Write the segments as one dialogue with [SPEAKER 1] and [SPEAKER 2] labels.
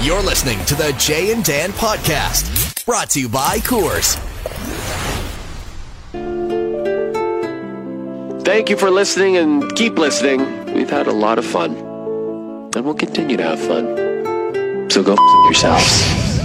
[SPEAKER 1] You're listening to the Jay and Dan podcast, brought to you by Coors.
[SPEAKER 2] Thank you for listening and keep listening. We've had a lot of fun, and we'll continue to have fun. So go f- yourselves.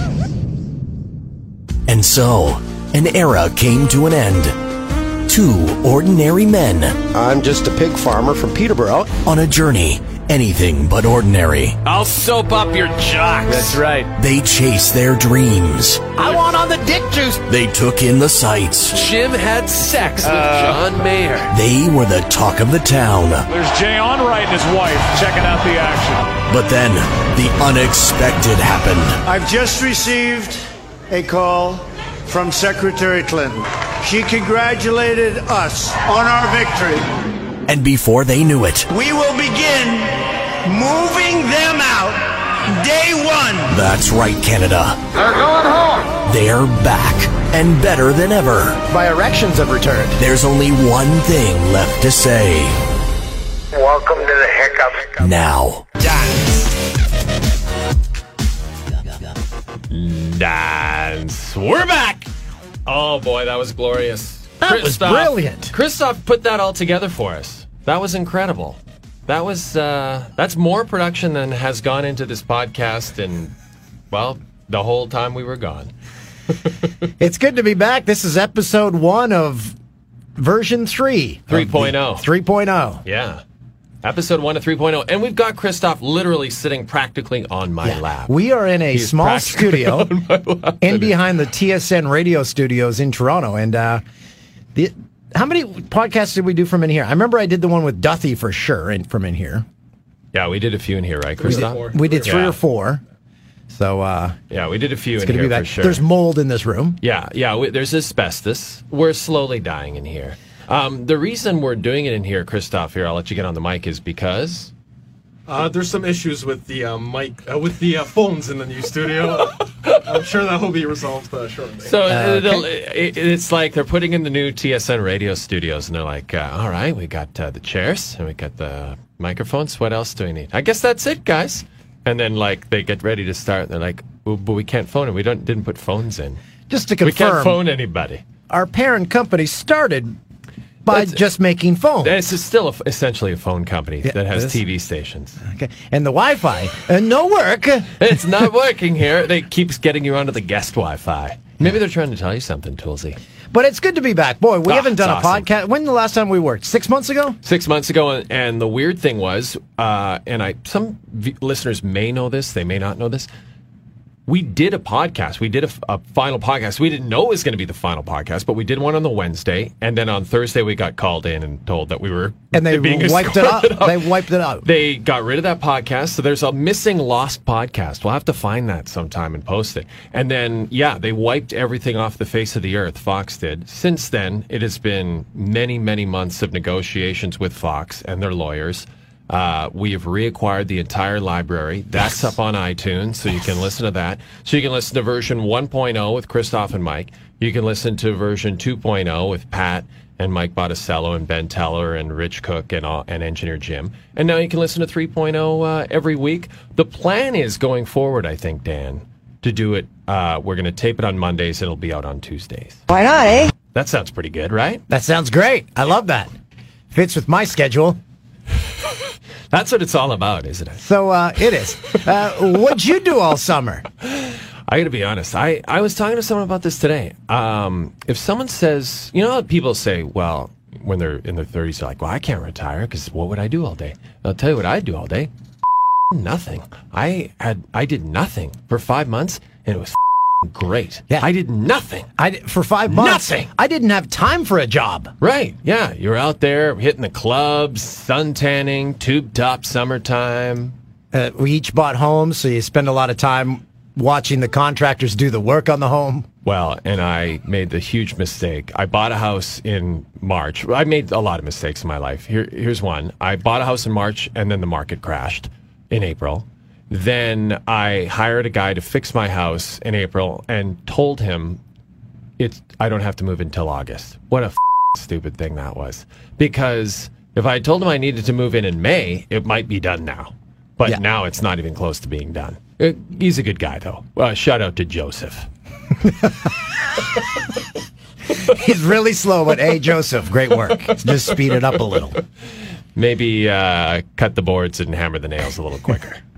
[SPEAKER 1] And so, an era came to an end. Two ordinary men
[SPEAKER 3] I'm just a pig farmer from Peterborough.
[SPEAKER 1] on a journey, anything but ordinary.
[SPEAKER 4] I'll soap up your jocks.
[SPEAKER 5] That's right.
[SPEAKER 1] They chased their dreams.
[SPEAKER 5] I want on the dick juice.
[SPEAKER 1] They took in the sights.
[SPEAKER 4] Jim had sex with John Mayer.
[SPEAKER 1] They were the talk of the town.
[SPEAKER 6] There's Jay Onright and his wife checking out the action.
[SPEAKER 1] But then, the unexpected happened.
[SPEAKER 7] I've just received a call from Secretary Clinton. She congratulated us on our victory.
[SPEAKER 1] And before they knew it,
[SPEAKER 7] We will begin moving them out day one.
[SPEAKER 1] that's right, Canada. They're going home. They're back and better than ever.
[SPEAKER 3] My erections have returned.
[SPEAKER 1] There's only one thing left to say
[SPEAKER 8] Welcome to the hiccup.
[SPEAKER 1] now.
[SPEAKER 4] Dance. We're back. Oh boy, that was glorious. That
[SPEAKER 5] was brilliant.
[SPEAKER 4] Christoph put that all together for us. That was incredible. That was uh, that's more production than has gone into this podcast and well, the whole time we were
[SPEAKER 5] Um,
[SPEAKER 4] gone.
[SPEAKER 5] It's good to be back. This is episode one of version three.
[SPEAKER 4] 3.0.
[SPEAKER 5] 3.0.
[SPEAKER 4] oh. Yeah. Episode 1 to 3.0 oh. and we've got Christoph literally sitting practically on my lap.
[SPEAKER 5] We are in a
[SPEAKER 4] He's
[SPEAKER 5] small
[SPEAKER 4] practically
[SPEAKER 5] studio in behind the TSN radio studios in Toronto. And uh, the, how many podcasts did we do from in here? I remember I did the one with Duthie for sure and from in here.
[SPEAKER 4] yeah, we did a few in here, right, Christoph?
[SPEAKER 5] We did three
[SPEAKER 4] Yeah.
[SPEAKER 5] or four. So uh,
[SPEAKER 4] Yeah, we did a few
[SPEAKER 5] it's
[SPEAKER 4] in
[SPEAKER 5] going
[SPEAKER 4] here
[SPEAKER 5] to be
[SPEAKER 4] for
[SPEAKER 5] back.
[SPEAKER 4] sure.
[SPEAKER 5] There's mold in this room.
[SPEAKER 4] Yeah, yeah. We, there's asbestos. We're slowly dying in here. Um, the reason we're doing it in here, Christoph, here, I'll let you get on the mic, is because
[SPEAKER 9] Uh, there's some issues with the uh, mic, uh, with the uh, phones in the new studio. I'm sure that will be resolved uh, shortly.
[SPEAKER 4] so it'll- it, it's like they're putting in the new TSN radio studios, and they're like, uh, "All right, we got uh, the chairs and we got the microphones. What else do we need? I guess that's it, guys." And then like they get ready to start, and they're like, well, "But we can't phone it. We don't didn't put phones in.
[SPEAKER 5] Just to
[SPEAKER 4] We can't
[SPEAKER 5] confirm,
[SPEAKER 4] phone anybody."
[SPEAKER 5] our parent company started by
[SPEAKER 4] That's-
[SPEAKER 5] just making phones.
[SPEAKER 4] This is still a, essentially a phone company that has
[SPEAKER 5] this-
[SPEAKER 4] TV stations.
[SPEAKER 5] Okay. And the Wi Fi, uh, no work.
[SPEAKER 4] It's not working here. It keeps getting you onto the guest Wi-Fi. Maybe they're trying to tell you something, Toolsy.
[SPEAKER 5] But it's good to be back. Boy, we
[SPEAKER 4] Ah,
[SPEAKER 5] haven't done a
[SPEAKER 4] it's awesome.
[SPEAKER 5] podcast. When the last time we worked? Six months ago?
[SPEAKER 4] Six months ago, and- and the weird thing was, uh, and I some v- listeners may know this, they may not know this. We did a podcast. We did a, f- a final podcast. We didn't know it was going to be the final podcast, but we did one on the Wednesday, and then on Thursday we got called in and told that we were
[SPEAKER 5] And they
[SPEAKER 4] being
[SPEAKER 5] wiped it up.
[SPEAKER 4] escorted
[SPEAKER 5] They wiped it up.
[SPEAKER 4] They got rid of that podcast, so there's a missing lost podcast. We'll have to find that sometime and post it. And then, yeah, they wiped everything off the face of the earth. Fox did. Since then, it has been many, many months of negotiations with Fox and their lawyers. Uh, we have reacquired the entire library. That's up on iTunes, so you can listen to that. So you can listen to version 1.0 with Christoph and Mike. You can listen to version 2.0 with Pat and Mike Botticello and Ben Teller and Rich Cook and, all, and Engineer Jim. And now you can listen to 3.0 uh, every week. The plan is going forward, I think, Dan, to do it. Uh, we're going to tape it on Mondays. It'll be out on Tuesdays. Why not, eh? That sounds pretty good, right?
[SPEAKER 5] That sounds great. I love that. Fits with my schedule.
[SPEAKER 4] That's what it's all about, isn't it?
[SPEAKER 5] So uh, it is. Uh, what'd you do all summer?
[SPEAKER 4] I gotta be honest. I, I was talking to someone about this today. Um, if someone says, you know, how people say, well, when they're in their 30s, they're like, well, I can't retire because what would I do all day? I'll tell you what I'd do all day. Nothing. I had I did nothing for five months, and it was great.
[SPEAKER 5] Yeah.
[SPEAKER 4] I did nothing.
[SPEAKER 5] I, di- for five months,
[SPEAKER 4] Nothing.
[SPEAKER 5] I didn't have time for a job.
[SPEAKER 4] Right. Yeah. You're out there hitting the clubs, sun tanning, tube top, summertime.
[SPEAKER 5] Uh, we each bought homes, so you spend a lot of time watching the contractors do the work on the home.
[SPEAKER 4] Well, and I made the huge mistake. I bought a house in March. I made a lot of mistakes in my life. Here, here's one. I bought a house in March, and then the market crashed in April. Then I hired a guy to fix my house in April and told him it's I don't have to move until August. What a f- stupid thing that was. Because if I had told him I needed to move in in May, it might be done now. But
[SPEAKER 5] Yeah.
[SPEAKER 4] now it's not even close to being done. Uh, he's a good guy, though. Uh, shout out to Joseph.
[SPEAKER 5] He's really slow, but hey, Joseph, great work. Just speed it up a little.
[SPEAKER 4] Maybe uh, cut the boards and hammer the nails a little quicker.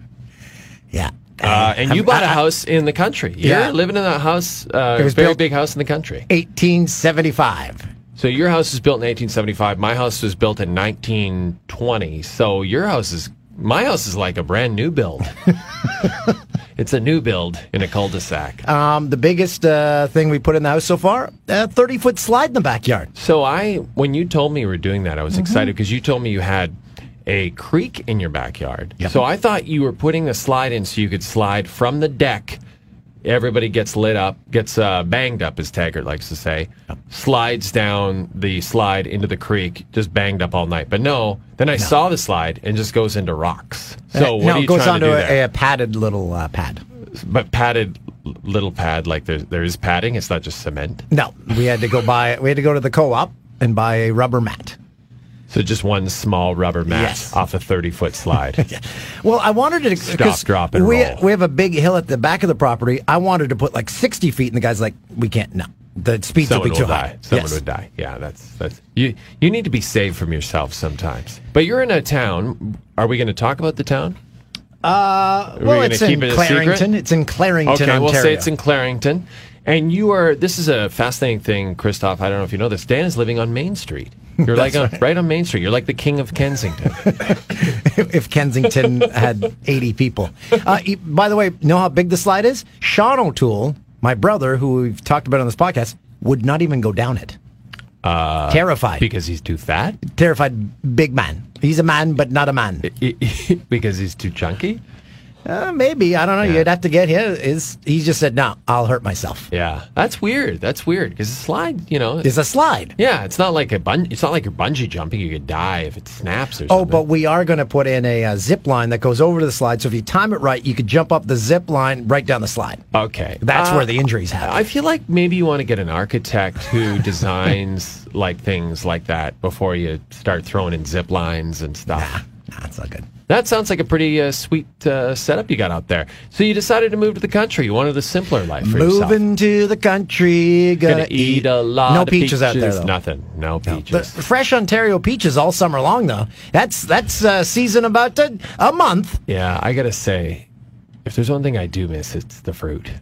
[SPEAKER 5] Yeah.
[SPEAKER 4] Uh, and you bought a house in the country. You're
[SPEAKER 5] Yeah.
[SPEAKER 4] living in a house, uh,
[SPEAKER 5] It was
[SPEAKER 4] very
[SPEAKER 5] built-
[SPEAKER 4] big house in the country.
[SPEAKER 5] 1875.
[SPEAKER 4] So your house was built in 1875. My house was built in 1920. So your house is my house is like a brand new build. it's a new build in a cul-de-sac.
[SPEAKER 5] Um, the biggest uh, thing we put in the house so far, a 30 foot slide in the backyard. Mm-hmm.
[SPEAKER 4] So I, when you told me you were doing that, I was excited because you told me you had a creek in your backyard. So I thought you were putting the slide in so you could slide from the deck. Everybody gets lit up, gets uh, banged up, as Taggart likes to say. Slides down the slide into the creek, just banged up all night. But no, then I saw the slide and just goes into rocks. So
[SPEAKER 5] Uh,
[SPEAKER 4] what
[SPEAKER 5] no,
[SPEAKER 4] are you
[SPEAKER 5] it goes
[SPEAKER 4] trying
[SPEAKER 5] onto
[SPEAKER 4] to do
[SPEAKER 5] a,
[SPEAKER 4] there?
[SPEAKER 5] a padded little uh, pad.
[SPEAKER 4] but padded l- little pad, like there there is padding. It's not just cement.
[SPEAKER 5] No, we had to go buy. We had to go to the co-op and buy a rubber mat.
[SPEAKER 4] So just one small rubber mat
[SPEAKER 5] Yes.
[SPEAKER 4] off a thirty foot slide.
[SPEAKER 5] Well, I wanted to 'cause
[SPEAKER 4] drop, and
[SPEAKER 5] we
[SPEAKER 4] roll.
[SPEAKER 5] we have a big hill at the back of the property. I wanted to put like sixty feet, and the guy's like, "We can't. No, the speeds
[SPEAKER 4] Someone
[SPEAKER 5] will be too
[SPEAKER 4] will die.
[SPEAKER 5] high."
[SPEAKER 4] Someone
[SPEAKER 5] Yes.
[SPEAKER 4] would die. Yeah, that's that's you. You need to be saved from yourself sometimes. But you're in a town. Are we going to talk about the town? Uh,
[SPEAKER 5] Well, it's in Clarington. It's in Clarington,
[SPEAKER 4] Okay,
[SPEAKER 5] Ontario.
[SPEAKER 4] we'll say it's in Clarington, and you are. This is a fascinating thing, Christoph. I don't know if you know this. Dan is living on Main Street. You're like on, right on Main Street. You're like the king of Kensington.
[SPEAKER 5] if Kensington had 80 people. Uh, e- by the way, know how big the slide is? Sean O'Toole, my brother, who we've talked about on this podcast, would not even go down it. Uh, terrified.
[SPEAKER 4] because he's too fat.
[SPEAKER 5] terrified big man. He's a man, but not a man.
[SPEAKER 4] because he's too chunky.
[SPEAKER 5] Uh, maybe. I don't know.
[SPEAKER 4] Yeah.
[SPEAKER 5] You'd have to get his. his he just said, no, I'll hurt myself.
[SPEAKER 4] Yeah, that's weird. That's weird because the slide. You know,
[SPEAKER 5] It's a slide.
[SPEAKER 4] Yeah, it's not like a bun. It's not like you're bungee jumping. You could die if it snaps or something.
[SPEAKER 5] Oh, but we are going to put in a, uh zip line that goes over to the slide. So if you time it right, you could jump up the zip line right down the slide.
[SPEAKER 4] okay,
[SPEAKER 5] That's
[SPEAKER 4] Uh,
[SPEAKER 5] where the injuries happen.
[SPEAKER 4] I feel like maybe you want to get an architect who designs like things like that before you start throwing in zip lines and stuff.
[SPEAKER 5] nah, it's not good.
[SPEAKER 4] That sounds like a pretty uh, sweet uh, setup you got out there. So you decided to move to the country. You wanted a simpler life for yourself.
[SPEAKER 5] Moving to the country, gonna,
[SPEAKER 4] Gonna eat a lot.
[SPEAKER 5] No
[SPEAKER 4] of
[SPEAKER 5] peaches, out there though.
[SPEAKER 4] Nothing. No
[SPEAKER 5] The
[SPEAKER 4] peaches.
[SPEAKER 5] fresh Ontario peaches all summer long though. That's that's uh, season about a, a month.
[SPEAKER 4] Yeah, I gotta say, if there's one thing I do miss, it's the fruit.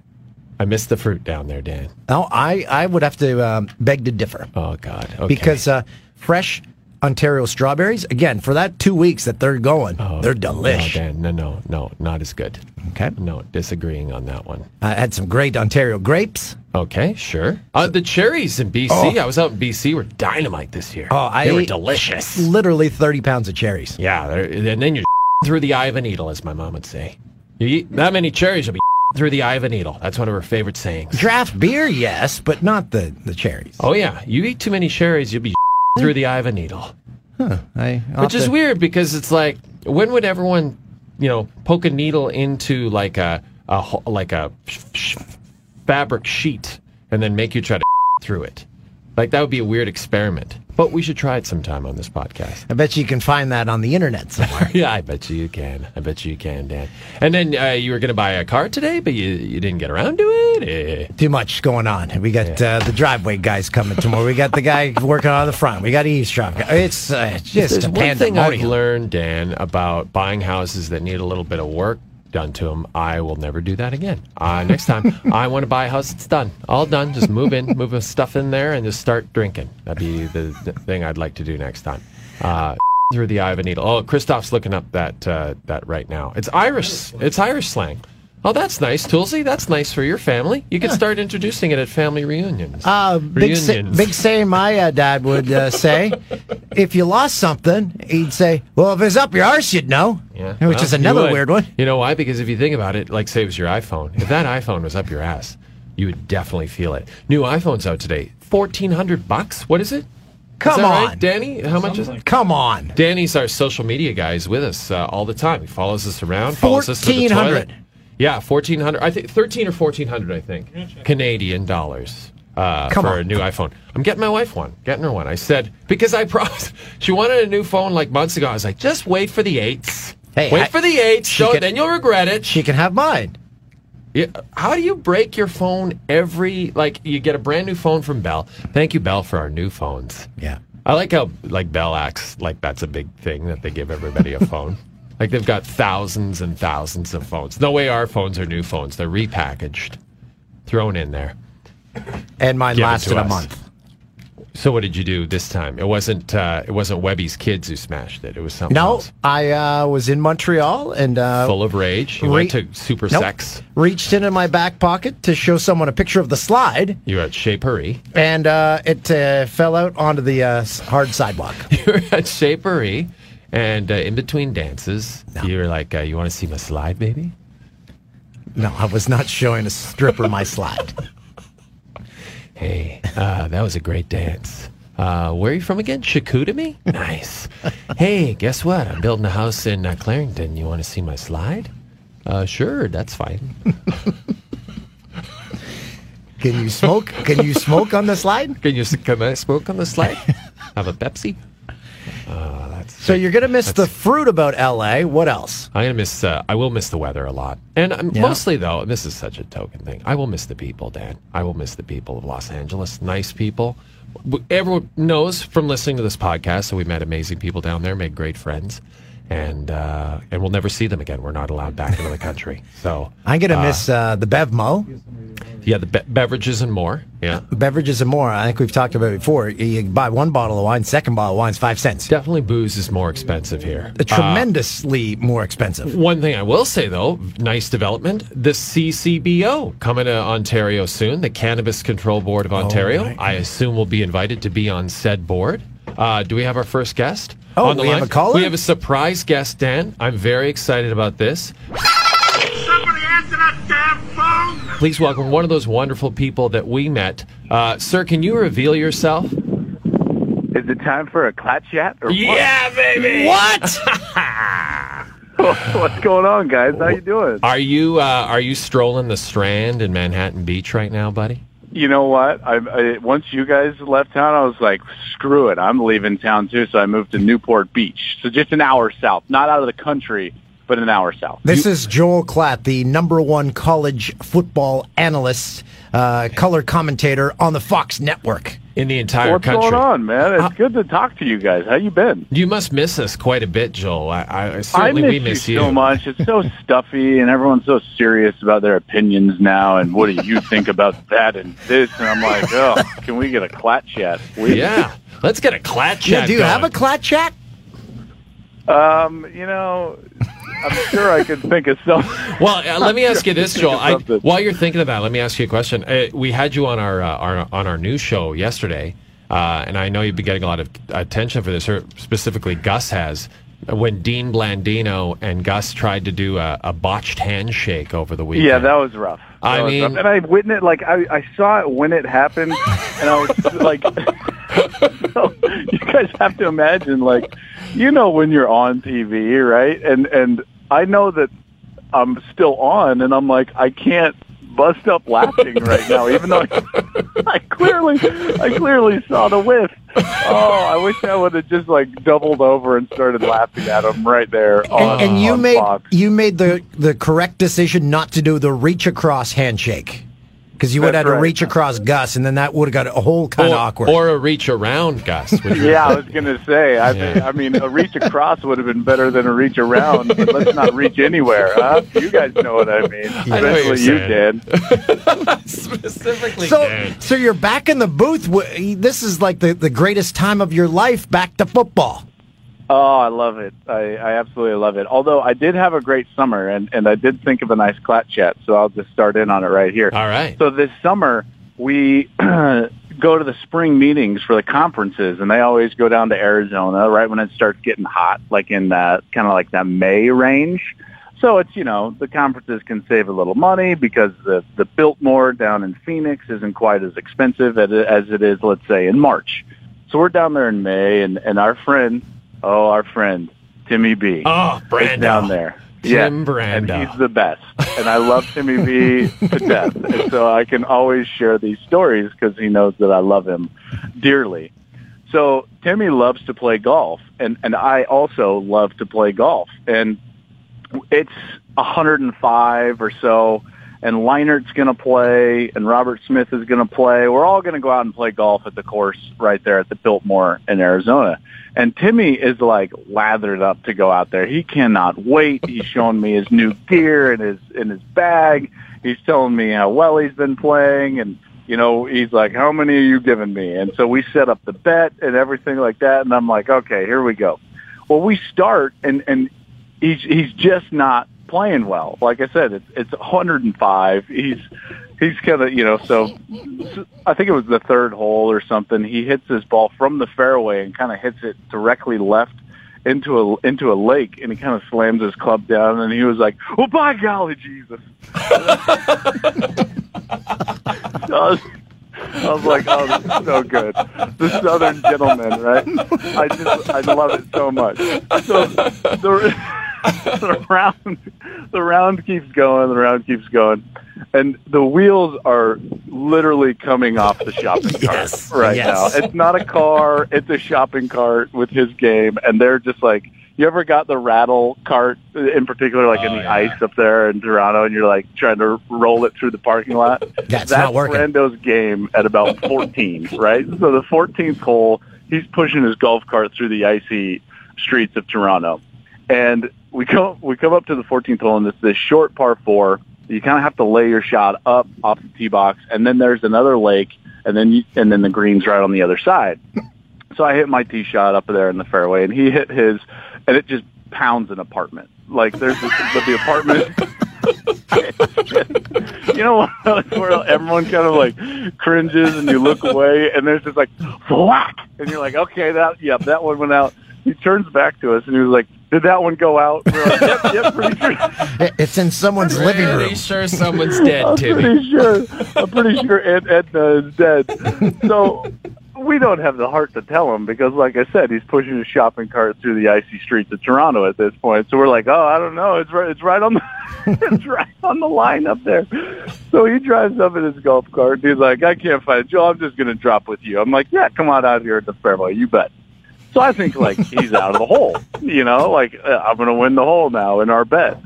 [SPEAKER 4] I miss the fruit down there, Dan.
[SPEAKER 5] No, Oh, I I would have to um, beg to differ
[SPEAKER 4] Oh God. Okay.
[SPEAKER 5] because uh, fresh Ontario strawberries again for that two weeks that they're going,
[SPEAKER 4] Oh,
[SPEAKER 5] they're delish.
[SPEAKER 4] No, Dan, no, no, no, not as good.
[SPEAKER 5] Okay,
[SPEAKER 4] No, disagreeing on that one.
[SPEAKER 5] I had some great Ontario grapes.
[SPEAKER 4] Okay, sure. Uh, the cherries in BC,
[SPEAKER 5] Oh.
[SPEAKER 4] I was out in BC, were dynamite this year.
[SPEAKER 5] Oh, I
[SPEAKER 4] they were
[SPEAKER 5] ate-
[SPEAKER 4] delicious.
[SPEAKER 5] Literally thirty pounds of cherries.
[SPEAKER 4] Yeah, they're- and then you're through the eye of a needle, as my mom would say. You eat that many cherries, you'll be through the eye of a needle. That's one of her favorite sayings.
[SPEAKER 5] Draft beer, yes, but not the the cherries.
[SPEAKER 4] Oh yeah, you eat too many cherries, you'll be through the eye of a needle.
[SPEAKER 5] I, I'll
[SPEAKER 4] Which
[SPEAKER 5] have
[SPEAKER 4] is
[SPEAKER 5] to-
[SPEAKER 4] weird because it's like, when would everyone, you know, poke a needle into like a, a ho- like a sh- sh- fabric sheet and then make you try to through it? Like that would be a weird experiment. But we should try it sometime on this podcast.
[SPEAKER 5] I bet you can find that on the internet somewhere.
[SPEAKER 4] yeah, I bet you you can. I bet you you can, Dan. And then uh, you were going to buy a car today, but you you didn't get around to it. Eh.
[SPEAKER 5] Too much going on. We got uh, the driveway guys coming tomorrow. We got the guy working on the front. We got eavesdrop. guy. It's uh, just
[SPEAKER 4] There's
[SPEAKER 5] a
[SPEAKER 4] one thing I've
[SPEAKER 5] pandemonium.
[SPEAKER 4] learned, Dan, about buying houses that need a little bit of work done to them. I will never do that again. Uh, next time, I want to buy a house that's done, all done. Just move in, move the stuff in there, and just start drinking. That'd be the, the thing I'd like to do next time. Uh, through the eye of a needle. Oh, Christoph's looking up that uh, that right now. It's Irish. It's Irish slang. Oh, that's nice, Toolsy. That's nice for your family. You can start introducing it at family reunions.
[SPEAKER 5] Uh, big, say,
[SPEAKER 4] Reunions.
[SPEAKER 5] big saying my uh, dad would uh, say, if you lost something, he'd say, well, if it's up your arse, you'd know.
[SPEAKER 4] Yeah.
[SPEAKER 5] Which
[SPEAKER 4] Well,
[SPEAKER 5] is
[SPEAKER 4] you
[SPEAKER 5] another
[SPEAKER 4] would.
[SPEAKER 5] weird one.
[SPEAKER 4] You know why? Because if you think about it, like say it was your iPhone. If that iPhone was up your ass, you would definitely feel it. New iPhone's out today. Fourteen hundred bucks? What is it? Is
[SPEAKER 5] Come
[SPEAKER 4] that
[SPEAKER 5] on.
[SPEAKER 4] right? Danny, how much is it?
[SPEAKER 5] Come on.
[SPEAKER 4] Danny's our social media guy. He's with us uh, all the time. He follows us around. Follows us to the
[SPEAKER 5] 1400.
[SPEAKER 4] toilet. Yeah, fourteen hundred. I think thirteen or fourteen hundred. I think Canadian dollars. Uh,
[SPEAKER 5] Come
[SPEAKER 4] for
[SPEAKER 5] on.
[SPEAKER 4] a new iPhone. I'm getting my wife one. Getting her one. I said because I promised she wanted a new phone like months ago. I was like, just wait for the eights.
[SPEAKER 5] Hey,
[SPEAKER 4] Wait
[SPEAKER 5] I-
[SPEAKER 4] for the eight,
[SPEAKER 5] she
[SPEAKER 4] so
[SPEAKER 5] can-
[SPEAKER 4] then you'll regret it.
[SPEAKER 5] She can have mine.
[SPEAKER 4] Yeah, How do you break your phone every like you get a brand new phone from Bell? Thank you, Bell, for our new phones.
[SPEAKER 5] Yeah.
[SPEAKER 4] I like how like Bell acts like that's a big thing that they give everybody a phone. Like they've got thousands and thousands of phones. No way our phones are new phones. They're repackaged, thrown in there.
[SPEAKER 5] And mine
[SPEAKER 4] Give it
[SPEAKER 5] lasted
[SPEAKER 4] to
[SPEAKER 5] a
[SPEAKER 4] us.
[SPEAKER 5] month.
[SPEAKER 4] So what did you do this time? It wasn't uh, it wasn't Webby's kids who smashed it. It was something
[SPEAKER 5] No,
[SPEAKER 4] else.
[SPEAKER 5] I uh, was in Montreal and uh,
[SPEAKER 4] full of rage. You went
[SPEAKER 5] Re-
[SPEAKER 4] to Super
[SPEAKER 5] nope.
[SPEAKER 4] Sex.
[SPEAKER 5] Reached into my back pocket to show someone a picture of the slide,
[SPEAKER 4] You were at Chez Paris.
[SPEAKER 5] and uh, it uh, fell out onto the uh, s- hard sidewalk.
[SPEAKER 4] you were at Chez Paris, and uh, in between dances, you were like, uh, "You want to see my slide, baby?"
[SPEAKER 5] No, I was not showing a stripper my slide.
[SPEAKER 4] Hey, uh, that was a great dance. Uh, where are you from again? Chicoutimi? Nice. hey, guess what? I'm building a house in uh, Clarington. You want to see my slide? Uh, sure, that's fine.
[SPEAKER 5] Can you smoke? Can you smoke on the slide?
[SPEAKER 4] Can you s- can I smoke on the slide? Have a Pepsi? Uh, that's
[SPEAKER 5] Oh, So you're gonna miss the fruit about LA. What else?
[SPEAKER 4] I'm gonna miss. Uh, I will miss the weather a lot, and um,
[SPEAKER 5] Yeah.
[SPEAKER 4] mostly though, and this is such a token thing. I will miss the people, Dan. I will miss the people of Los Angeles. Nice people. W- Everyone knows from listening to this podcast that we met amazing people down there, made great friends, and uh, and we'll never see them again. We're not allowed back into the country. So
[SPEAKER 5] I'm gonna miss uh, the Bevmo,
[SPEAKER 4] yeah, the be- beverages and more. Yeah,
[SPEAKER 5] beverages and more. I think we've talked about it before. You buy one bottle of wine, second bottle of wine's five cents.
[SPEAKER 4] definitely booze is more expensive here.
[SPEAKER 5] Tremendously more expensive.
[SPEAKER 4] One thing I will say though, nice development. The CCBO coming to Ontario soon, the Cannabis Control Board of Ontario.
[SPEAKER 5] Oh, right.
[SPEAKER 4] I assume we'll be invited to be on said board. Uh, do we have our first guest?
[SPEAKER 5] Oh,
[SPEAKER 4] on the
[SPEAKER 5] we have
[SPEAKER 4] line?
[SPEAKER 5] a caller?
[SPEAKER 4] We have a surprise guest, Dan. I'm very excited about this.
[SPEAKER 8] Somebody answer that damn phone!
[SPEAKER 4] Please welcome one of those wonderful people that we met. Uh, sir, can you reveal yourself?
[SPEAKER 10] Is it time for a clutch yet? Or
[SPEAKER 4] Yeah, baby. What?
[SPEAKER 10] what? What's going on, guys? How you doing?
[SPEAKER 4] are you uh, are you strolling the Strand in Manhattan Beach right now, buddy?
[SPEAKER 10] You know what? I, I once you guys left town, I was like, screw it, I'm leaving town too. So I moved to Newport Beach, so just an hour south, not out of the country, but an hour south.
[SPEAKER 5] This is Joel Klatt, the number one college football analyst, uh, color commentator on the Fox Network.
[SPEAKER 4] In the entire
[SPEAKER 10] What's
[SPEAKER 4] country. Uh,
[SPEAKER 10] going on, man? It's good to talk to you guys. How you been?
[SPEAKER 4] You must miss us quite a bit, Joel. I, I
[SPEAKER 10] I
[SPEAKER 4] certainly
[SPEAKER 10] miss,
[SPEAKER 4] we miss you.
[SPEAKER 10] you so much. It's so stuffy, and everyone's so serious about their opinions now. And what do you think about that and this? And I'm like, oh, can we get a clutch yet? please?
[SPEAKER 4] Yeah, let's get a clat chat.
[SPEAKER 5] Yeah, do you
[SPEAKER 4] going.
[SPEAKER 5] have a Klatt chat?
[SPEAKER 10] Um, you know, I'm sure I could think of something.
[SPEAKER 4] Well, uh, let me ask you this, Joel. I,
[SPEAKER 10] Something.
[SPEAKER 4] while you're thinking of that, let me ask you a question. Uh, we had you on our, uh, our on our news show yesterday, uh, and I know you've been getting a lot of attention for this, or specifically Gus has. uh, When Dean Blandino and Gus tried to do a, a botched handshake over the weekend.
[SPEAKER 10] Yeah, that was rough. That
[SPEAKER 4] I
[SPEAKER 10] was
[SPEAKER 4] mean-
[SPEAKER 10] rough. and I witnessed like I, I saw it when it happened, and I was like, so you guys have to imagine like, you know, when you're on TV, right? And and I know that I'm still on, and I'm like, I can't bust up laughing right now, even though I, I clearly, I clearly saw the whiff. Oh, I wish I would have just like doubled over and started laughing at him right there. on,
[SPEAKER 5] And, and you
[SPEAKER 10] on
[SPEAKER 5] made
[SPEAKER 10] Fox.
[SPEAKER 5] you made the, the correct decision not to do the reach across handshake because you would have
[SPEAKER 10] That's
[SPEAKER 5] had to
[SPEAKER 10] right.
[SPEAKER 5] reach across Gus, and then that would have got a whole kind
[SPEAKER 4] or,
[SPEAKER 5] of awkward.
[SPEAKER 4] or a reach around, Gus. Which was-
[SPEAKER 10] Yeah, I was gonna say. I,
[SPEAKER 4] Yeah.
[SPEAKER 10] I mean, a reach across would have been better than a reach around. But let's not reach anywhere. Huh? You guys know what I mean.
[SPEAKER 4] know what you're
[SPEAKER 10] Especially you
[SPEAKER 4] saying.
[SPEAKER 10] did.
[SPEAKER 4] specifically.
[SPEAKER 5] so,
[SPEAKER 4] Dan.
[SPEAKER 5] so you're back in the booth. wi- This is like the, the greatest time of your life back to football.
[SPEAKER 10] Oh, I love it. I, I absolutely love it. Although I did have a great summer, and and I did think of a nice clat chat. So I'll just start in on it right here.
[SPEAKER 4] All right.
[SPEAKER 10] So this summer we go to the spring meetings for the conferences, and they always go down to Arizona right when it starts getting hot, like in that kind of like that May range. So it's you know the conferences can save a little money because the the Biltmore down in Phoenix isn't quite as expensive as it- as it is, let's say, in March. So we're down there in May, and and our friend, oh our friend Timmy B
[SPEAKER 4] oh, Brando.
[SPEAKER 10] is down there.
[SPEAKER 4] Tim
[SPEAKER 10] yeah.
[SPEAKER 4] Brando.
[SPEAKER 10] And he's the best. And I love Timmy B to death. And so I can always share these stories because he knows that I love him dearly. So Timmy loves to play golf, and, and I also love to play golf. And it's 105 or so, and Leinert's going to play, and Robert Smith is going to play. We're all going to go out and play golf at the course right there at the Biltmore in Arizona. And Timmy is like lathered up to go out there. He cannot wait. He's showing me his new gear and his in his bag. He's telling me how well he's been playing and you know, he's like, how many are you giving me? And so we set up the bet and everything like that. And I'm like, okay, here we go. Well, we start and, and he's, he's just not playing well. Like I said, it's, it's 105. He's, he's kind of, you know, so I think it was the third hole or something. He hits this ball from the fairway and kind of hits it directly left into a into a lake and he kind of slams his club down and he was like oh by golly jesus I was, I was like, oh, this is so good. The Southern gentleman, right? I just, I love it so much. So the, the round, the round keeps going, the round keeps going, and the wheels are literally coming off the shopping cart
[SPEAKER 5] Yes,
[SPEAKER 10] right
[SPEAKER 5] yes.
[SPEAKER 10] now. It's not a car; it's a shopping cart with his game, and they're just like. You ever got the rattle cart in particular, like in
[SPEAKER 5] Oh,
[SPEAKER 10] the ice up there in Toronto, and you're like trying to roll it through the parking lot?
[SPEAKER 5] That's
[SPEAKER 10] That's
[SPEAKER 5] not working.
[SPEAKER 10] Brando's game at about 14, right? So the 14th hole, he's pushing his golf cart through the icy streets of Toronto, and we come we come up to the 14th hole, and it's this short par four. You kind of have to lay your shot up off the tee box, and then there's another lake, and then you, and then the green's right on the other side. So I hit my tee shot up there in the fairway, and he hit his, and it just pounds an apartment. Like there's this, but the apartment. you know where everyone kind of like cringes and you look away, and there's just like whack, and you're like, okay, that yep, that one went out. He turns back to us and he was like, did that one go out? We're like, yep, yep, pretty sure.
[SPEAKER 5] It- It's in someone's living room.
[SPEAKER 4] Pretty sure someone's dead,
[SPEAKER 10] I'm
[SPEAKER 4] Timmy.
[SPEAKER 10] pretty sure. I'm pretty sure Aunt Edna is dead. So we don't have the heart to tell him because, like I said, he's pushing his shopping cart through the icy streets of Toronto at this point. So we're like, oh, I don't know. It's right. It's right on. The, it's right on the line up there. So he drives up in his golf cart. And he's like, I can't find it, Joe. I'm just gonna drop with you. I'm like, yeah, come on out here at the fairway. You bet. So I think like he's out of the hole, you know, like uh, I'm going to win the hole now in our bet.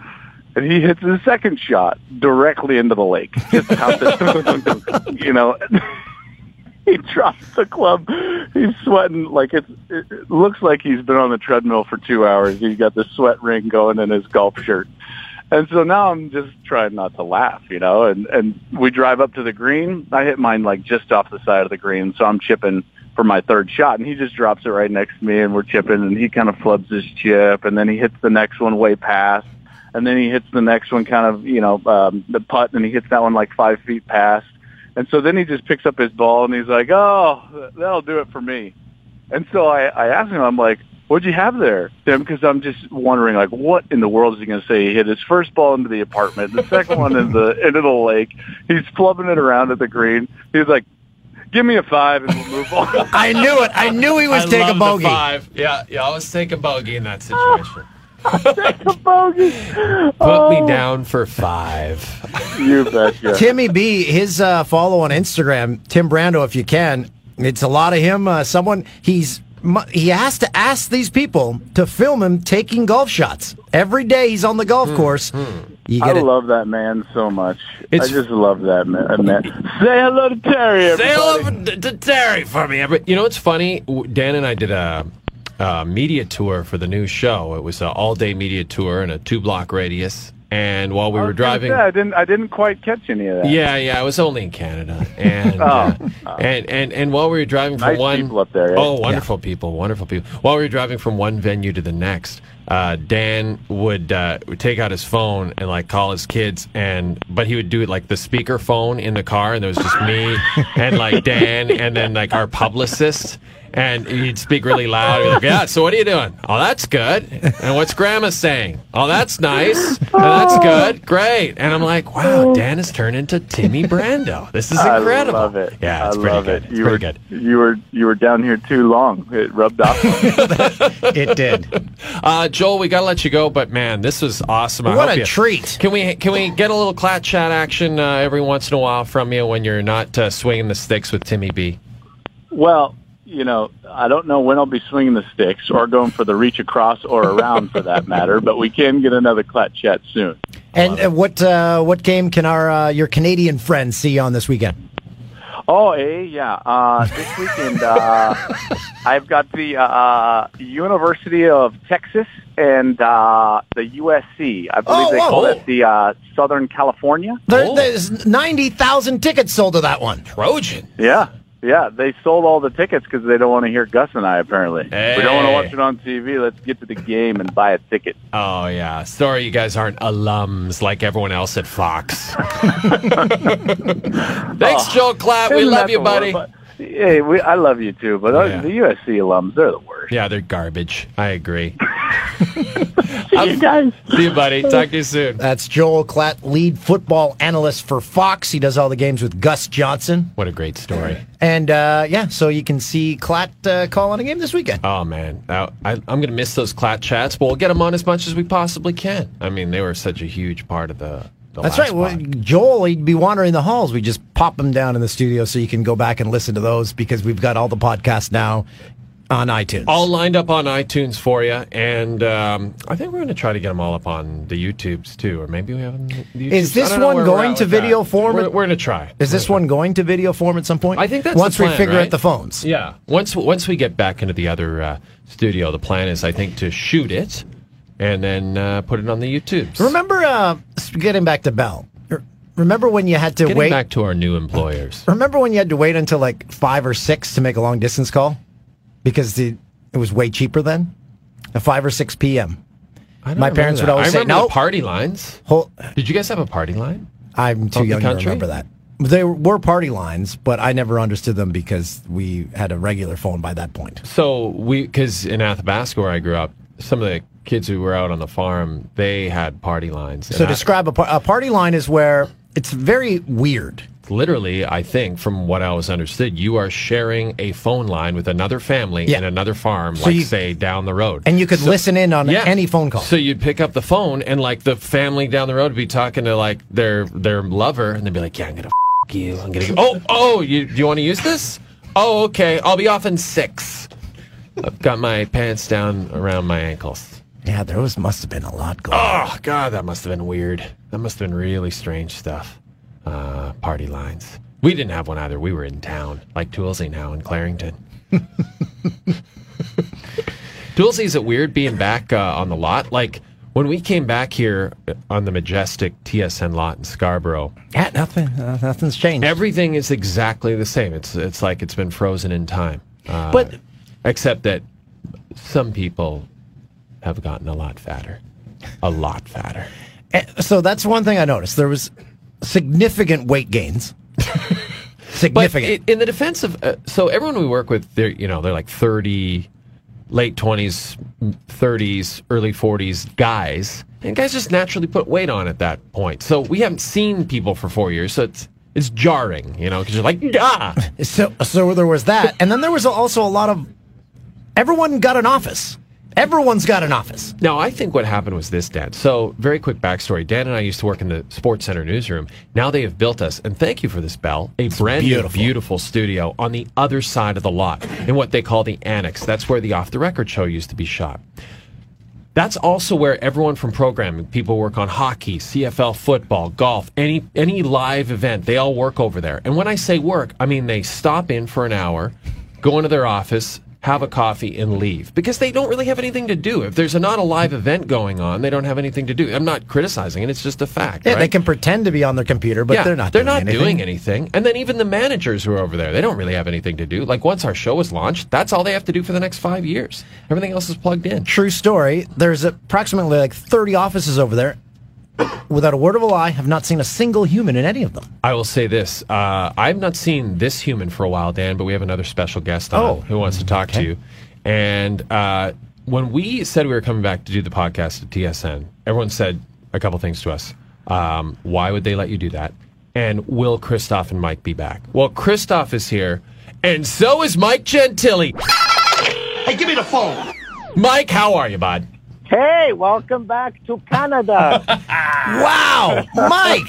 [SPEAKER 10] And he hits his second shot directly into the lake. Just out the, you know, he drops the club. He's sweating like it's, it it looks like he's been on the treadmill for two hours. He's got the sweat ring going in his golf shirt. And so now I'm just trying not to laugh, you know, and, and we drive up to the green. I hit mine like just off the side of the green. So I'm chipping for my third shot and he just drops it right next to me and we're chipping and he kind of flubs his chip and then he hits the next one way past and then he hits the next one kind of, you know, um, the putt and he hits that one like five feet past. And so then he just picks up his ball and he's like, oh, that'll do it for me. And so I, I asked him, I'm like, what'd you have there, Tim? Because I'm just wondering, like, what in the world is he going to say? He hit his first ball into the apartment, the second one into the, into the lake. He's flubbing it around at the green. He's like, give me a five and we'll move on.
[SPEAKER 5] I knew it. I knew he was
[SPEAKER 4] I
[SPEAKER 5] taking
[SPEAKER 4] love the
[SPEAKER 5] bogey.
[SPEAKER 4] five. Yeah, yeah, I was taking bogey in that
[SPEAKER 10] Ah.
[SPEAKER 4] situation.
[SPEAKER 10] a bogey.
[SPEAKER 4] Put
[SPEAKER 10] Oh.
[SPEAKER 4] me down for five.
[SPEAKER 10] You betcha.
[SPEAKER 5] Timmy B, his uh, follow on Instagram, Tim Brando, if you can. It's a lot of him. Uh, someone he's mu- he has to ask these people to film him taking golf shots every day. He's on the golf course. You
[SPEAKER 10] Hmm, I
[SPEAKER 5] get it.
[SPEAKER 10] love that man so much.
[SPEAKER 4] It's-
[SPEAKER 10] I just love that man. man. Say hello to Terry, everybody.
[SPEAKER 4] Say hello to- to Terry for me. every- You know what's funny? W- Dan and I did a, a media tour for the new show. It was an all-day media tour in a two-block radius. And while we
[SPEAKER 10] I
[SPEAKER 4] were
[SPEAKER 10] was gonna
[SPEAKER 4] driving,
[SPEAKER 10] say, I didn't. I didn't quite catch any of that.
[SPEAKER 4] Yeah, yeah, I was only in Canada, and uh, and, and and while we were driving from
[SPEAKER 10] Oh. Nice
[SPEAKER 4] one
[SPEAKER 10] people up there, eh?
[SPEAKER 4] oh, wonderful people, wonderful people. While we were driving from one venue to the next, uh, Dan would, uh, would take out his phone and like call his kids, and but he would do it like the speaker phone in the car, and there was just me and like Dan, and then like our publicist. And he'd speak really loud. He'd be like, yeah. So what are you doing? Oh, that's good. And what's Grandma saying? Oh, that's nice. And that's good. Great. And I'm like, wow, Dan has turned into Timmy Brando. This is incredible.
[SPEAKER 10] Oh. I love it.
[SPEAKER 4] Yeah, it's
[SPEAKER 10] I
[SPEAKER 4] pretty
[SPEAKER 10] love
[SPEAKER 4] good.
[SPEAKER 10] It.
[SPEAKER 4] It's
[SPEAKER 10] You
[SPEAKER 4] pretty
[SPEAKER 10] were
[SPEAKER 4] good.
[SPEAKER 10] you were you were down here too long. It rubbed off.
[SPEAKER 5] It did.
[SPEAKER 4] Uh, Joel, we gotta let you go, but man, this was awesome. I
[SPEAKER 5] What
[SPEAKER 4] hope
[SPEAKER 5] a
[SPEAKER 4] you-
[SPEAKER 5] treat.
[SPEAKER 4] Can we can we get a little clat chat action uh, every once in a while from you when you're not uh, swinging the sticks with Timmy B?
[SPEAKER 10] well, you know, I don't know when I'll be swinging the sticks or going for the reach across or around for that matter, but we can get another clutch yet soon.
[SPEAKER 5] And uh, what uh, what game can our uh, your Canadian friends see on this weekend?
[SPEAKER 10] Oh, eh, yeah. Uh, this weekend, uh, I've got the uh, University of Texas and uh, the USC. I believe
[SPEAKER 5] Oh,
[SPEAKER 10] they
[SPEAKER 5] whoa.
[SPEAKER 10] call it the uh, Southern California.
[SPEAKER 5] There, There's ninety thousand tickets sold to that one.
[SPEAKER 4] Trojan.
[SPEAKER 10] Yeah, yeah. They sold all the tickets because they don't want to hear Gus and I. Apparently, we don't want
[SPEAKER 4] Hey.
[SPEAKER 10] to watch it on TV. Let's get to the game and buy a ticket.
[SPEAKER 4] Oh yeah. Sorry, you guys aren't alums like everyone else at Fox. Thanks, Joel Clatt. We
[SPEAKER 10] Isn't
[SPEAKER 4] love
[SPEAKER 10] that
[SPEAKER 4] you,
[SPEAKER 10] the word?
[SPEAKER 4] buddy.
[SPEAKER 10] But- Hey, we, I love you too, but those-
[SPEAKER 4] Yeah.
[SPEAKER 10] the USC alums, they're the worst.
[SPEAKER 4] Yeah, they're garbage. I agree.
[SPEAKER 10] you guys.
[SPEAKER 4] See you, buddy. Talk to you soon.
[SPEAKER 5] That's Joel Klatt, lead football analyst for Fox. He does all the games with Gus Johnson.
[SPEAKER 4] What a great story.
[SPEAKER 5] And uh, yeah, so you can see Klatt uh, call on a game this weekend.
[SPEAKER 4] Oh man, Now, I, I'm going to miss those clat chats, but we'll get them on as much as we possibly can. I mean, they were such a huge part of the. the
[SPEAKER 5] That's
[SPEAKER 4] last
[SPEAKER 5] right. Well,
[SPEAKER 4] pod.
[SPEAKER 5] Joel, he'd be wandering the halls. We just pop him down in the studio so you can go back and listen to those because we've got all the podcasts now on iTunes.
[SPEAKER 4] all lined up on iTunes for you, and um, I think we're going to try to get them all up on the YouTubes too, or maybe we have. 'em on The YouTubes.
[SPEAKER 5] Is this
[SPEAKER 4] I don't know
[SPEAKER 5] one
[SPEAKER 4] where we're
[SPEAKER 5] going
[SPEAKER 4] at
[SPEAKER 5] to
[SPEAKER 4] with that.
[SPEAKER 5] video form?
[SPEAKER 4] We're, we're going to try.
[SPEAKER 5] Is this one going to video form at some point?
[SPEAKER 4] I think that's
[SPEAKER 5] once
[SPEAKER 4] the plan,
[SPEAKER 5] we figure
[SPEAKER 4] right?
[SPEAKER 5] out the phones.
[SPEAKER 4] Yeah. Once once we get back into the other uh, studio, the plan is I think to shoot it and then uh, put it on the YouTubes.
[SPEAKER 5] Remember, uh, getting back to Bell. r- Remember when you had to
[SPEAKER 4] Getting
[SPEAKER 5] wait?
[SPEAKER 4] back to our new employers.
[SPEAKER 5] Remember when you had to wait until like five or six to make a long distance call because the it was way cheaper then, at five or six p.m.
[SPEAKER 4] I don't
[SPEAKER 5] My
[SPEAKER 4] remember
[SPEAKER 5] parents would
[SPEAKER 4] that.
[SPEAKER 5] always
[SPEAKER 4] I
[SPEAKER 5] say,
[SPEAKER 4] remember the
[SPEAKER 5] "Nope."
[SPEAKER 4] party lines.
[SPEAKER 5] Whole,
[SPEAKER 4] Did you guys have a party line?
[SPEAKER 5] I'm too
[SPEAKER 4] Of the
[SPEAKER 5] young to
[SPEAKER 4] country?
[SPEAKER 5] remember that. They were party lines, but I never understood them because we had a regular phone by that point.
[SPEAKER 4] So we, because in Athabasca where I grew up, some of the kids who were out on the farm, they had party lines.
[SPEAKER 5] So
[SPEAKER 4] And I-
[SPEAKER 5] describe a, par- a party line is where it's very weird.
[SPEAKER 4] literally, I think from what I was understood, you are sharing a phone line with another family
[SPEAKER 5] Yeah.
[SPEAKER 4] in another farm,
[SPEAKER 5] So
[SPEAKER 4] like
[SPEAKER 5] you-
[SPEAKER 4] say down the road.
[SPEAKER 5] And you could listen in on any phone call.
[SPEAKER 4] So you'd pick up the phone, and like the family down the road would be talking to like their their lover, and they'd be like, "Yeah, I'm gonna f- you. I'm gonna go. Oh, oh, you do you want to use this? Oh, okay. I'll be off in six. I've got my pants down around my ankles.
[SPEAKER 5] yeah, there was must have been a lot going. on.
[SPEAKER 4] Oh God, that must have been weird. That must have been really strange stuff. Uh, party lines. We didn't have one either. We were in town, like Toolsy now in Clarington. Toolsy's it weird being back uh, on the lot. Like when we came back here uh, on the majestic TSN lot in Scarborough,
[SPEAKER 5] Yeah, nothing, uh, nothing's changed.
[SPEAKER 4] everything is exactly the same. It's it's like it's been frozen in time. Uh,
[SPEAKER 5] But-
[SPEAKER 4] except that some people have gotten a lot fatter, a lot fatter.
[SPEAKER 5] Eh, So that's one thing I noticed. There was significant weight gains.
[SPEAKER 4] But
[SPEAKER 5] significant.
[SPEAKER 4] i in the defense of, uh, so everyone we work with, they're you know they're like thirty, late twenties, thirties, early forties guys, and guys just naturally put weight on at that point. So we haven't seen people for four years, so it's it's jarring, you know, because you're like, ah,
[SPEAKER 5] so so there was that, and then there was also a lot of eh, everyone got an office. Everyone's got an office.
[SPEAKER 4] Now, I think what happened was this, Dan. So, very quick backstory. Dan and I used to work in the Sports Center newsroom. Now they have built us, and thank you for this, Bell, a brand
[SPEAKER 5] beautiful.
[SPEAKER 4] new, beautiful studio on the other side of the lot in what they call the annex. That's where the off the record show used to be shot. That's also where everyone from programming, people work on hockey, CFL football, golf, any any live event, they all work over there. And when I say work, I mean they stop in for an hour, go into their office, have a coffee and leave because they don't really have anything to do. If there's not a live event going on, they don't have anything to do. I'm not criticizing it, it's just a fact,
[SPEAKER 5] Yeah,
[SPEAKER 4] right?
[SPEAKER 5] they can pretend to be on their computer, but
[SPEAKER 4] yeah,
[SPEAKER 5] they're not.
[SPEAKER 4] They're
[SPEAKER 5] doing
[SPEAKER 4] not
[SPEAKER 5] anything.
[SPEAKER 4] doing anything. And then even the managers who are over there, they don't really have anything to do. Like once our show is launched, that's all they have to do for the next 5 years. Everything else is plugged in.
[SPEAKER 5] True story. There's approximately like 30 offices over there. Without a word of a lie, have not seen a single human in any of them.
[SPEAKER 4] I will say this: uh, I've not seen this human for a while, Dan, but we have another special guest on
[SPEAKER 5] Oh.
[SPEAKER 4] who wants to talk to you. And uh, when we said we were coming back to do the podcast at TSN, everyone said a couple things to us. Um, why would they let you do that? And will Christoph and Mike be back? Well, Christoph is here, and so is Mike Gentili.
[SPEAKER 11] Hey, give me the phone.
[SPEAKER 4] Mike, how are you, bud?
[SPEAKER 11] Hey, welcome back to Canada.
[SPEAKER 5] Wow, Mike,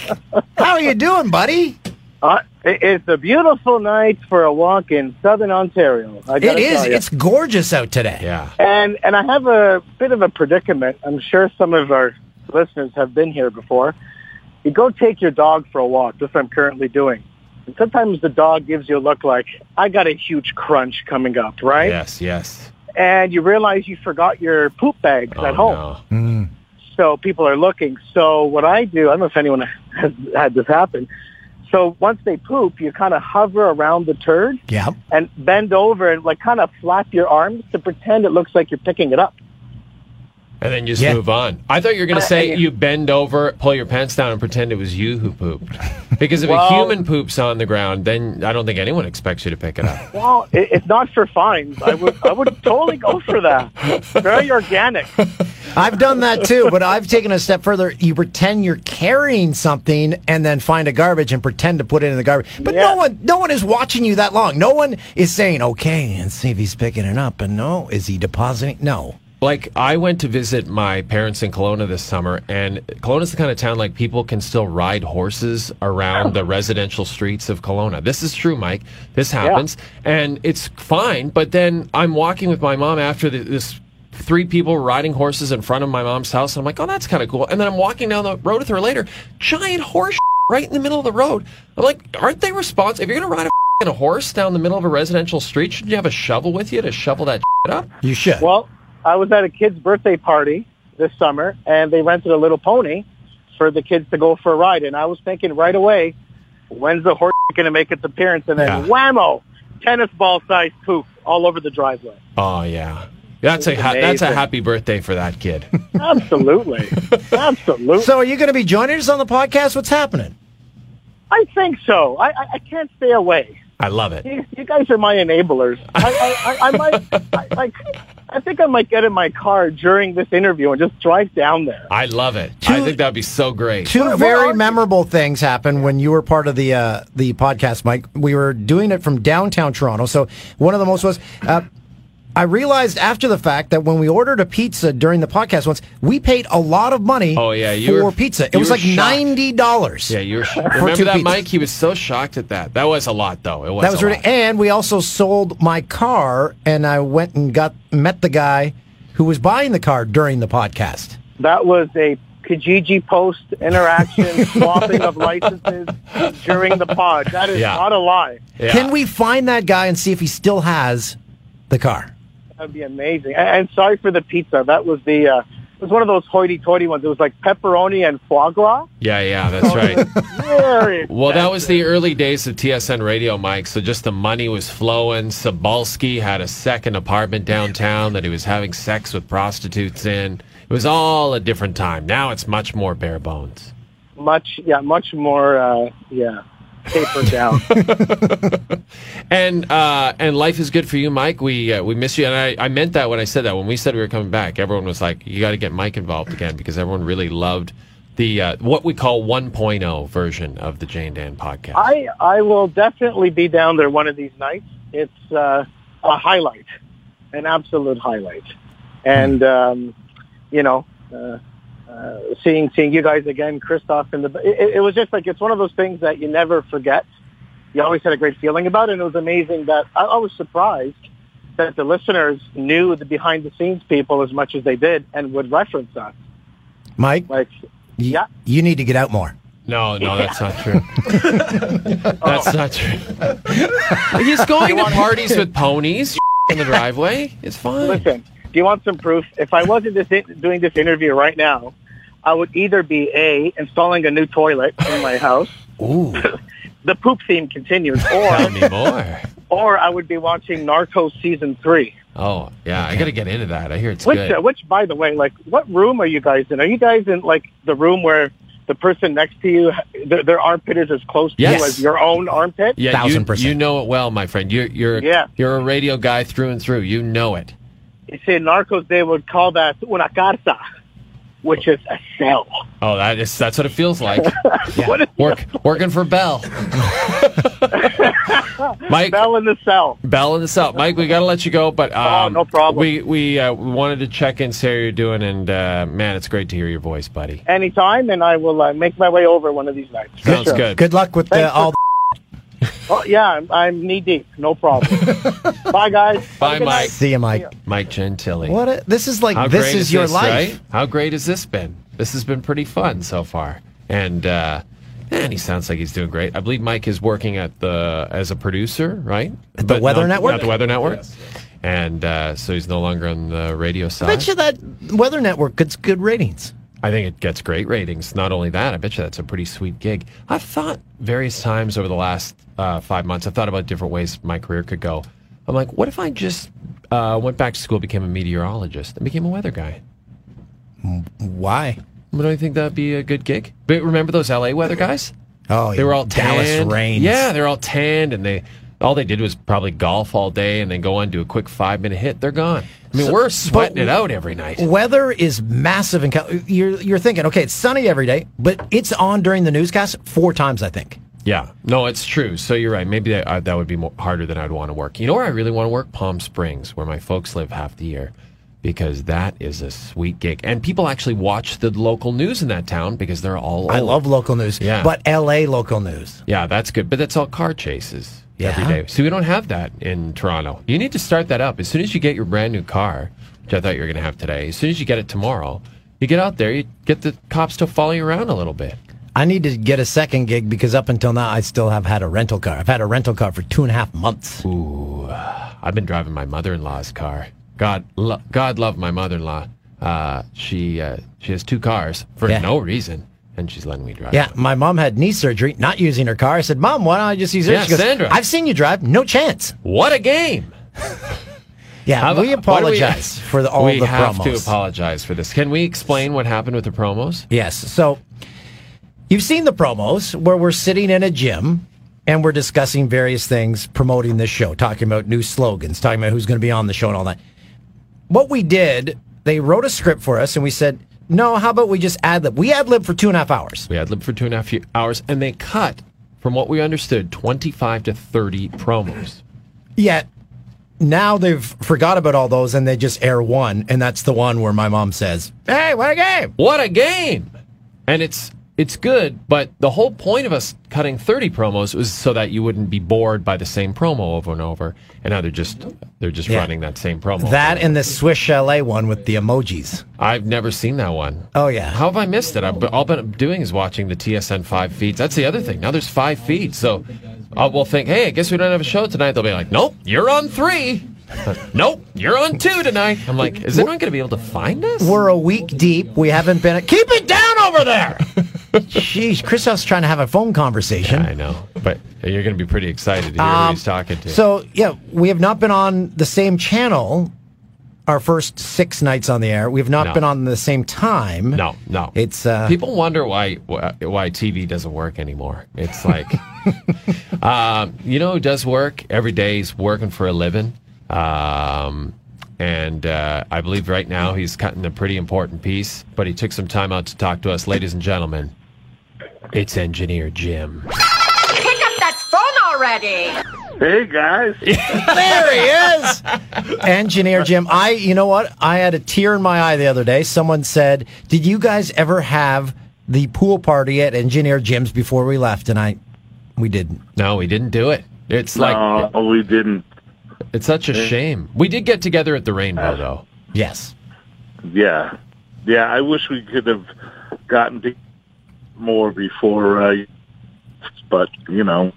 [SPEAKER 5] how are you doing, buddy?
[SPEAKER 11] Uh, it- it's a beautiful night for a walk in southern Ontario. I
[SPEAKER 5] It
[SPEAKER 11] gotta
[SPEAKER 5] is.
[SPEAKER 11] tell ya.
[SPEAKER 5] It's gorgeous out today.
[SPEAKER 4] Yeah.
[SPEAKER 11] And and I have a bit of a predicament. I'm sure some of our listeners have been here before. You go take your dog for a walk, just I'm currently doing. And sometimes the dog gives you a look like, I got a huge crunch coming up, right?
[SPEAKER 4] Yes, yes.
[SPEAKER 11] And you realize you forgot your poop bags at home. So people are looking. So what I do, I don't know if anyone has had this happen. So once they poop, you kind of hover around the turd
[SPEAKER 5] Yeah.
[SPEAKER 11] and bend over and like kind of flap your arms to pretend it looks like you're picking it up.
[SPEAKER 4] And then you just move on. I thought you were going to say you bend over, pull your pants down, and pretend it was you who pooped. Because if
[SPEAKER 11] Well-
[SPEAKER 4] a human poops on the ground, then I don't think anyone expects you to pick it up.
[SPEAKER 11] Well, i- if not for fines, I would I would totally go for that. Very organic.
[SPEAKER 5] I've done that too, but I've taken a step further. You pretend you're carrying something and then find a garbage and pretend to put it in the garbage. But no one no one is watching you that long. No one is saying, okay, and see if he's picking it up. And no, is he depositing? No.
[SPEAKER 4] Like, I went to visit my parents in Kelowna this summer, and Kelowna's the kind of town like people can still ride horses around the residential streets of Kelowna. This is true, Mike. This happens, and it's fine. But then I'm walking with my mom after the, this three people riding horses in front of my mom's house, and I'm like, oh, that's kind of cool. And then I'm walking down the road with her later, giant horse right in the middle of the road. I'm like, aren't they responsible? If you're going to ride a a horse down the middle of a residential street, shouldn't you have a shovel with you to shovel that up?
[SPEAKER 5] You should.
[SPEAKER 11] Well, I was at a kid's birthday party this summer, and they rented a little pony for the kids to go for a ride. And I was thinking right away, when's the horse going to make its appearance? And then whammo, tennis ball sized poof all over the driveway.
[SPEAKER 4] Oh yeah, that's a
[SPEAKER 11] It's
[SPEAKER 4] ha- that's a
[SPEAKER 11] amazing.
[SPEAKER 4] happy birthday for that kid.
[SPEAKER 11] Absolutely, absolutely.
[SPEAKER 5] So are you going to be joining us on the podcast? What's happening?
[SPEAKER 11] I think so. I, I, I can't stay away.
[SPEAKER 4] I love it.
[SPEAKER 11] You, you guys are my enablers. I, I, I, I might, I, like, I think I might get in my car during this interview and just drive down there.
[SPEAKER 4] I love it. I think that'd be so great.
[SPEAKER 5] Two very memorable things happened when you were part of the uh, the podcast, Mike. We were doing it from downtown Toronto, so one of the most was. Uh, I realized after the fact that when we ordered a pizza during the podcast once, we paid a lot of money.
[SPEAKER 4] Oh yeah, you
[SPEAKER 5] for
[SPEAKER 4] were,
[SPEAKER 5] pizza. It
[SPEAKER 4] you
[SPEAKER 5] was
[SPEAKER 4] were
[SPEAKER 5] like
[SPEAKER 4] shocked.
[SPEAKER 5] ninety dollars.
[SPEAKER 4] Yeah, you were. sh-
[SPEAKER 5] two
[SPEAKER 4] Remember that,
[SPEAKER 5] pizzas.
[SPEAKER 4] Mike? He was so shocked at that. That was a lot, though. It was.
[SPEAKER 5] that was
[SPEAKER 4] a
[SPEAKER 5] really.
[SPEAKER 4] lot.
[SPEAKER 5] And we also sold my car, and I went and got met the guy who was buying the car during the podcast.
[SPEAKER 11] That was a Kijiji post interaction swapping of licenses during the pod. That is
[SPEAKER 5] Yeah.
[SPEAKER 11] not a lie.
[SPEAKER 5] Can we find that guy and see if he still has the car?
[SPEAKER 11] That'd be amazing. And, and sorry for the pizza. That was the uh, it was one of those hoity-toity ones. It was like pepperoni and foie gras.
[SPEAKER 4] Yeah, yeah, that's right.
[SPEAKER 11] Very
[SPEAKER 4] Well, that was the early days of TSN Radio, Mike. So just the money was flowing. Sabalski had a second apartment downtown that he was having sex with prostitutes in. It was all a different time. Now it's much more bare bones.
[SPEAKER 11] much, yeah, much more, uh, yeah, tapered down.
[SPEAKER 4] And uh, and life is good for you, Mike. We uh, we miss you, and I, I meant that when I said that. When we said we were coming back, everyone was like, "You got to get Mike involved again," because everyone really loved the uh, what we call 1.0 version of the Jane Dan podcast.
[SPEAKER 11] I I will definitely be down there one of these nights. It's uh, a highlight, an absolute highlight, and um, you know, uh, uh, seeing seeing you guys again, Christoph, and the it, it was just like it's one of those things that you never forget. You always had a great feeling about it. and It was amazing that I, I was surprised that the listeners knew the behind the scenes people as much as they did and would reference us.
[SPEAKER 5] Mike,
[SPEAKER 11] Like, yeah,
[SPEAKER 5] you need to get out more.
[SPEAKER 4] No, no, that's not true. that's not true. He's going to parties with ponies in the driveway. It's fine.
[SPEAKER 11] Listen, do you want some proof? If I wasn't this doing this interview right now, I would either be a installing a new toilet in my house.
[SPEAKER 5] Ooh.
[SPEAKER 11] The poop theme continues,
[SPEAKER 4] Tell
[SPEAKER 11] or
[SPEAKER 4] me more.
[SPEAKER 11] or I would be watching Narcos season three.
[SPEAKER 4] Oh, yeah, I got to get into that. I hear it's
[SPEAKER 11] Which,
[SPEAKER 4] good.
[SPEAKER 11] uh, which, by the way, like, what room are you guys in? Are you guys in like the room where the person next to you, their, their armpit is as close to
[SPEAKER 4] Yes.
[SPEAKER 11] you as your own armpit?
[SPEAKER 4] yeah,
[SPEAKER 5] Thousand
[SPEAKER 4] you,
[SPEAKER 5] percent.
[SPEAKER 4] you know it well, my friend. You're you're
[SPEAKER 11] Yeah.
[SPEAKER 4] you're a radio guy through and through. You know it.
[SPEAKER 11] You see, in Narcos, they would call that una carta, which is a cell.
[SPEAKER 4] Oh, that is that's what it feels like.
[SPEAKER 11] What is
[SPEAKER 4] Work working for Bell. Mike
[SPEAKER 11] cell in the cell? Oh,
[SPEAKER 4] Bell this up, Mike. We gotta let you go, but um,
[SPEAKER 11] no problem.
[SPEAKER 4] We we uh, wanted to check in, see how you're doing, and uh, man, it's great to hear your voice, buddy.
[SPEAKER 11] anytime, and I will uh, make my way over one of these nights.
[SPEAKER 4] Sounds
[SPEAKER 11] Sure.
[SPEAKER 4] good.
[SPEAKER 5] Good luck with uh, all
[SPEAKER 11] Oh yeah, I'm, I'm knee deep. No problem. Bye guys. Have a
[SPEAKER 4] Bye,
[SPEAKER 11] good
[SPEAKER 4] Mike.
[SPEAKER 11] night.
[SPEAKER 4] Mike Gentili.
[SPEAKER 5] What a- this is like- this is your life.
[SPEAKER 4] How great has this been? This has been pretty fun so far, and uh, man, he sounds like he's doing great. I believe Mike is working at the as a producer, right? At
[SPEAKER 5] the Weather Network?
[SPEAKER 4] At the Weather Network, and uh, so he's no longer on the radio
[SPEAKER 5] I
[SPEAKER 4] side.
[SPEAKER 5] bet you that Weather Network gets good ratings.
[SPEAKER 4] I think it gets great ratings. Not only that, I bet you that's a pretty sweet gig. I've thought various times over the last uh, five months, I've thought about different ways my career could go. I'm like, what if I just uh, went back to school, became a meteorologist, and became a weather guy?
[SPEAKER 5] Why?
[SPEAKER 4] But don't you think that'd be a good gig? But remember those LA weather guys?
[SPEAKER 5] Oh,
[SPEAKER 4] they were all
[SPEAKER 5] Dallas
[SPEAKER 4] tanned.
[SPEAKER 5] Reigns.
[SPEAKER 4] Yeah, they're all tanned, and they all they did was probably golf all day, and then go on do a quick five minute hit. They're gone. I mean,
[SPEAKER 5] So-
[SPEAKER 4] we're sweating
[SPEAKER 5] but
[SPEAKER 4] it out every night.
[SPEAKER 5] Weather is massive in Cal- you're you're thinking, okay, it's sunny every day, but it's on during the newscast four times, I think.
[SPEAKER 4] Yeah, no, it's true. So you're right. Maybe that, uh, that would be more, harder than I'd want to work. You know where I really want to work? Palm Springs, where my folks live half the year, because that is a sweet gig. And people actually watch the local news in that town because they're all.
[SPEAKER 5] I
[SPEAKER 4] old.
[SPEAKER 5] love local news,
[SPEAKER 4] Yeah.
[SPEAKER 5] but LA local news.
[SPEAKER 4] Yeah, that's good. But that's all car chases every
[SPEAKER 5] Yeah.
[SPEAKER 4] day. See, we don't have that in Toronto. You need to start that up. As soon as you get your brand new car, which I thought you were going to have today, as soon as you get it tomorrow, you get out there, you get the cops to follow you around a little bit.
[SPEAKER 5] I need to get a second gig because up until now I still have had a rental car. I've had a rental car for two and a half months.
[SPEAKER 4] Ooh, I've been driving my mother-in-law's car. God, lo- God love my mother-in-law. Uh, she uh, she has two cars for
[SPEAKER 5] Yeah.
[SPEAKER 4] no reason, and she's letting me drive.
[SPEAKER 5] Yeah, my mom had knee surgery, not using her car. I said, Mom, why don't I just use her?
[SPEAKER 4] Yeah,
[SPEAKER 5] she goes,
[SPEAKER 4] Sandra.
[SPEAKER 5] I've seen you drive, no chance.
[SPEAKER 4] What a game!
[SPEAKER 5] Yeah,
[SPEAKER 4] How about-
[SPEAKER 5] we
[SPEAKER 4] why do we-
[SPEAKER 5] apologize for the, all
[SPEAKER 4] we
[SPEAKER 5] the
[SPEAKER 4] have
[SPEAKER 5] promos.
[SPEAKER 4] to apologize for this. Can we explain what happened with the promos?
[SPEAKER 5] Yes. So you've seen the promos where we're sitting in a gym and we're discussing various things, promoting this show, talking about new slogans, talking about who's going to be on the show and all that. What we did, they wrote a script for us and we said, no, how about we just ad lib? We ad lib for two and a half hours.
[SPEAKER 4] We had lib for two and a half few hours, and they cut, from what we understood, twenty-five to thirty promos.
[SPEAKER 5] Yet now they've forgot about all those and they just air one. And that's the one where my mom says, Hey, what a game!
[SPEAKER 4] What a game! And it's it's good, but the whole point of us cutting 30 promos was so that you wouldn't be bored by the same promo over and over. And now they're just they're just
[SPEAKER 5] Yeah.
[SPEAKER 4] running that same promo.
[SPEAKER 5] that and the Swiss Chalet one with the emojis.
[SPEAKER 4] I've never seen that one.
[SPEAKER 5] Oh, yeah.
[SPEAKER 4] How have I missed it? I've, all I'm doing is watching the TSN five feeds. That's the other thing. Now there's five feeds, so I will think, hey, I guess we don't have a show tonight. They'll be like, nope, you're on three. nope, you're on two tonight. I'm like, is anyone going to be able to find us?
[SPEAKER 5] We're a week deep. We haven't been. Keep it down over there. Jeez, Christoph's trying to have a phone conversation.
[SPEAKER 4] I know, but you're going to be pretty excited to hear who
[SPEAKER 5] Um,
[SPEAKER 4] he's talking to.
[SPEAKER 5] So yeah, we have not been on the same channel. Our first six nights on the air, we have not
[SPEAKER 4] No.
[SPEAKER 5] been on the same time.
[SPEAKER 4] no, no,
[SPEAKER 5] it's uh,
[SPEAKER 4] people wonder why why TV doesn't work anymore. It's like, um, you know, who does work every day. He's working for a living, um, and uh, I believe right now he's cutting a pretty important piece. But he took some time out to talk to us, ladies and gentlemen. It's engineer Jim.
[SPEAKER 12] Pick up that phone already.
[SPEAKER 10] Hey guys.
[SPEAKER 5] there he is. Engineer Jim, I you know what? I had a tear in my eye the other day. Someone said, "Did you guys ever have the pool party at Engineer Jim's before we left?" And I, we didn't.
[SPEAKER 4] No, we didn't do it. It's like
[SPEAKER 10] no, we didn't. Eh.
[SPEAKER 4] it's such a shame. We did get together at the Rainbow though.
[SPEAKER 5] Yes.
[SPEAKER 10] Uh, Yeah, yeah. I wish we could have gotten to more before, uh, but you know,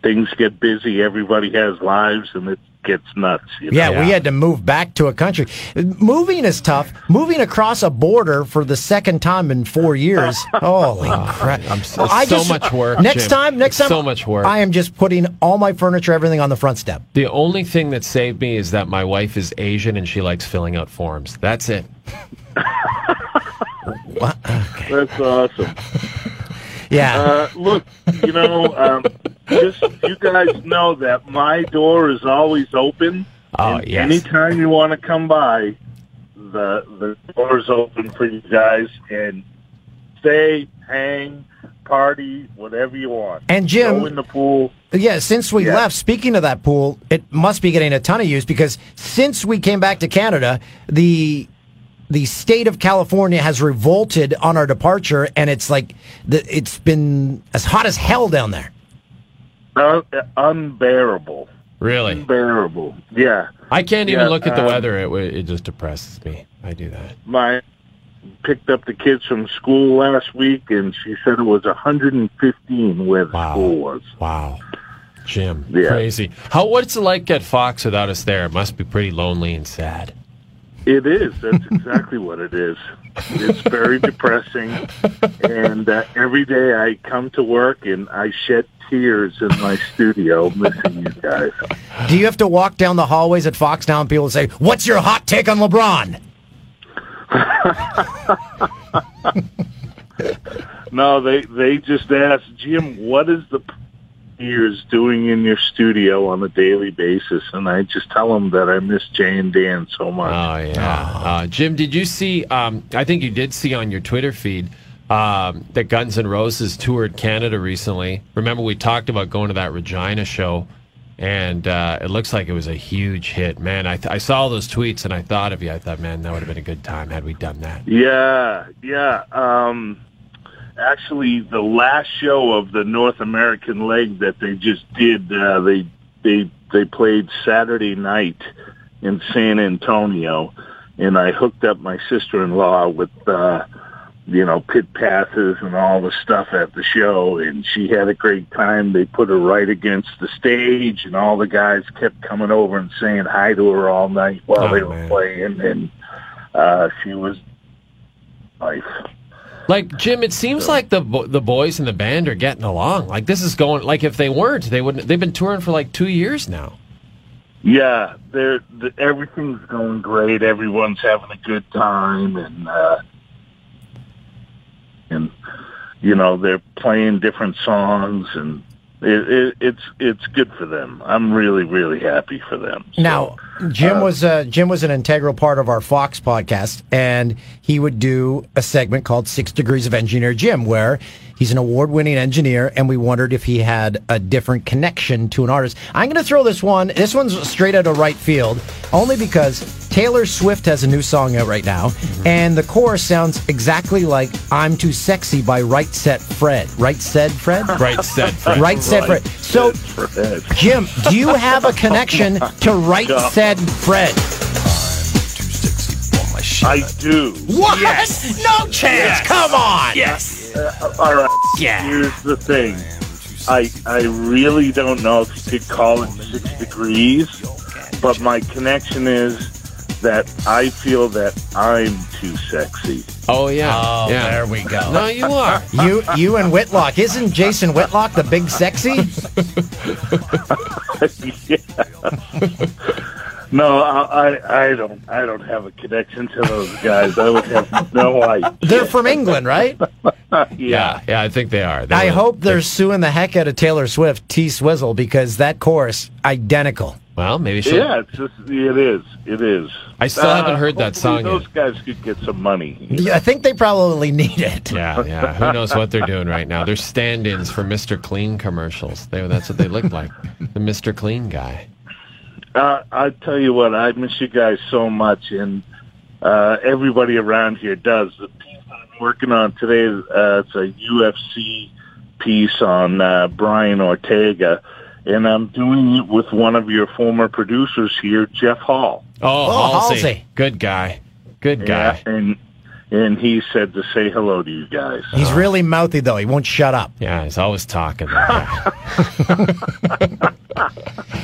[SPEAKER 10] things get busy. Everybody has lives, and it gets nuts. You know?
[SPEAKER 5] Yeah, we had to move back to a country. Moving is tough. Moving across a border for the second time in four years. Holy
[SPEAKER 10] Uh,
[SPEAKER 5] crap!
[SPEAKER 4] I'm so- so much work,
[SPEAKER 5] Next
[SPEAKER 4] Jim.
[SPEAKER 5] time, next
[SPEAKER 4] It's
[SPEAKER 5] time,
[SPEAKER 4] so much work.
[SPEAKER 5] I am just putting all my furniture, everything on the front step.
[SPEAKER 4] The only thing that saved me is that my wife is Asian and she likes filling out forms. That's it.
[SPEAKER 10] That's awesome.
[SPEAKER 5] Yeah.
[SPEAKER 10] Uh, look, you know, um, just you guys know that my door is always open.
[SPEAKER 4] Oh,
[SPEAKER 10] and
[SPEAKER 4] yes.
[SPEAKER 10] Anytime you want to come by, the the door is open for you guys, and stay, hang, party, whatever you want.
[SPEAKER 5] And Jim-
[SPEAKER 10] go in the pool.
[SPEAKER 5] Yeah, since we
[SPEAKER 10] Yeah.
[SPEAKER 5] left, speaking of that pool, it must be getting a ton of use because since we came back to Canada, the the state of California has revolted on our departure, and it's like the, it's been as hot as hell down there.
[SPEAKER 7] uh, unbearable.
[SPEAKER 4] Really?
[SPEAKER 7] Unbearable. Yeah.
[SPEAKER 4] I can't
[SPEAKER 7] Yeah,
[SPEAKER 4] even look at the
[SPEAKER 10] uh,
[SPEAKER 7] um,
[SPEAKER 4] weather. It, w- it just depresses me. I do that.
[SPEAKER 7] my picked up the kids from school last week and she said it was 115 where the school was
[SPEAKER 4] wow Jim,
[SPEAKER 7] Yeah.
[SPEAKER 4] crazy. How what's it like at Fox without us there? It must be pretty lonely and sad.
[SPEAKER 7] it is that's exactly what it is it's very depressing and uh, every day i come to work and i shed tears in my studio missing you guys
[SPEAKER 5] Do you have to walk down the hallways at Fox now and people say, What's your hot take on LeBron?
[SPEAKER 7] no they they just ask jim what is the years doing in your studio on a daily basis and i just tell them that i miss jay and dan so much
[SPEAKER 4] oh yeah Uh, Jim, did you see? Um, I think you did see on your Twitter feed um, that Guns N' Roses toured Canada recently. Remember, we talked about going to that Regina show, and uh, it looks like it was a huge hit. Man, I, th- I saw all those tweets and I thought of you. I thought, man, that would have been a good time had we done that.
[SPEAKER 7] Yeah, yeah. Um, actually, the last show of the North American leg that they just did, uh, they they they played Saturday night in San Antonio, and I hooked up my sister-in-law with. Uh, you know, pit passes and all the stuff at the show and she had a great time. They put her right against the stage and all the guys kept coming over and saying hi to her all night while
[SPEAKER 4] Oh,
[SPEAKER 7] they were
[SPEAKER 4] man.
[SPEAKER 7] playing and uh she was like
[SPEAKER 4] Like Jim, it seems like the bo- the boys in the band are getting along. Like this is going. Like if they weren't, they wouldn't. They've been touring for like two years now.
[SPEAKER 7] Yeah, they're, the, everything's going great. Everyone's having a good time, and uh, and you know they're playing different songs, and it, it, it's it's good for them. I'm really really happy for them.
[SPEAKER 5] Now, Jim was uh, Jim was an integral part of our Fox podcast, and he would do a segment called Six Degrees of Engineer Jim, where he's an award-winning engineer, and we wondered if he had a different connection to an artist. I'm going to throw this one. This one's straight out of right field, only because Taylor Swift has a new song out right now, and the chorus sounds exactly like "I'm Too Sexy" by Right Set Fred. Right Said Fred.
[SPEAKER 4] Right Said Fred.
[SPEAKER 5] Right Said Fred.
[SPEAKER 4] Right
[SPEAKER 5] So, Jim, do you have a connection to Right
[SPEAKER 7] Yeah.
[SPEAKER 5] Said Fred?
[SPEAKER 7] I do.
[SPEAKER 5] What? No chance. Come on.
[SPEAKER 7] Yes. Uh, all right. Yeah. Here's the thing. I I really don't know if you could call it six degrees, but my connection is that I feel that I'm too sexy.
[SPEAKER 4] Oh yeah. Oh,
[SPEAKER 7] Yeah. there
[SPEAKER 5] we go.
[SPEAKER 7] No, you are.
[SPEAKER 5] You you and Whitlock. Isn't Jason Whitlock the big sexy?
[SPEAKER 7] yeah. No, I, I I don't I don't have a connection to those guys. I would have no idea.
[SPEAKER 5] They're from England, right?
[SPEAKER 4] Yeah, yeah, I think they are. They
[SPEAKER 5] I
[SPEAKER 4] were-
[SPEAKER 5] hope they're suing the heck out of Taylor Swift, T Swizzle, because that chorus identical.
[SPEAKER 4] Well, maybe she'll.
[SPEAKER 7] Yeah, it's just, it is. It is. Uh,
[SPEAKER 4] I still haven't heard that song
[SPEAKER 7] hopefully Those guys could get some money.
[SPEAKER 5] Yeah, I think they probably need it.
[SPEAKER 4] Yeah, yeah. Who knows what they're doing right now? They're stand-ins for Mr. Clean commercials. They, that's what they look like. The Mr. Clean guy.
[SPEAKER 7] Uh, I tell you what, I miss you guys so much, and uh, everybody around here does. The piece that I'm working on today, uh, it's a UFC piece on uh, Brian Ortega, and I'm doing it with one of your former producers here, Jeff Hall.
[SPEAKER 4] Oh, Halsey. Good guy. Good guy.
[SPEAKER 7] Yeah, and and he said to say hello to you guys.
[SPEAKER 5] He's really mouthy though. He won't shut up.
[SPEAKER 4] Yeah, he's always talking. that guy.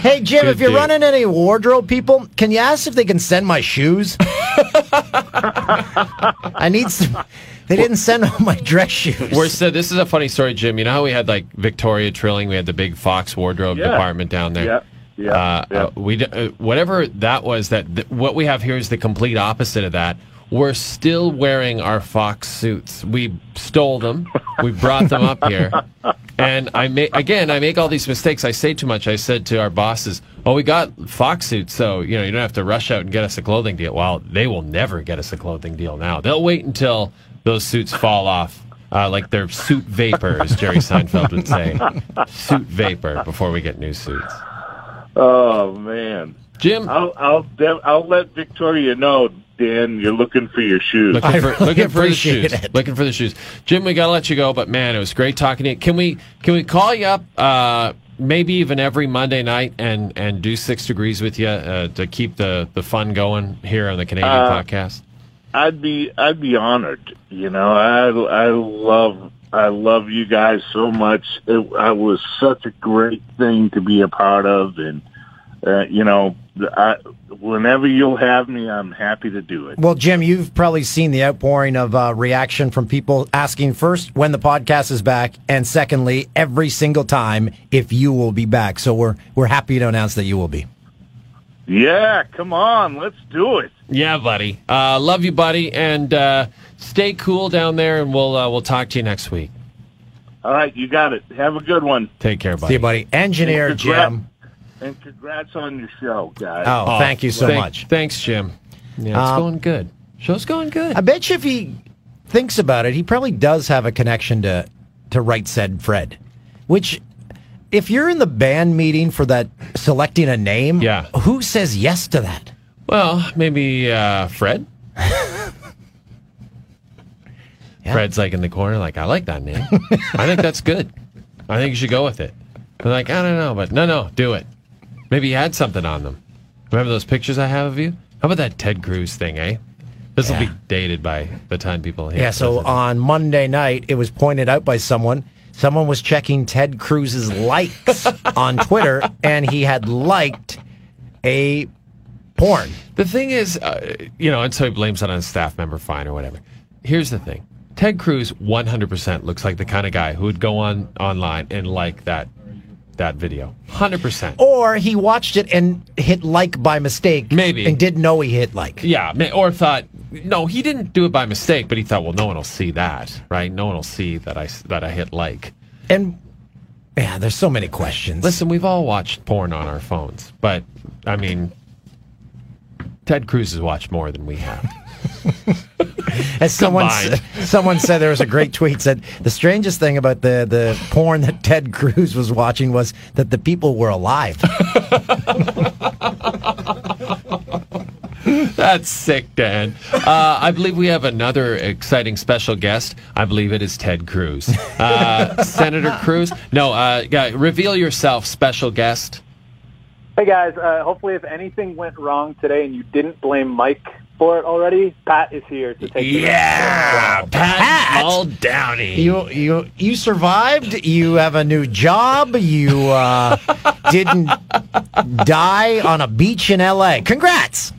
[SPEAKER 5] Hey Jim,
[SPEAKER 4] Good
[SPEAKER 5] if you're
[SPEAKER 4] dude.
[SPEAKER 5] running any wardrobe people, can you ask if they can send my shoes? I need some. They didn't send all my dress shoes.
[SPEAKER 4] We're so this is a funny story, Jim. You know how we had like Victoria Trilling, we had the big Fox wardrobe
[SPEAKER 7] Yeah.
[SPEAKER 4] department down there.
[SPEAKER 7] Yeah, yeah,
[SPEAKER 4] Uh,
[SPEAKER 7] yeah.
[SPEAKER 4] uh, we d- uh, whatever that was. That th- what we have here is the complete opposite of that. We're still wearing our Fox suits. We stole them. We brought them up here, and I make again. I make all these mistakes. I say too much. I said to our bosses, "Oh, we got Fox suits, so you know you don't have to rush out and get us a clothing deal." Well, they will never get us a clothing deal now. They'll wait until those suits fall off, uh, like their suit vapor, as Jerry Seinfeld would say, suit vapor, before we get new suits.
[SPEAKER 7] Oh man,
[SPEAKER 4] Jim,
[SPEAKER 7] I'll I'll de- I'll let Victoria know. Dan, you're looking for your shoes.
[SPEAKER 4] Looking for, looking for the shoes. Looking for the shoes. Jim, we gotta let you go, but man, it was great talking to you. Can we can we call you up uh, maybe even every Monday night and and do six degrees with you uh, to keep the the fun going here on the Canadian
[SPEAKER 10] Uh,
[SPEAKER 4] podcast?
[SPEAKER 10] I'd be I'd be honored. You know, I I love I love you guys so much. It I was such a great thing to be a part of, and uh, you know, I, whenever you'll have me, I'm happy to do it.
[SPEAKER 5] Well, Jim, you've probably seen the outpouring of uh, reaction from people asking first when the podcast is back, and secondly, every single time if you will be back. So we're we're happy to announce that you will be.
[SPEAKER 10] Yeah, come on, let's do it.
[SPEAKER 4] Yeah, buddy. Uh, love you, buddy, and uh, stay cool down there. And we'll uh, we'll talk to you next week.
[SPEAKER 10] All right, you got it. Have a good one.
[SPEAKER 4] Take care, buddy.
[SPEAKER 5] See you, buddy. Engineer
[SPEAKER 10] And congrats-
[SPEAKER 5] Jim.
[SPEAKER 10] And congrats on your show, guys.
[SPEAKER 5] Oh, thank you so
[SPEAKER 4] thank-
[SPEAKER 5] much.
[SPEAKER 4] Thanks, Jim. Yeah, it's
[SPEAKER 5] Um,
[SPEAKER 4] going good. Show's going good.
[SPEAKER 5] I bet you if he thinks about it, he probably does have a connection to to right said Fred. Which, if you're in the band meeting for that selecting a name, yeah. who says yes to that?
[SPEAKER 4] Well, maybe uh, Fred. Fred's like in the corner, like I like that name. I think that's good. I think you should go with it. They're like, I don't know, but no, no, do it. Maybe you had something on them. Remember those pictures I have of you? How about that Ted Cruz thing, eh? This will
[SPEAKER 5] Yeah.
[SPEAKER 4] be dated by the time people hear.
[SPEAKER 5] Yeah, so
[SPEAKER 4] this.
[SPEAKER 5] on Monday night, it was pointed out by someone. Someone was checking Ted Cruz's likes on Twitter, and he had liked a porn.
[SPEAKER 4] The thing is, uh, you know, and so he blames it on a staff member, fine or whatever. Here's the thing: Ted Cruz 100% looks like the kind of guy who would go on online and like that that video. 100%.
[SPEAKER 5] Or he watched it and hit like by mistake.
[SPEAKER 4] Maybe.
[SPEAKER 5] And didn't know he hit like.
[SPEAKER 4] Yeah, ma- or thought no, he didn't do it by mistake, but he thought, well, no one will see that, right? No one will see that I s- that I hit like.
[SPEAKER 5] And yeah, there's so many questions.
[SPEAKER 4] Listen, we've all watched porn on our phones, but I mean, Ted Cruz has watched more than we have.
[SPEAKER 5] As someone
[SPEAKER 4] Combined.
[SPEAKER 5] said, someone said there was a great tweet said the strangest thing about the the porn that Ted Cruz was watching was that the people were alive.
[SPEAKER 4] That's sick, Dan. Uh, I believe we have another exciting special guest. I believe it is Ted Cruz. Uh, Senator Cruz? No, uh, yeah, reveal yourself, special guest.
[SPEAKER 13] Hey guys, uh, hopefully if anything went wrong today and you didn't blame Mike for it already, Pat is here to take the
[SPEAKER 4] Yeah, Pat, Paul Downey.
[SPEAKER 5] You you you survived. You have a new job. You uh, didn't die on a beach in L.A. Congrats.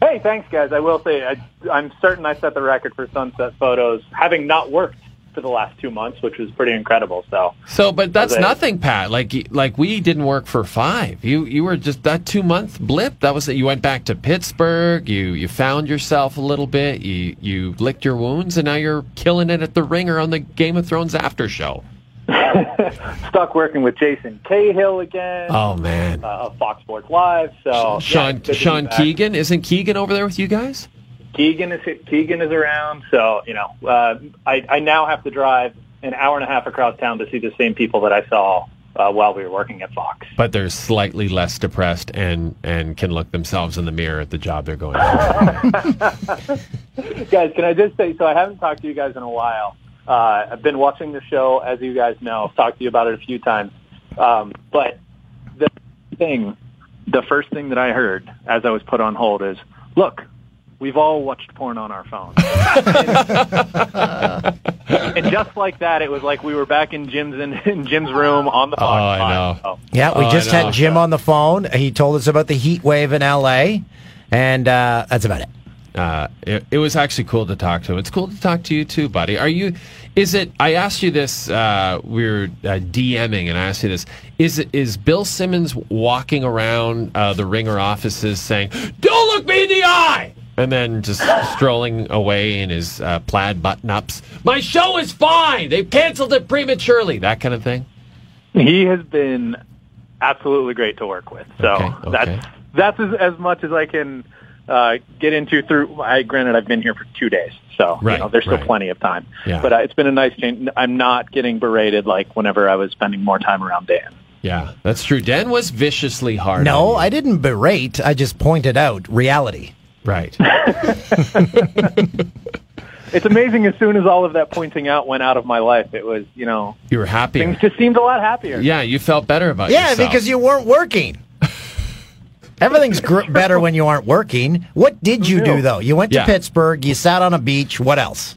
[SPEAKER 13] Hey, thanks guys. I will say I, I'm certain I set the record for sunset photos, having not worked for the last two months, which was pretty incredible. So
[SPEAKER 4] So, but that's
[SPEAKER 13] Okay.
[SPEAKER 4] nothing, Pat. Like, y- like we didn't work for five. You, you were just that two month blip. That was it. You went back to Pittsburgh. You, you found yourself a little bit. You, you licked your wounds, and now you're killing it at the ringer on the Game of Thrones after show.
[SPEAKER 13] stuck working with Jason Cahill again.
[SPEAKER 4] Oh, man.
[SPEAKER 13] uh, of Fox Sports Live. So yeah,
[SPEAKER 4] Sean
[SPEAKER 13] it's good to be
[SPEAKER 4] Sean
[SPEAKER 13] back.
[SPEAKER 4] Keegan isn't Keegan over there with you guys?
[SPEAKER 13] Keegan is Keegan is around, so you know uh, I I now have to drive an hour and a half across town to see the same people that I saw uh, while we were working at Fox.
[SPEAKER 4] But they're slightly less depressed and and can look themselves in the mirror at the job they're going. to.
[SPEAKER 13] guys, can I just say? So I haven't talked to you guys in a while. Uh, I've been watching the show, as you guys know. I've talked to you about it a few times. Um, but the thing, the first thing that I heard as I was put on hold is, "Look, we've all watched porn on our phones." and just like that, it was like we were back in Jim's in, in Jim's room on the
[SPEAKER 4] oh,
[SPEAKER 13] phone.
[SPEAKER 4] I know.
[SPEAKER 5] Yeah, we
[SPEAKER 4] Oh, I
[SPEAKER 5] just
[SPEAKER 4] know.
[SPEAKER 5] had Jim on the phone. He told us about the heat wave in L.A. And uh, that's about it.
[SPEAKER 4] Uh, it, it was actually cool to talk to him. It's cool to talk to you too, buddy. Are you? Is it? I asked you this. Uh, we were uh, DMing, and I asked you this. Is it? Is Bill Simmons walking around uh, the Ringer offices saying, "Don't look me in the eye," and then just strolling away in his uh, plaid button-ups? My show is fine. They've canceled it prematurely. That kind of thing.
[SPEAKER 13] He has been absolutely great to work with. So that's that's as, as much as I can uh, get into. Through I granted I've been here for two days, so you
[SPEAKER 14] Right,
[SPEAKER 13] know, there's still
[SPEAKER 14] right.
[SPEAKER 13] plenty of time.
[SPEAKER 14] Yeah.
[SPEAKER 13] But uh, it's been a nice change. I'm not getting berated like whenever I was spending more time around Dan.
[SPEAKER 4] Yeah, that's true. Dan was viciously hard.
[SPEAKER 5] No, I didn't berate. I just pointed out reality.
[SPEAKER 4] Right.
[SPEAKER 13] It's amazing. As soon as all of that pointing out went out of my life, it was you know
[SPEAKER 4] You were happier.
[SPEAKER 13] things just seemed a lot happier.
[SPEAKER 4] Yeah, you felt better about
[SPEAKER 5] yeah,
[SPEAKER 4] yourself.
[SPEAKER 5] because you weren't working. Everything's gr- better when you aren't working. What did you do though? You went to
[SPEAKER 13] Yeah.
[SPEAKER 5] Pittsburgh. You sat on a beach. What else?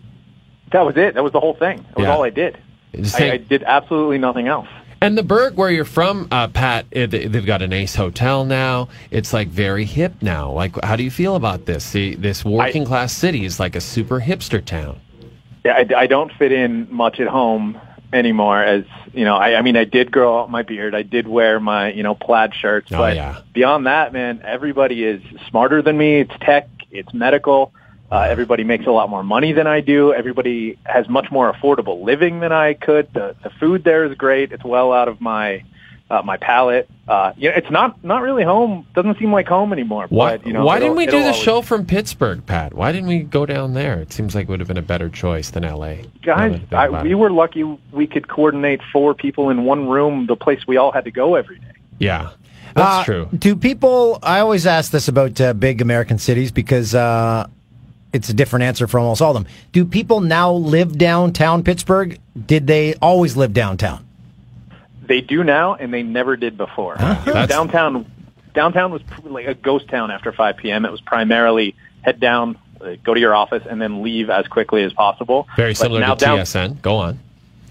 [SPEAKER 13] That was it. That was the whole thing. That was
[SPEAKER 4] Yeah.
[SPEAKER 13] all I did.
[SPEAKER 4] Just
[SPEAKER 13] I,
[SPEAKER 4] take-
[SPEAKER 13] I did absolutely nothing else.
[SPEAKER 4] And the burg where you're from, uh, Pat, eh, they- they've got an ace hotel now. It's like very hip now. Like, how do you feel about this? The, this working class city is like a super hipster town.
[SPEAKER 13] Yeah, I, I don't fit in much at home anymore. As you know, I, I mean, I did grow out my beard. I did wear my you know plaid shirts.
[SPEAKER 4] Oh,
[SPEAKER 13] but
[SPEAKER 4] yeah.
[SPEAKER 13] beyond that, man, everybody is smarter than me. It's tech. It's medical. Uh, everybody makes a lot more money than I do. Everybody has much more affordable living than I could. The, the food there is great. It's well out of my uh, my palate. Uh, you know, it's not not really home. Doesn't seem like home anymore.
[SPEAKER 4] Why,
[SPEAKER 13] but, you know,
[SPEAKER 4] why
[SPEAKER 13] it'll-
[SPEAKER 4] didn't we do
[SPEAKER 13] it'll
[SPEAKER 4] the
[SPEAKER 13] always-
[SPEAKER 4] show from Pittsburgh, Pat? Why didn't we go down there? It seems like it would have been a better choice than L.A.
[SPEAKER 13] Guys,
[SPEAKER 4] Now that I think
[SPEAKER 13] I,
[SPEAKER 4] about
[SPEAKER 13] we
[SPEAKER 4] it.
[SPEAKER 13] were lucky we could coordinate four people in one room, the place we all had to go every day.
[SPEAKER 4] yeah, that's
[SPEAKER 5] Uh,
[SPEAKER 4] true.
[SPEAKER 5] Do people? I always ask this about uh, big American cities because uh, it's a different answer for almost all of them. Do people now live downtown Pittsburgh? Did they always live downtown?
[SPEAKER 13] They do now, and they never did before. It was downtown, downtown was pr- like a ghost town after 5 p.m. It was primarily head down, uh, go to your office, and then leave as quickly as possible.
[SPEAKER 4] Very
[SPEAKER 13] But
[SPEAKER 4] similar
[SPEAKER 13] now
[SPEAKER 4] to
[SPEAKER 13] down-
[SPEAKER 4] TSN. Go on.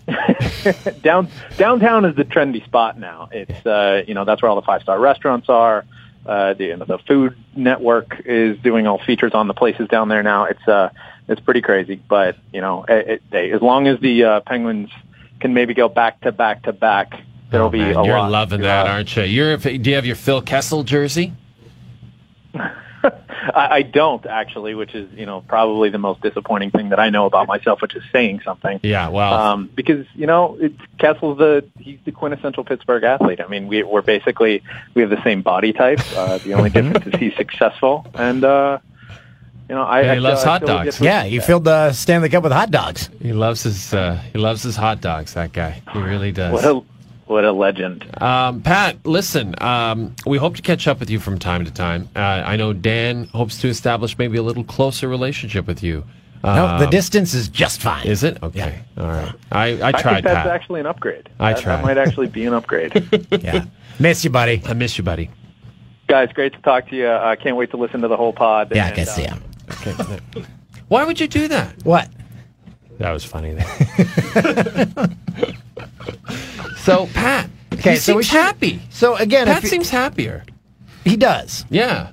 [SPEAKER 13] down downtown is the trendy spot now. It's uh, you know that's where all the five star restaurants are. Uh, the the Food Network is doing all features on the places down there now. It's uh it's pretty crazy, but you know it, it, they, as long as the uh, Penguins can maybe go back to back to back, there'll be
[SPEAKER 4] Oh, Man,
[SPEAKER 13] a
[SPEAKER 4] you're
[SPEAKER 13] lot.
[SPEAKER 4] loving that, aren't you? You're. Do you have your Phil Kessel jersey?
[SPEAKER 13] I, I don't actually, which is you know probably the most disappointing thing that I know about myself, which is saying something.
[SPEAKER 4] Yeah. Well,
[SPEAKER 13] um, because you know it's, Kessel's the he's the quintessential Pittsburgh athlete. I mean, we, we're basically we have the same body type. Uh, the only difference is he's successful, and uh, you know I, I feel- I feel we get-
[SPEAKER 5] Yeah, you filled the Stanley Cup with hot dogs.
[SPEAKER 4] He loves his uh, he loves his hot dogs. That guy, he really does.
[SPEAKER 13] What a what a legend.
[SPEAKER 4] Um, Pat, listen, um, we hope to catch up with you from time to time. Uh, I know Dan hopes to establish maybe a little closer relationship with you.
[SPEAKER 5] No, the
[SPEAKER 4] Um,
[SPEAKER 5] distance is just fine.
[SPEAKER 4] Is it okay? All right. I, I
[SPEAKER 13] I
[SPEAKER 4] tried
[SPEAKER 13] think that's
[SPEAKER 4] Pat.
[SPEAKER 13] actually an upgrade.
[SPEAKER 4] I
[SPEAKER 13] That-
[SPEAKER 4] tried.
[SPEAKER 13] That might actually be an upgrade.
[SPEAKER 5] yeah. Miss you, buddy.
[SPEAKER 4] I miss you, buddy.
[SPEAKER 13] Guys, great to talk to you. I can't wait to listen to the whole pod.
[SPEAKER 5] Yeah, I
[SPEAKER 13] and,
[SPEAKER 5] can
[SPEAKER 13] uh,
[SPEAKER 5] see him.
[SPEAKER 4] Okay. Why would you do that?
[SPEAKER 5] What?
[SPEAKER 4] That was funny. so Pat,
[SPEAKER 5] Okay,
[SPEAKER 4] he
[SPEAKER 5] so we
[SPEAKER 4] seems
[SPEAKER 5] should-
[SPEAKER 4] happy.
[SPEAKER 5] So again,
[SPEAKER 4] Pat
[SPEAKER 5] if you-
[SPEAKER 4] seems happier.
[SPEAKER 5] He does
[SPEAKER 4] Yeah.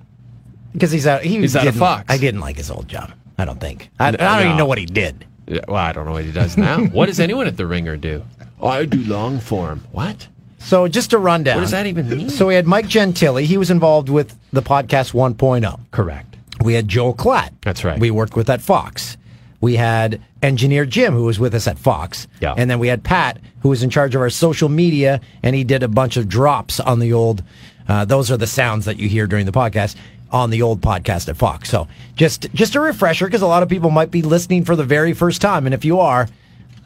[SPEAKER 5] because he's out. He
[SPEAKER 4] He's out of
[SPEAKER 5] didn't-
[SPEAKER 4] Fox.
[SPEAKER 5] I didn't like his old job. I don't think. I, I
[SPEAKER 4] No,
[SPEAKER 5] don't even
[SPEAKER 4] no.
[SPEAKER 5] know what he did.
[SPEAKER 4] Yeah, well, I don't know what he does now. what does anyone at the Ringer do? Oh, I do long form. What?
[SPEAKER 5] So just a rundown.
[SPEAKER 4] What does that even mean?
[SPEAKER 5] So we had Mike Gentili. He was involved with the podcast 1.0.
[SPEAKER 4] Correct.
[SPEAKER 5] We had Joel Klatt.
[SPEAKER 4] That's right.
[SPEAKER 5] We worked with at Fox. We had engineer Jim, who was with us at Fox.
[SPEAKER 4] Yeah.
[SPEAKER 5] And then we had Pat, who was in charge of our social media, and he did a bunch of drops on the old. Uh, those are the sounds that you hear during the podcast on the old podcast at Fox. So just just a refresher, because a lot of people might be listening for the very first time, and if you are,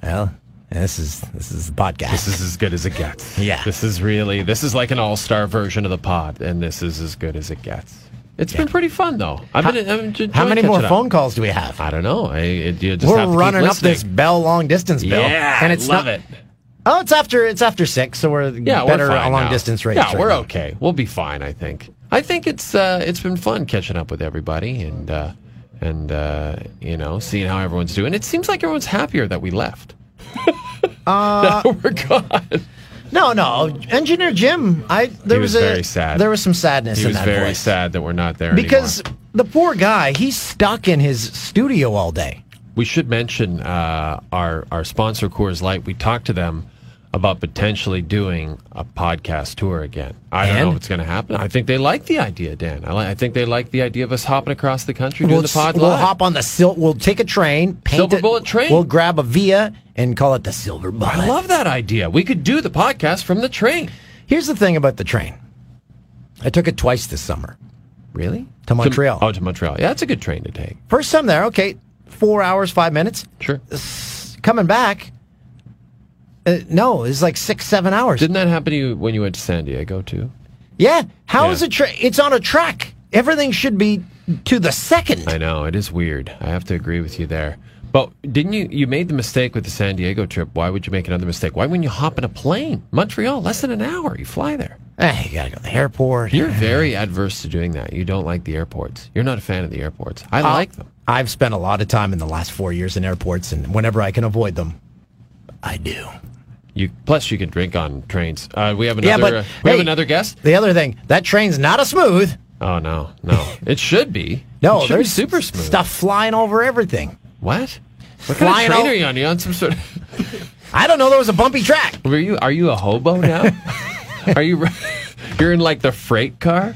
[SPEAKER 5] well, this is this is the podcast.
[SPEAKER 4] This is as good as it gets.
[SPEAKER 5] Yeah.
[SPEAKER 4] This is really, this is like an all star version of the pod, and this is as good as it gets. It's been pretty fun, though. I've been, I've been
[SPEAKER 5] How many
[SPEAKER 4] enjoying
[SPEAKER 5] more
[SPEAKER 4] catching up.
[SPEAKER 5] phone calls do we have?
[SPEAKER 4] I don't know. I, it, you just
[SPEAKER 5] We're
[SPEAKER 4] have to keep
[SPEAKER 5] running up
[SPEAKER 4] listening.
[SPEAKER 5] this bell long distance bill.
[SPEAKER 4] Yeah,
[SPEAKER 5] and it's
[SPEAKER 4] love
[SPEAKER 5] not,
[SPEAKER 4] it.
[SPEAKER 5] Oh, it's after it's after six, so we're
[SPEAKER 4] Yeah, we're
[SPEAKER 5] better
[SPEAKER 4] fine
[SPEAKER 5] long
[SPEAKER 4] now.
[SPEAKER 5] distance rates.
[SPEAKER 4] Yeah,
[SPEAKER 5] right
[SPEAKER 4] we're
[SPEAKER 5] now.
[SPEAKER 4] okay. We'll be fine. I think. I think it's uh, it's been fun catching up with everybody and uh, and uh, you know seeing how everyone's doing. It seems like everyone's happier that we left.
[SPEAKER 5] Uh,
[SPEAKER 4] we're gone.
[SPEAKER 5] No, no, engineer Jim. I there
[SPEAKER 4] He was
[SPEAKER 5] a
[SPEAKER 4] very sad.
[SPEAKER 5] There was some sadness
[SPEAKER 4] He
[SPEAKER 5] in
[SPEAKER 4] was
[SPEAKER 5] that
[SPEAKER 4] very
[SPEAKER 5] voice
[SPEAKER 4] sad that we're not there
[SPEAKER 5] because
[SPEAKER 4] anymore.
[SPEAKER 5] the poor guy he's stuck in his studio all day.
[SPEAKER 4] We should mention uh, our our sponsor Coors Light. We talked to them about potentially doing a podcast tour again. I don't
[SPEAKER 5] And?
[SPEAKER 4] know if it's going to happen. I think they like the idea, Dan. I, li- I think they like the idea of us hopping across the country doing
[SPEAKER 5] We'll,
[SPEAKER 4] the
[SPEAKER 5] s-
[SPEAKER 4] pod.
[SPEAKER 5] we'll
[SPEAKER 4] live.
[SPEAKER 5] hop on the sil. We'll take a train, paint
[SPEAKER 4] Silver
[SPEAKER 5] it-
[SPEAKER 4] Bullet train.
[SPEAKER 5] We'll grab a via and call it the Silver Bullet.
[SPEAKER 4] I love that idea. We could do the podcast from the train.
[SPEAKER 5] Here's the thing about the train. I took it twice this summer
[SPEAKER 4] Really?
[SPEAKER 5] to Montreal.
[SPEAKER 4] oh, to Montreal. Yeah, that's a good train to take.
[SPEAKER 5] First time there, okay, four hours, five minutes.
[SPEAKER 4] Sure.
[SPEAKER 5] S- Coming back, uh, no, it's like six, seven hours.
[SPEAKER 4] Didn't that happen to you when you went to San Diego too?
[SPEAKER 5] yeah, how is
[SPEAKER 4] Yeah.
[SPEAKER 5] a train? It's on a track. Everything should be to the second.
[SPEAKER 4] I know it is weird. I have to agree with you there. But didn't you? You made the mistake with the San Diego trip. Why would you make another mistake? Why wouldn't you hop in a plane? Montreal, less than an hour. You fly there.
[SPEAKER 5] Eh, you gotta go to the airport.
[SPEAKER 4] You're very adverse to doing that. You don't like the airports. You're not a fan of the airports. I
[SPEAKER 5] I'll-
[SPEAKER 4] like them.
[SPEAKER 5] Uh, I've spent a lot of time in the last four years in airports, and whenever I can avoid them, I do.
[SPEAKER 4] You plus you can drink on trains. Uh, we have another.
[SPEAKER 5] Yeah, but,
[SPEAKER 4] uh, we have
[SPEAKER 5] hey.
[SPEAKER 4] another guest.
[SPEAKER 5] The other thing, that train's not a smooth.
[SPEAKER 4] Oh no, no. it should be.
[SPEAKER 5] No,
[SPEAKER 4] it should be
[SPEAKER 5] there's
[SPEAKER 4] super smooth.
[SPEAKER 5] stuff flying over everything.
[SPEAKER 4] What? What kind
[SPEAKER 5] Flying
[SPEAKER 4] of train
[SPEAKER 5] all-
[SPEAKER 4] are you on? You on some sort of?
[SPEAKER 5] I don't know. There was a bumpy track.
[SPEAKER 4] Were you? Are you a hobo now? are you? You're in like the freight car.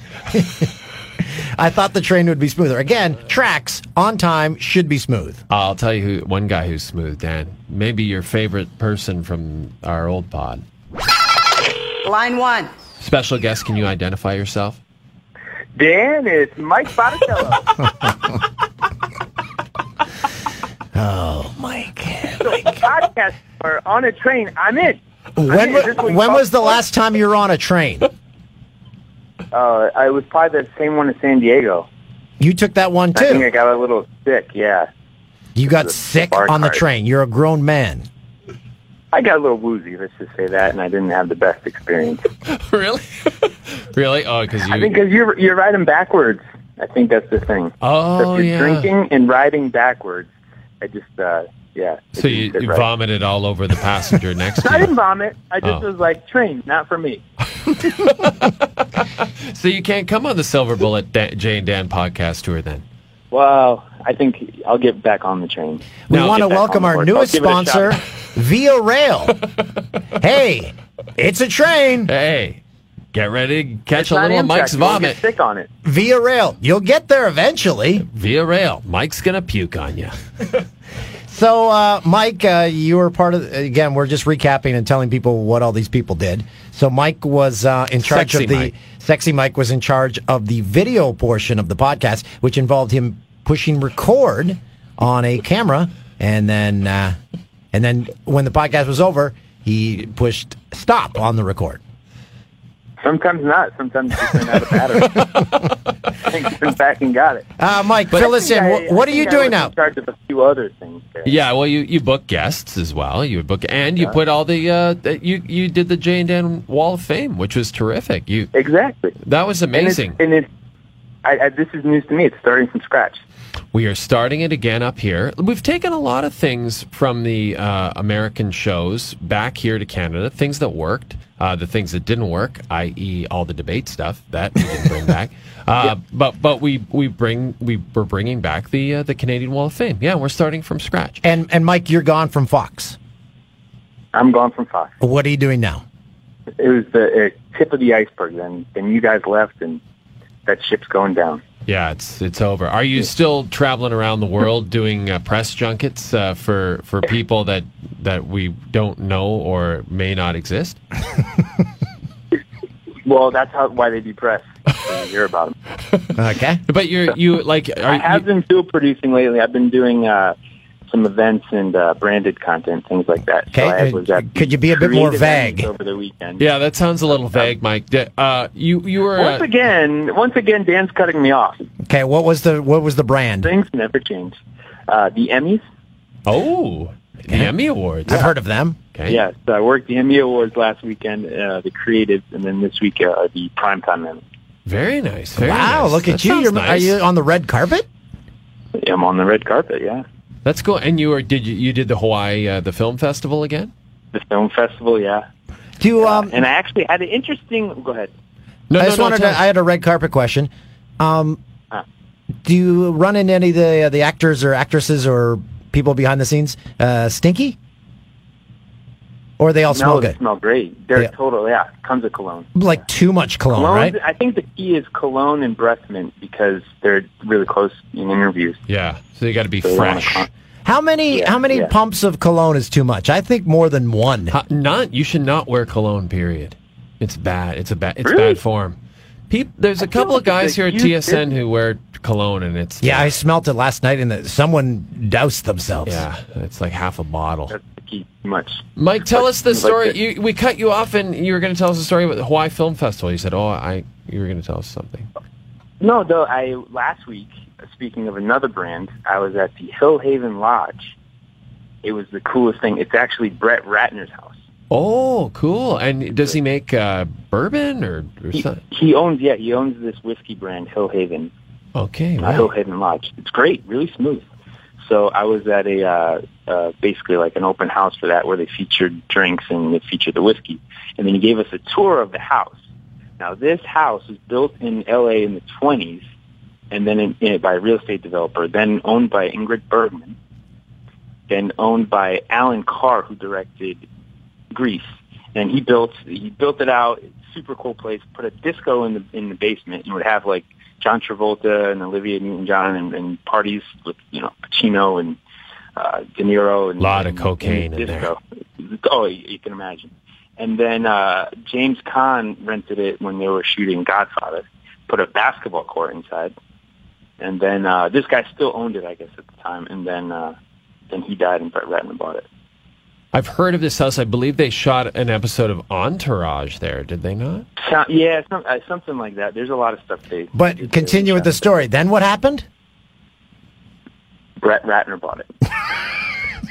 [SPEAKER 5] I thought the train would be smoother. Again, tracks on time should be smooth.
[SPEAKER 4] I'll tell you who. One guy who's smooth, Dan. Maybe your favorite person from our old pod.
[SPEAKER 14] Line one.
[SPEAKER 4] Special guest, can you identify yourself?
[SPEAKER 14] Dan, it's Mike Botticello.
[SPEAKER 5] Oh,
[SPEAKER 14] Mike. So podcasts are on a train. I'm in.
[SPEAKER 5] when
[SPEAKER 14] is this what
[SPEAKER 5] wa-
[SPEAKER 14] you
[SPEAKER 5] when
[SPEAKER 14] call-
[SPEAKER 5] was the last time you were on a train?
[SPEAKER 14] Uh, I was probably the same one in San Diego.
[SPEAKER 5] You took that one
[SPEAKER 14] I think I
[SPEAKER 5] too.
[SPEAKER 14] got a little sick. Yeah,
[SPEAKER 5] You got sick
[SPEAKER 14] bar
[SPEAKER 5] on the
[SPEAKER 14] cart.
[SPEAKER 5] train. You're a grown man.
[SPEAKER 14] I got a little woozy. Let's just say that, and I didn't have the best experience.
[SPEAKER 4] really? really? Oh, because you.
[SPEAKER 14] I think because you're you're riding backwards. I think that's the thing.
[SPEAKER 4] Oh,
[SPEAKER 14] if you're
[SPEAKER 4] yeah.
[SPEAKER 14] drinking and riding backwards, I just uh, yeah. it
[SPEAKER 4] so you,
[SPEAKER 14] didn't sit
[SPEAKER 4] you
[SPEAKER 14] right.
[SPEAKER 4] vomited all over the passenger next
[SPEAKER 14] I
[SPEAKER 4] to
[SPEAKER 14] didn't vomit. I just
[SPEAKER 4] Oh.
[SPEAKER 14] was like, train, not for me.
[SPEAKER 4] you. So you can't come on the Silver Bullet Dan, Jay and Dan podcast tour then.
[SPEAKER 14] Well, I think I'll get back on the train.
[SPEAKER 5] We
[SPEAKER 14] I'll
[SPEAKER 5] want
[SPEAKER 14] get
[SPEAKER 5] to
[SPEAKER 14] back on
[SPEAKER 5] welcome
[SPEAKER 14] the
[SPEAKER 5] our
[SPEAKER 14] horse.
[SPEAKER 5] newest
[SPEAKER 14] I'll give it a
[SPEAKER 5] sponsor,
[SPEAKER 14] shot.
[SPEAKER 5] Via Rail. hey, it's a train.
[SPEAKER 4] Hey, get ready to catch
[SPEAKER 14] It's
[SPEAKER 4] a
[SPEAKER 14] not
[SPEAKER 4] little of
[SPEAKER 14] Amtrak.
[SPEAKER 4] Mike's
[SPEAKER 14] You won't get
[SPEAKER 4] vomit
[SPEAKER 14] Sick on it.
[SPEAKER 5] Via Rail. You'll get there eventually.
[SPEAKER 4] via rail. Mike's gonna puke on you.
[SPEAKER 5] So, uh, Mike, uh, you were part of. Again, we're just recapping and telling people what all these people did. So, Mike was uh, in charge
[SPEAKER 4] Sexy
[SPEAKER 5] of the
[SPEAKER 4] Mike.
[SPEAKER 5] sexy Mike was in charge of the video portion of the podcast, which involved him pushing record on a camera, and then uh, and then when the podcast was over, he pushed stop on the record.
[SPEAKER 14] Sometimes not. Sometimes you turn out a pattern. I think you went back and got it.
[SPEAKER 5] Uh, Mike, fill us in.
[SPEAKER 14] I-
[SPEAKER 5] What,
[SPEAKER 14] I
[SPEAKER 5] what are
[SPEAKER 14] think
[SPEAKER 5] you
[SPEAKER 14] I
[SPEAKER 5] doing
[SPEAKER 14] was
[SPEAKER 5] now?
[SPEAKER 14] In charge of a few other things. there.
[SPEAKER 4] Yeah, well, you, you book guests as well. You would book, and you put all the uh, that- you you did the Jay and Dan Wall of Fame, which was terrific. You
[SPEAKER 14] Exactly.
[SPEAKER 4] that was amazing.
[SPEAKER 14] And it's, and it's I, I, this is news to me. It's starting from scratch.
[SPEAKER 4] We are starting it again up here. We've taken a lot of things from the uh, American shows back here to Canada, things that worked, uh, the things that didn't work, i.e., all the debate stuff that we didn't bring back. Uh, But but we we bring we we're bringing back the uh, the Canadian Wall of Fame. Yeah, we're starting from scratch.
[SPEAKER 5] And and Mike, you're gone from Fox.
[SPEAKER 14] I'm gone from Fox.
[SPEAKER 5] What are you doing now?
[SPEAKER 14] It was the uh, tip of the iceberg. Then then you guys left, and that ship's going down.
[SPEAKER 4] Yeah, it's it's over. Are you still traveling around the world doing uh, press junkets uh, for for people that that we don't know or may not exist?
[SPEAKER 14] Well, that's how why they depress. when you hear about them.
[SPEAKER 5] Okay.
[SPEAKER 4] But you're you like
[SPEAKER 14] I
[SPEAKER 4] are
[SPEAKER 14] have
[SPEAKER 4] you,
[SPEAKER 14] been field producing lately. I've been doing uh, some events and uh, branded content, things like that.
[SPEAKER 5] Okay,
[SPEAKER 14] I
[SPEAKER 5] uh, could you be a bit more
[SPEAKER 14] creative ends
[SPEAKER 5] vague?
[SPEAKER 14] over the weekend?
[SPEAKER 4] yeah, that sounds a little vague, Mike. D- Uh, you you were
[SPEAKER 14] um, Once
[SPEAKER 4] uh,
[SPEAKER 14] again, once again, Dan's cutting me off.
[SPEAKER 5] Okay. What was the what was the brand?
[SPEAKER 14] Things never change. Uh, the Emmys.
[SPEAKER 4] oh the Emmy Awards.
[SPEAKER 5] I've heard of them.
[SPEAKER 4] Okay.
[SPEAKER 14] Yes, I worked the Emmy Awards last weekend, uh, the creative, and then this week uh, the primetime Emmy.
[SPEAKER 4] very nice. very
[SPEAKER 5] wow,
[SPEAKER 4] nice.
[SPEAKER 5] look
[SPEAKER 4] That
[SPEAKER 5] at you.
[SPEAKER 4] sounds
[SPEAKER 5] You're,
[SPEAKER 4] nice.
[SPEAKER 5] Are you on the red carpet?
[SPEAKER 14] I'm on the red carpet. Yeah,
[SPEAKER 4] That's cool. And you were did you you did the Hawaii uh, the film festival again?
[SPEAKER 14] the film festival. Yeah,
[SPEAKER 5] Do um,
[SPEAKER 14] and I actually had an interesting. Go ahead.
[SPEAKER 4] No,
[SPEAKER 5] I just wanted
[SPEAKER 4] tell
[SPEAKER 5] to,
[SPEAKER 4] us.
[SPEAKER 5] I had a red carpet question. Um,
[SPEAKER 14] Ah.
[SPEAKER 5] do you run into any of the uh, the actors or actresses or people behind the scenes uh, stinky? Or they all smell
[SPEAKER 14] no,
[SPEAKER 5] good?
[SPEAKER 14] they smell great. They're
[SPEAKER 5] Yeah.
[SPEAKER 14] total. Yeah, tons of cologne.
[SPEAKER 5] Like too much cologne,
[SPEAKER 14] Colognes-
[SPEAKER 5] right?
[SPEAKER 14] I think the key is cologne and breath mint because they're really close in interviews.
[SPEAKER 4] yeah, so you got to be
[SPEAKER 14] So they wanna
[SPEAKER 4] fresh.
[SPEAKER 14] con-
[SPEAKER 5] How many
[SPEAKER 14] Yeah,
[SPEAKER 5] how many
[SPEAKER 14] yeah.
[SPEAKER 5] pumps of cologne is too much? I think more than one.
[SPEAKER 4] Uh, not you should not wear cologne. Period. It's bad. It's a bad. It's
[SPEAKER 14] Really?
[SPEAKER 4] bad form. Peop, there's a couple
[SPEAKER 14] like
[SPEAKER 4] of guys
[SPEAKER 14] it's a
[SPEAKER 4] here at
[SPEAKER 14] huge
[SPEAKER 4] TSN who wear cologne, and it's uh,
[SPEAKER 5] Yeah, I smelt it last night, and the, someone doused themselves.
[SPEAKER 4] yeah, it's like half a bottle.
[SPEAKER 14] That's the key. Too much.
[SPEAKER 4] Mike, tell
[SPEAKER 14] Like-
[SPEAKER 4] us the
[SPEAKER 14] like
[SPEAKER 4] story.
[SPEAKER 14] the-
[SPEAKER 4] you, we cut you off, and you were going to tell us the story about the Hawaii Film Festival. You said, "Oh, I," you were going to tell us something.
[SPEAKER 14] No, though I last week. Speaking of another brand, I was at the Hill Haven Lodge It was the coolest thing. It's actually Brett Ratner's house.
[SPEAKER 4] Oh, cool. And does he make uh, bourbon or, or something?
[SPEAKER 14] He owns yeah, he owns this whiskey brand, Hill Haven.
[SPEAKER 4] Okay.
[SPEAKER 14] Not Hill Haven Lodge. It's great, really smooth. So I was at a uh, uh, basically like an open house for that, where they featured drinks and they featured the whiskey, and then he gave us a tour of the house. Now this house was built in L.A. in the twenties, and then in, in, by a real estate developer, then owned by Ingrid Bergman, then owned by Alan Carr, who directed Grease, and he built he built it out. Super cool place. Put a disco in the in the basement, and would have like John Travolta and Olivia Newton-John and, and parties with you know Pacino and uh, De Niro and
[SPEAKER 4] a lot
[SPEAKER 14] and,
[SPEAKER 4] of cocaine
[SPEAKER 14] and
[SPEAKER 4] in there.
[SPEAKER 14] disco. Oh, you, you can imagine. And then uh, James Caan rented it when they were shooting Godfather. Put a basketball court inside, and then uh, this guy still owned it, I guess, at the time. And then uh, then he died, and Brett Ratner bought it.
[SPEAKER 4] I've heard of this house. I believe they shot an episode of Entourage there, did they not?
[SPEAKER 14] So, yeah, some, uh, something like that. There's a lot of stuff they.
[SPEAKER 5] But continue with the story. Then what happened?
[SPEAKER 14] Brett Ratner bought it.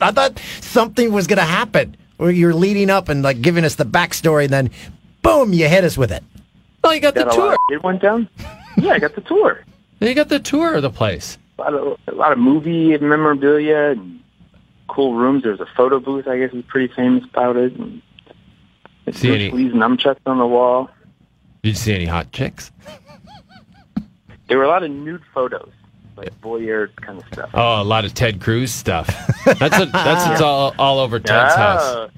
[SPEAKER 5] I thought something was going to happen. Or you're leading up and like giving us the backstory, and then boom, you hit us with it.
[SPEAKER 4] Oh, you got,
[SPEAKER 14] the tour. It went down. Yeah, I got the tour.
[SPEAKER 4] You got the tour of the place.
[SPEAKER 14] A lot of, a lot of movie and memorabilia and cool rooms. There was a photo booth, I guess, was pretty famous about it. And
[SPEAKER 4] See any-
[SPEAKER 14] Bruce Lee's nunchucks on the wall.
[SPEAKER 4] Did you see any hot chicks?
[SPEAKER 14] There were a lot of nude photos, like voyeur kind of stuff.
[SPEAKER 4] Oh, a lot of Ted Cruz stuff. That's what, that's what's all all over Ted's house. Uh,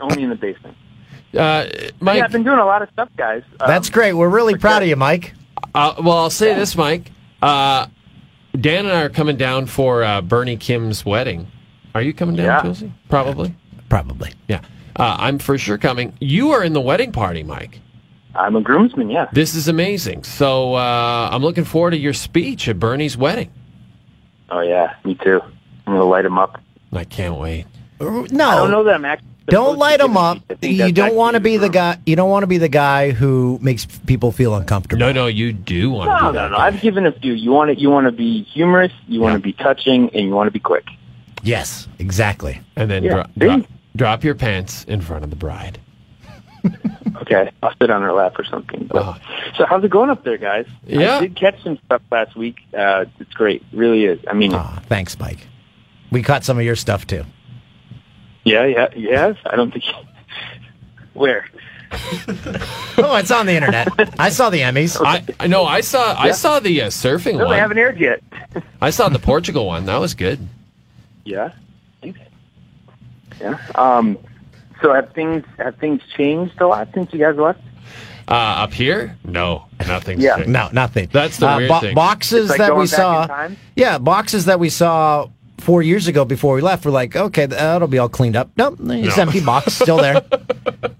[SPEAKER 14] Ah. Only in the basement.
[SPEAKER 4] Uh, Mike,
[SPEAKER 14] yeah, I've been doing a lot of stuff, guys. Um,
[SPEAKER 5] That's great. We're really proud of you, Mike.
[SPEAKER 4] Uh, well, I'll say this, Mike. Uh, Dan and I are coming down for uh, Bernie Kim's wedding. Are you coming down,
[SPEAKER 5] Yeah.
[SPEAKER 4] Chelsea? Probably.
[SPEAKER 5] Probably.
[SPEAKER 4] Yeah. Uh, I'm for sure coming. You are in the wedding party, Mike.
[SPEAKER 14] I'm a groomsman, yeah.
[SPEAKER 4] This is amazing. So uh, I'm looking forward to your speech at Bernie's wedding.
[SPEAKER 14] Oh yeah, me too. I'm gonna light them up.
[SPEAKER 4] I can't wait.
[SPEAKER 5] No,
[SPEAKER 14] I don't know that I'm actually.
[SPEAKER 5] Don't light them up.
[SPEAKER 14] think
[SPEAKER 5] You
[SPEAKER 14] that's
[SPEAKER 5] don't want to be the guy. You don't want to be the guy who makes people feel uncomfortable.
[SPEAKER 4] No, no, Oh, you do want to
[SPEAKER 14] No,
[SPEAKER 4] do
[SPEAKER 14] no,
[SPEAKER 4] that.
[SPEAKER 14] no. I've given a few. You want to, you want to be humorous, you want to be touching, and you want to be quick.
[SPEAKER 5] Yes, exactly.
[SPEAKER 4] And then
[SPEAKER 14] Yeah,
[SPEAKER 4] dro- dro- drop your pants in front of the bride.
[SPEAKER 14] Okay, I'll sit on her lap or something. But-
[SPEAKER 4] Oh.
[SPEAKER 14] So how's it going up there, guys?
[SPEAKER 5] Yeah.
[SPEAKER 14] I did catch some stuff last week. Uh, it's great. It really is. I mean,
[SPEAKER 4] Ah.
[SPEAKER 5] Ah, Thanks, Mike. We caught some of your stuff too.
[SPEAKER 14] yeah, yeah, yes. I don't think. Where?
[SPEAKER 5] Oh, it's on the internet. I saw the Emmys.
[SPEAKER 4] I, I know. I saw. I
[SPEAKER 5] Yeah.
[SPEAKER 4] saw the uh, surfing
[SPEAKER 14] No,
[SPEAKER 4] one.
[SPEAKER 14] they haven't aired yet.
[SPEAKER 4] I saw the Portugal one. That was good.
[SPEAKER 14] Yeah. Yeah. Um, so have things have things changed a lot since you guys left?
[SPEAKER 4] Uh, up here, no, nothing.
[SPEAKER 14] Yeah.
[SPEAKER 5] No, nothing.
[SPEAKER 4] That's the
[SPEAKER 5] Uh,
[SPEAKER 4] weird
[SPEAKER 5] bo-
[SPEAKER 4] thing.
[SPEAKER 5] Boxes
[SPEAKER 14] It's like
[SPEAKER 5] that
[SPEAKER 14] going
[SPEAKER 5] we
[SPEAKER 14] back in
[SPEAKER 5] saw.
[SPEAKER 14] time?
[SPEAKER 5] Yeah, boxes that we saw four years ago before we left. We're like, okay, that'll be all cleaned up. Nope, it's
[SPEAKER 4] No.
[SPEAKER 5] empty box still there.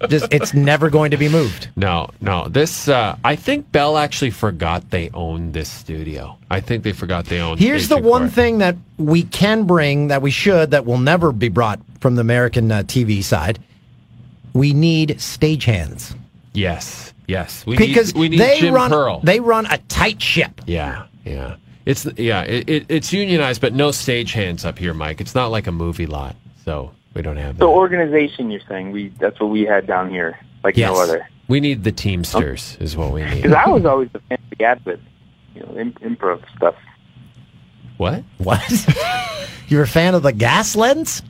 [SPEAKER 5] Just it's never going to be moved.
[SPEAKER 4] No, no. This, uh, I think Bell actually forgot they owned this studio. I think they forgot they owned.
[SPEAKER 5] Here's the
[SPEAKER 4] Agent
[SPEAKER 5] one
[SPEAKER 4] Park.
[SPEAKER 5] thing that we can bring that we should that will never be brought from the American uh, TV side. We need stagehands
[SPEAKER 4] Yes, yes. We
[SPEAKER 5] because
[SPEAKER 4] need, we need
[SPEAKER 5] they
[SPEAKER 4] Jim
[SPEAKER 5] run
[SPEAKER 4] Pearl.
[SPEAKER 5] they run a tight ship.
[SPEAKER 4] yeah, yeah. It's yeah. It, it, it's unionized, but no stagehands up here, Mike. It's not like a movie lot, so we don't have that.
[SPEAKER 14] So organization, you're saying we that's what we had down here, like no other.
[SPEAKER 4] We need the Teamsters, is what we need.
[SPEAKER 14] Because I was always a fan of the Adlib, you know, imp- improv stuff.
[SPEAKER 4] What?
[SPEAKER 5] What? You're a fan of the gas lens?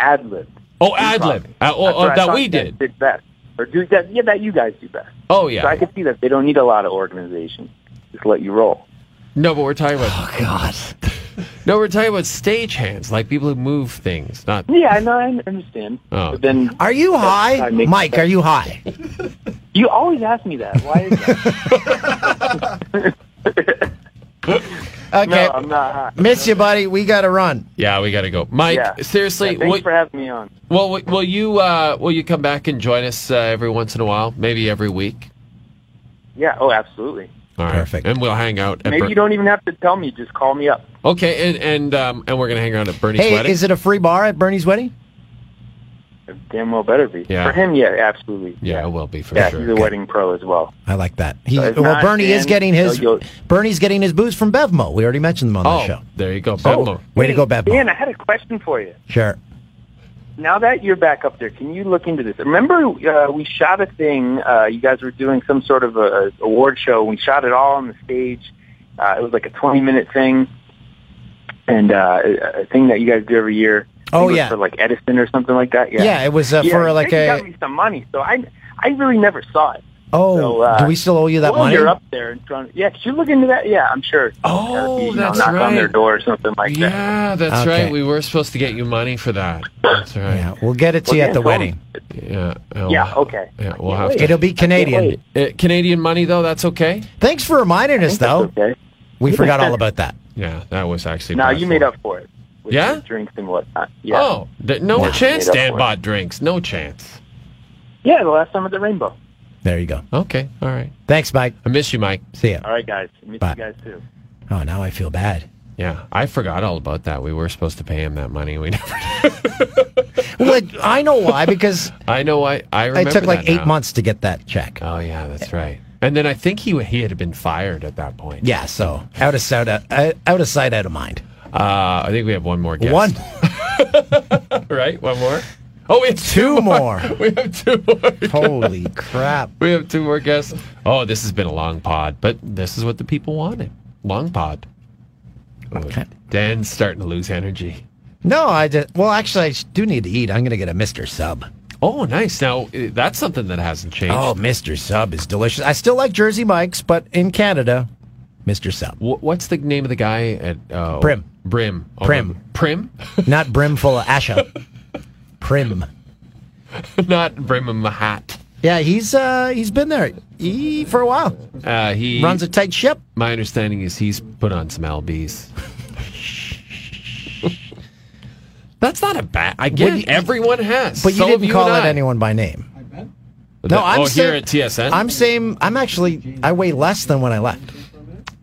[SPEAKER 14] Adlib.
[SPEAKER 4] Oh, Adlib. Uh, oh,
[SPEAKER 14] That's
[SPEAKER 4] oh,
[SPEAKER 14] what I
[SPEAKER 4] that
[SPEAKER 14] thought
[SPEAKER 4] we
[SPEAKER 14] you guys
[SPEAKER 4] did.
[SPEAKER 14] did best, or do that? Yeah, that you guys do best.
[SPEAKER 4] Oh yeah.
[SPEAKER 14] So I can see that they don't need a lot of organization. Just let you roll.
[SPEAKER 4] No, but we're talking about.
[SPEAKER 5] Oh God.
[SPEAKER 4] No, we're talking about stagehands, like people who move things, not.
[SPEAKER 14] Yeah, I know. I understand.
[SPEAKER 4] Oh.
[SPEAKER 14] But then
[SPEAKER 5] Are you high,
[SPEAKER 14] I make-
[SPEAKER 5] Mike? Are you high?
[SPEAKER 14] you always ask me that. Why is that?
[SPEAKER 5] Okay,
[SPEAKER 14] no, I'm not high.
[SPEAKER 5] miss you, buddy. We gotta run.
[SPEAKER 4] Yeah, we got to go, Mike.
[SPEAKER 14] Yeah.
[SPEAKER 4] Seriously,
[SPEAKER 14] Yeah, thanks
[SPEAKER 4] what-
[SPEAKER 14] for having me on.
[SPEAKER 4] Well, w- will you uh, will you come back and join us uh, every once in a while, maybe every week?
[SPEAKER 14] Yeah. Oh, absolutely.
[SPEAKER 4] All right.
[SPEAKER 5] Perfect.
[SPEAKER 4] And we'll hang out. At
[SPEAKER 14] Maybe
[SPEAKER 4] Ber-
[SPEAKER 14] you don't even have to tell me. Just call me up.
[SPEAKER 4] Okay, and and um, and we're gonna hang out at Bernie's
[SPEAKER 5] Hey,
[SPEAKER 4] wedding.
[SPEAKER 5] is it a free bar at Bernie's wedding?
[SPEAKER 14] It damn well better be.
[SPEAKER 4] Yeah.
[SPEAKER 14] For him, yeah, absolutely.
[SPEAKER 4] Yeah, it will be for
[SPEAKER 14] yeah,
[SPEAKER 4] sure.
[SPEAKER 14] he's a wedding pro as well.
[SPEAKER 5] I like that. Uh, He,
[SPEAKER 14] So if
[SPEAKER 5] well,
[SPEAKER 14] not,
[SPEAKER 5] Bernie is
[SPEAKER 14] then,
[SPEAKER 5] getting his
[SPEAKER 14] you know,
[SPEAKER 5] Bernie's getting his booze from Bevmo. We already mentioned them on
[SPEAKER 14] Oh,
[SPEAKER 5] the show.
[SPEAKER 4] There you go.
[SPEAKER 5] Bevmo. way to go, Bevmo.
[SPEAKER 14] Dan, I had a question for you.
[SPEAKER 5] Sure.
[SPEAKER 14] Now that you're back up there, can you look into this? Remember, uh, we shot a thing. Uh, you guys were doing some sort of a, a award show. We shot it all on the stage. Uh, it was like a 20 minute thing, and uh, a a thing that you guys do every year. I
[SPEAKER 5] Oh,
[SPEAKER 14] think it was
[SPEAKER 5] yeah.
[SPEAKER 14] for like Edison or something like that. Yeah,
[SPEAKER 5] Yeah, it was, uh,
[SPEAKER 14] Yeah,
[SPEAKER 5] for,
[SPEAKER 14] you
[SPEAKER 5] like,
[SPEAKER 14] guys
[SPEAKER 5] a-
[SPEAKER 14] got me some money, so I I really never saw it.
[SPEAKER 5] Oh,
[SPEAKER 14] So, uh,
[SPEAKER 5] do we still owe you that
[SPEAKER 14] while
[SPEAKER 5] money?
[SPEAKER 14] You're up there in front. Yeah, could you look into that? Yeah, I'm sure. Oh,
[SPEAKER 4] that's
[SPEAKER 14] knock on their
[SPEAKER 4] right.
[SPEAKER 14] door or something like that.
[SPEAKER 4] Yeah, that's
[SPEAKER 5] Okay.
[SPEAKER 4] right. We were supposed to get you money for that. That's right. Yeah,
[SPEAKER 5] we'll get it to
[SPEAKER 4] Well,
[SPEAKER 5] you
[SPEAKER 4] yeah,
[SPEAKER 5] at
[SPEAKER 4] it's
[SPEAKER 5] the
[SPEAKER 4] all-
[SPEAKER 5] wedding.
[SPEAKER 4] Yeah. uh,
[SPEAKER 5] Yeah,
[SPEAKER 14] okay.
[SPEAKER 4] Yeah, we'll have
[SPEAKER 5] wait.
[SPEAKER 4] to.
[SPEAKER 5] It'll be I can't Canadian. wait.
[SPEAKER 4] Uh, Canadian money, though, that's okay?
[SPEAKER 5] Thanks for reminding us, though. We forgot all about that.
[SPEAKER 4] Yeah, that was actually.
[SPEAKER 14] No,
[SPEAKER 4] bad
[SPEAKER 14] you
[SPEAKER 4] for
[SPEAKER 14] made
[SPEAKER 4] him.
[SPEAKER 14] up for it. With
[SPEAKER 4] Yeah?
[SPEAKER 14] your Drinks and whatnot. Yeah.
[SPEAKER 4] Oh, th- no
[SPEAKER 14] Yeah,
[SPEAKER 4] chance
[SPEAKER 14] made up
[SPEAKER 4] Dan
[SPEAKER 14] for it.
[SPEAKER 4] bought drinks. No chance.
[SPEAKER 14] Yeah, the last time at the Rainbow.
[SPEAKER 5] There you go.
[SPEAKER 4] Okay, all right.
[SPEAKER 5] Thanks, Mike.
[SPEAKER 4] I miss you, Mike.
[SPEAKER 5] See ya.
[SPEAKER 14] All right, guys. Miss
[SPEAKER 5] Bye.
[SPEAKER 14] you guys too.
[SPEAKER 5] Oh, now I feel bad.
[SPEAKER 4] Yeah, I forgot all about that. We were supposed to pay him that money. We never.
[SPEAKER 5] Well, it- I know why because
[SPEAKER 4] I know. I Oh. I remember
[SPEAKER 5] it took like
[SPEAKER 4] that
[SPEAKER 5] eight
[SPEAKER 4] now.
[SPEAKER 5] months to get that check.
[SPEAKER 4] Oh yeah, that's right. And then I think he he had been fired at that point.
[SPEAKER 5] Yeah, so out of sight, out, out of sight, out of mind.
[SPEAKER 4] Uh, I think we have one more guest.
[SPEAKER 5] One,
[SPEAKER 4] right? One more. Oh, it's
[SPEAKER 5] two more.
[SPEAKER 4] we have two more.
[SPEAKER 5] Holy crap!
[SPEAKER 4] We have two more guests. Oh, this has been a long pod, but this is what the people wanted. Long pod. Oh, Dan's starting to lose energy.
[SPEAKER 5] No, I did. Well, actually, I sh- do need to eat. I'm gonna get a Mister Sub.
[SPEAKER 4] Oh, nice. Now eh, that's something that hasn't changed.
[SPEAKER 5] Oh, Mister Sub is delicious. I still like Jersey Mike's, but in Canada, Mister Sub,
[SPEAKER 4] Wh- What's the name of the guy at uh,
[SPEAKER 5] Prim.
[SPEAKER 4] Brim. Oh,
[SPEAKER 5] Prim.
[SPEAKER 4] Prim.
[SPEAKER 5] not brim full of Asha. Prim.
[SPEAKER 4] Not Brim and Mahat.
[SPEAKER 5] Yeah, he's uh he's been there he, for a while.
[SPEAKER 4] Uh, he
[SPEAKER 5] Runs a tight ship.
[SPEAKER 4] My understanding is he's put on some lbs. That's not a bad. I get
[SPEAKER 5] Well,
[SPEAKER 4] it. everyone has.
[SPEAKER 5] But you
[SPEAKER 4] So have
[SPEAKER 5] didn't call
[SPEAKER 4] and
[SPEAKER 5] out
[SPEAKER 4] I.
[SPEAKER 5] anyone by name.
[SPEAKER 4] But
[SPEAKER 5] No,
[SPEAKER 4] that-
[SPEAKER 5] I'm
[SPEAKER 4] oh, here
[SPEAKER 5] saying-
[SPEAKER 4] at TSN.
[SPEAKER 5] I'm same. I'm actually. I weigh less than when I left.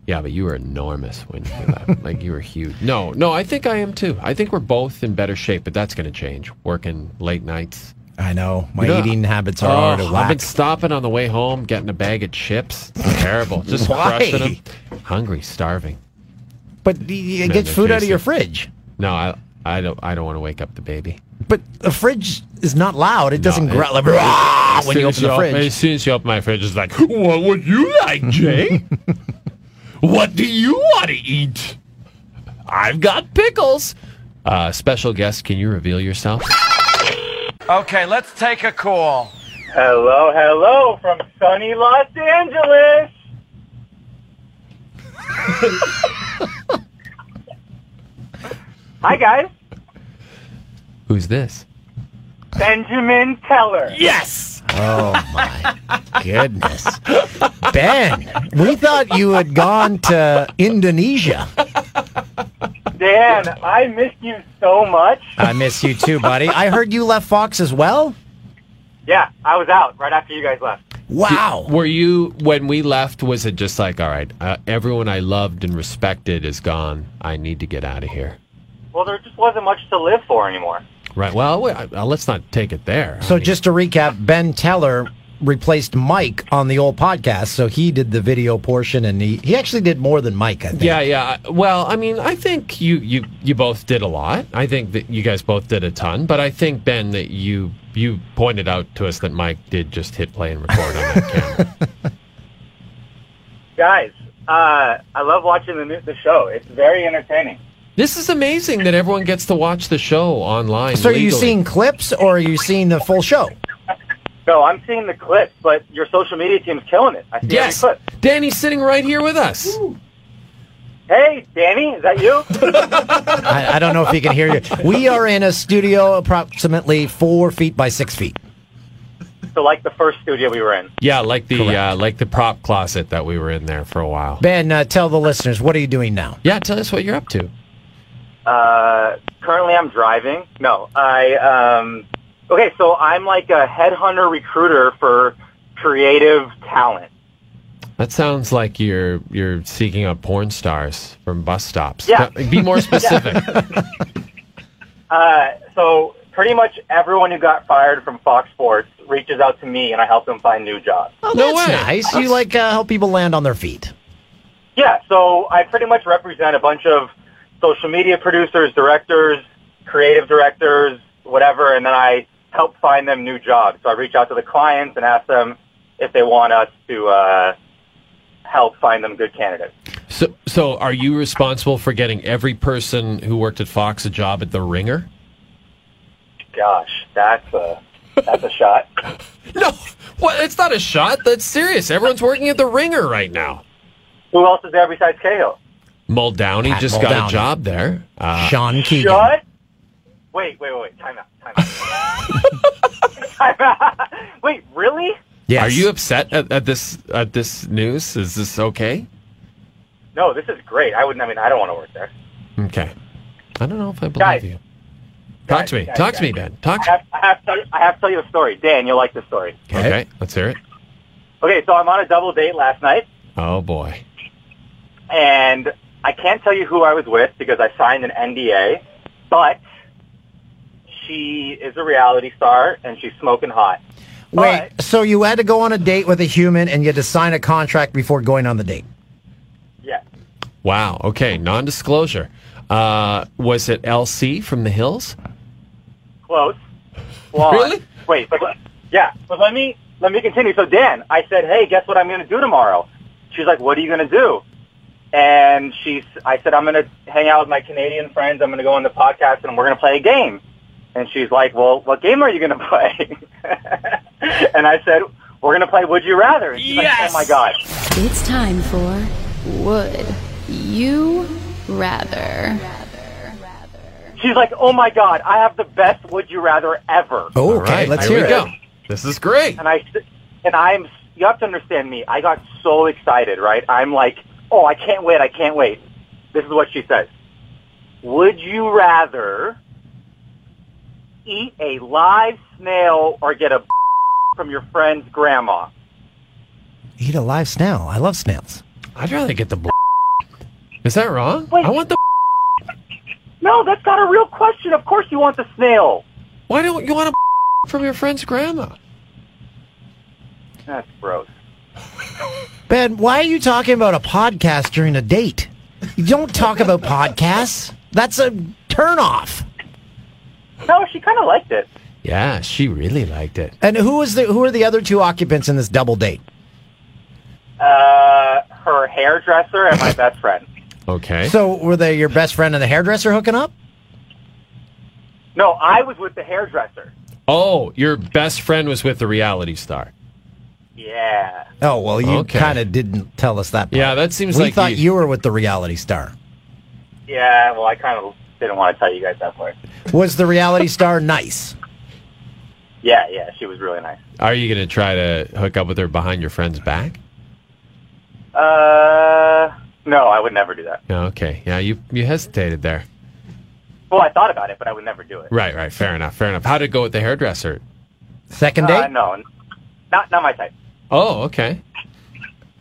[SPEAKER 4] yeah, but you were enormous when you left. like you were huge. No, no, I think I am too. I think we're both in better shape, but that's going to change. Working late nights.
[SPEAKER 5] I know my
[SPEAKER 4] You know,
[SPEAKER 5] eating habits are
[SPEAKER 4] oh,
[SPEAKER 5] hard to
[SPEAKER 4] I've been
[SPEAKER 5] whack.
[SPEAKER 4] stopping on the way home, getting a bag of chips. It's terrible. Just
[SPEAKER 5] Why?
[SPEAKER 4] crushing them. Hungry, starving.
[SPEAKER 5] But y- you
[SPEAKER 4] No,
[SPEAKER 5] get
[SPEAKER 4] they're
[SPEAKER 5] food out of
[SPEAKER 4] tasty.
[SPEAKER 5] your fridge.
[SPEAKER 4] No, I, I don't. I don't want to wake up the baby.
[SPEAKER 5] But the fridge is not loud. It doesn't
[SPEAKER 4] it-
[SPEAKER 5] growl like,
[SPEAKER 4] As
[SPEAKER 5] "Rah!" when
[SPEAKER 4] soon
[SPEAKER 5] you
[SPEAKER 4] as
[SPEAKER 5] open the fridge.
[SPEAKER 4] As soon as you open my fridge, it's like, what would you like, Jay? what do you want to eat? I've got pickles. Uh, special guest, can you reveal yourself?
[SPEAKER 15] Okay, let's take a call.
[SPEAKER 11] Hello, hello from sunny Los Angeles. Hi, guys.
[SPEAKER 4] Who's this?
[SPEAKER 11] Benjamin Teller.
[SPEAKER 4] Yes.
[SPEAKER 5] Oh my goodness, Ben! We thought you had gone to Indonesia.
[SPEAKER 11] Dan, I missed you so much.
[SPEAKER 5] I miss you too, buddy. I heard you left Fox as well.
[SPEAKER 11] Yeah, I was out right after you guys left.
[SPEAKER 5] Wow.
[SPEAKER 4] Were you when we left? Was it just like, all right, uh, everyone I loved and respected is gone. I need to get out of here.
[SPEAKER 11] Well, there just wasn't much to live for anymore.
[SPEAKER 4] Right. Well, wait, uh, let's not take it there.
[SPEAKER 5] So just to recap, Ben Teller replaced Mike on the old podcast, so he did the video portion, and he he actually did more than Mike. I think.
[SPEAKER 4] Yeah, yeah. Well, I mean, I think you you you both did a lot. I think that you guys both did a ton, but I think Ben that you you pointed out to us that Mike did just hit play and record on that camera.
[SPEAKER 11] Guys, uh, I love watching the, new, the show. It's very entertaining.
[SPEAKER 4] This is amazing that everyone gets to watch the show online.
[SPEAKER 5] So are you
[SPEAKER 4] legally.
[SPEAKER 5] seeing clips or are you seeing the full show?
[SPEAKER 11] No, I'm seeing the clips, but your social media team's killing it. I see
[SPEAKER 4] Yes,
[SPEAKER 11] every clip.
[SPEAKER 4] Danny's sitting right here with us.
[SPEAKER 11] Hey, Danny, is that you?
[SPEAKER 5] I, I don't know if you can hear you. We are in a studio approximately four feet by six feet.
[SPEAKER 11] so, like the first studio we were in.
[SPEAKER 4] Yeah, like the uh, like the prop closet that we were in there for a while.
[SPEAKER 5] Ben, uh, tell the listeners what are you doing now?
[SPEAKER 4] Yeah, tell us what you're up to.
[SPEAKER 11] Uh, currently, I'm driving. No, I um. Okay, so I'm like a headhunter recruiter for creative talent.
[SPEAKER 4] That sounds like you're you're seeking out porn stars from bus stops.
[SPEAKER 11] Yeah.
[SPEAKER 4] Be more specific.
[SPEAKER 11] Uh, so
[SPEAKER 16] pretty much everyone who got fired from Fox Sports reaches out to me, and I help them find new jobs.
[SPEAKER 5] Oh, that's nice. You like uh, help people land on their feet.
[SPEAKER 16] Yeah, so I pretty much represent a bunch of social media producers, directors, creative directors, whatever, and then I help find them new jobs. So I reach out to the clients and ask them if they want us to uh, help find them good candidates.
[SPEAKER 4] So, so are you responsible for getting every person who worked at Fox a job at the Ringer?
[SPEAKER 16] Gosh, that's a that's a shot.
[SPEAKER 4] No, well, it's not a shot. That's serious. Everyone's working at the Ringer right now.
[SPEAKER 16] Who else is there besides Cahill?
[SPEAKER 4] Muldowney
[SPEAKER 5] Pat
[SPEAKER 4] just got
[SPEAKER 5] Muldowney.
[SPEAKER 4] a job there. Uh,
[SPEAKER 5] Sean Keegan.
[SPEAKER 16] Shut. Wait, wait, wait, wait. Time out. Time out. time out. Wait, really?
[SPEAKER 4] Are you upset at, at this at this news? Is this okay?
[SPEAKER 16] No, this is great. I wouldn't. I mean, I don't want to work there.
[SPEAKER 4] Okay. I don't know if I believe
[SPEAKER 16] Guys.
[SPEAKER 4] you. Talk to me.
[SPEAKER 16] guys,
[SPEAKER 4] Talk to
[SPEAKER 16] guys.
[SPEAKER 4] me, Ben. Talk.
[SPEAKER 16] I have, I have, to, I have to tell you a story. Dan, you'll like this story.
[SPEAKER 4] Okay. okay. Let's hear it.
[SPEAKER 16] Okay, so I'm on a double date last night,
[SPEAKER 4] Oh boy.
[SPEAKER 16] and I can't tell you who I was with because I signed an NDA, but she is a reality star and she's smoking hot.
[SPEAKER 5] Wait, so you had to go on a date with a human and you had to sign a contract before going on the date.
[SPEAKER 16] Yeah.
[SPEAKER 4] Wow. Okay. Non-disclosure. Uh, was it LC from the Hills?
[SPEAKER 16] Close. Blonde.
[SPEAKER 4] Really?
[SPEAKER 16] Wait, but le- yeah. But let me let me continue. So Dan, I said, hey, guess what I'm going to do tomorrow? She's like, what are you going to do? And she's, I said, I'm going to hang out with my Canadian friends. I'm going to go on the podcast and we're going to play a game. And she's like, well, what game are you going to play? and I said, we're going to play Would You Rather. And she's like, oh my God.
[SPEAKER 17] It's time for Would You Rather?
[SPEAKER 16] She's like, oh my God, I have the best Would You Rather ever.
[SPEAKER 5] Oh, okay.
[SPEAKER 4] right,
[SPEAKER 5] let's
[SPEAKER 4] here
[SPEAKER 5] hear
[SPEAKER 4] we
[SPEAKER 5] it.
[SPEAKER 4] go. This is great.
[SPEAKER 16] and I and I'm you have to understand me. I got so excited, right? I'm like, oh, I can't wait, I can't wait. This is what she says. Would you rather eat a live snail or get a from your friend's grandma?
[SPEAKER 5] Eat a live snail. I love snails.
[SPEAKER 4] I'd rather get the. Is that wrong? I want the.
[SPEAKER 16] No, that's not a real question. Of course you want the snail.
[SPEAKER 4] Why don't you want a from your friend's grandma?
[SPEAKER 16] That's gross.
[SPEAKER 5] Ben, why are you talking about a podcast during a date? You don't talk about podcasts. That's a turnoff.
[SPEAKER 16] No, she kind of liked it.
[SPEAKER 4] Yeah, she really liked it.
[SPEAKER 5] And who is the who are the other two occupants in this double date?
[SPEAKER 16] Uh, her hairdresser and my best friend.
[SPEAKER 4] Okay.
[SPEAKER 5] So were they your best friend and the hairdresser hooking up?
[SPEAKER 16] No, I was with the hairdresser.
[SPEAKER 4] Oh, your best friend was with the reality star.
[SPEAKER 16] Yeah.
[SPEAKER 5] Oh well, you
[SPEAKER 4] Okay.
[SPEAKER 5] kind of didn't tell us that. Part.
[SPEAKER 4] Yeah, that seems
[SPEAKER 5] we
[SPEAKER 4] like
[SPEAKER 5] thought
[SPEAKER 4] you-
[SPEAKER 5] you... were with the reality star.
[SPEAKER 16] Yeah, well, I kind of didn't want to tell you guys that part.
[SPEAKER 5] Was the reality star nice?
[SPEAKER 16] Yeah, yeah, she was really nice.
[SPEAKER 4] Are you going to try to hook up with her behind your friend's back?
[SPEAKER 16] Uh, no, I would never do that.
[SPEAKER 4] Yeah, Okay. Yeah, you you hesitated there.
[SPEAKER 16] Well, I thought about it, but I would never do it.
[SPEAKER 4] Right, right. Fair enough. Fair enough. How did it go with the hairdresser?
[SPEAKER 5] Second
[SPEAKER 16] Uh, no, n- not not my type.
[SPEAKER 4] Oh, okay.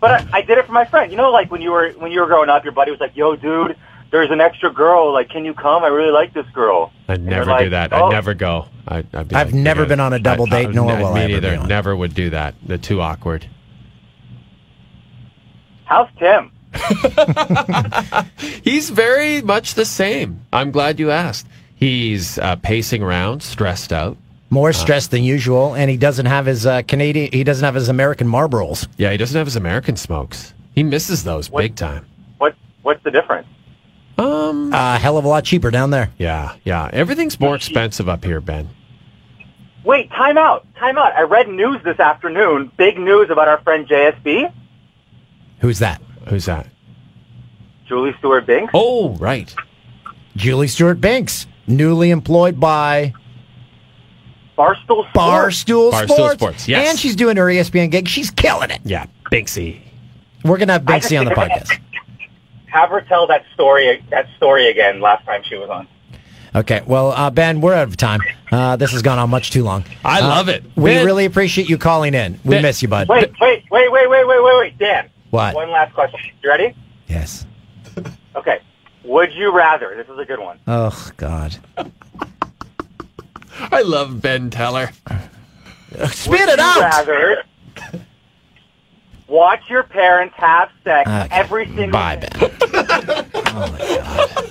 [SPEAKER 16] But I, I did it for my friend. You know, like when you were when you were growing up, your buddy was like, "Yo, dude, there's an extra girl. Like, can you come? I really like this girl."
[SPEAKER 4] I would never
[SPEAKER 16] like,
[SPEAKER 4] do that.
[SPEAKER 16] oh.
[SPEAKER 4] I never go. I, I'd be
[SPEAKER 5] I've
[SPEAKER 4] like,
[SPEAKER 5] never
[SPEAKER 4] forget
[SPEAKER 5] been
[SPEAKER 4] it.
[SPEAKER 5] on a double date,
[SPEAKER 4] I,
[SPEAKER 5] nor
[SPEAKER 4] I,
[SPEAKER 5] will
[SPEAKER 4] me
[SPEAKER 5] I ever be
[SPEAKER 4] neither.
[SPEAKER 5] on.
[SPEAKER 4] Never would do that. They're too awkward.
[SPEAKER 16] How's Tim?
[SPEAKER 4] He's very much the same. I'm glad you asked. He's uh, pacing around, stressed out. Uh.
[SPEAKER 5] More stressed than usual, and he doesn't have his uh, Canadian. He doesn't have his American Marlboros.
[SPEAKER 4] Yeah, he doesn't have his American smokes. He misses those big time.
[SPEAKER 16] What What's the difference?
[SPEAKER 4] Um,
[SPEAKER 5] a Uh, hell of a lot cheaper down there.
[SPEAKER 4] Yeah, yeah. Everything's more expensive up here, Ben.
[SPEAKER 16] Wait, time out, time out. I read news this afternoon. Big news about our friend JSB,
[SPEAKER 5] Who's that?
[SPEAKER 4] Who's that?
[SPEAKER 16] Julie Stewart Binks.
[SPEAKER 4] Oh, right.
[SPEAKER 5] Julie Stewart Banks, newly employed by
[SPEAKER 16] Barstool Sports.
[SPEAKER 5] Barstool,
[SPEAKER 4] Barstool
[SPEAKER 5] Sports.
[SPEAKER 4] Sports, yes.
[SPEAKER 5] And she's doing her E ESPN gig. She's killing it.
[SPEAKER 4] Yeah, Binksy.
[SPEAKER 5] We're gonna have Banksy on the podcast.
[SPEAKER 16] Have her tell that story that story again. Last time she was on.
[SPEAKER 5] Okay. Well, uh, Ben, we're out of time. Uh, this has gone on much too long.
[SPEAKER 4] I
[SPEAKER 5] Uh,
[SPEAKER 4] love it.
[SPEAKER 5] We
[SPEAKER 4] Ben-
[SPEAKER 5] really appreciate you calling in. We
[SPEAKER 4] Ben-
[SPEAKER 5] miss you, bud.
[SPEAKER 16] Wait, wait, wait, wait, wait, wait, wait, wait, Dan.
[SPEAKER 5] Uh, What?
[SPEAKER 16] One last question. You ready?
[SPEAKER 5] Yes.
[SPEAKER 16] Okay. Would you rather? This is a good one.
[SPEAKER 5] Oh God.
[SPEAKER 4] I love Ben Teller.
[SPEAKER 5] Spit
[SPEAKER 16] Would you Rather watch your parents have sex every single
[SPEAKER 5] Ah, Bye,
[SPEAKER 16] day.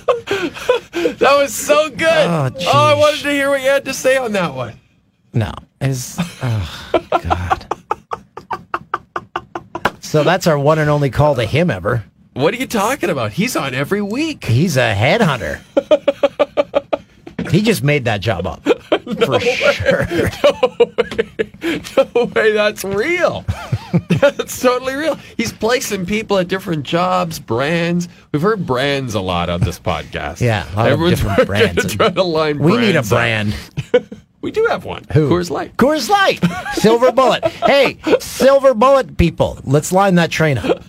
[SPEAKER 4] That was so good.
[SPEAKER 5] Oh,
[SPEAKER 4] Oh, I wanted to hear what you had to say on that one.
[SPEAKER 5] No, is oh god. So that's our one and only call to him ever.
[SPEAKER 4] What are you talking about? He's on every week.
[SPEAKER 5] He's a headhunter. he just made that job up. for sure.
[SPEAKER 4] No way, that's real. that's totally real. He's placing people at different jobs, brands. We've heard brands a lot on this podcast.
[SPEAKER 5] Yeah, a lot of
[SPEAKER 4] Everyone's
[SPEAKER 5] different
[SPEAKER 4] working
[SPEAKER 5] brands.
[SPEAKER 4] to try to line
[SPEAKER 5] We need a
[SPEAKER 4] brands up.
[SPEAKER 5] brand.
[SPEAKER 4] We do have one.
[SPEAKER 5] Who?
[SPEAKER 4] Coors Light.
[SPEAKER 5] Coors Light. Silver Bullet. Hey, Silver Bullet people, let's line that train up.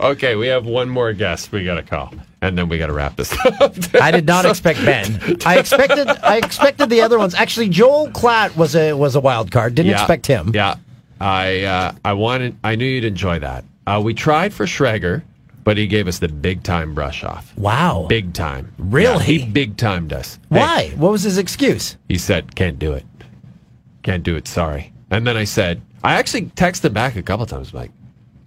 [SPEAKER 4] Okay, we have one more guest we got to call, and then we got to wrap this up.
[SPEAKER 5] I did not expect Ben. I expected I expected the other ones. Actually, Joel Klatt was a was a wild card. Didn't
[SPEAKER 4] Yeah,
[SPEAKER 5] expect him.
[SPEAKER 4] Yeah, I uh, I wanted. I knew you'd enjoy that. Uh, we tried for Schrager, but he gave us the big time brush off.
[SPEAKER 5] Wow.
[SPEAKER 4] Big time.
[SPEAKER 5] Really?
[SPEAKER 4] Yeah, he big timed us. Hey,
[SPEAKER 5] Why? What was his excuse?
[SPEAKER 4] he said, "Can't do it. Can't do it. Sorry." And then I said, I actually texted back a couple times, like,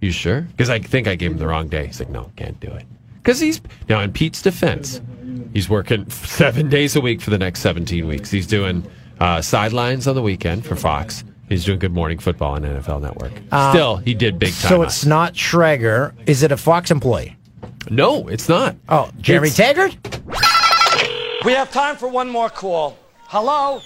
[SPEAKER 4] "You sure?" Because I think I gave him the wrong day. He's like, "No, can't do it." Because he's now in Pete's defense, he's working seven days a week for the next seventeen weeks. He's doing uh, sidelines on the weekend for Fox. He's doing Good Morning Football on NFL Network.
[SPEAKER 5] Uh,
[SPEAKER 4] Still, he did big time.
[SPEAKER 5] So
[SPEAKER 4] us.
[SPEAKER 5] it's not Schrager. Is it a Fox employee?
[SPEAKER 4] no, it's not.
[SPEAKER 5] Oh, Jerry
[SPEAKER 4] It's-
[SPEAKER 5] Taggart?
[SPEAKER 18] We have time for one more call. Hello?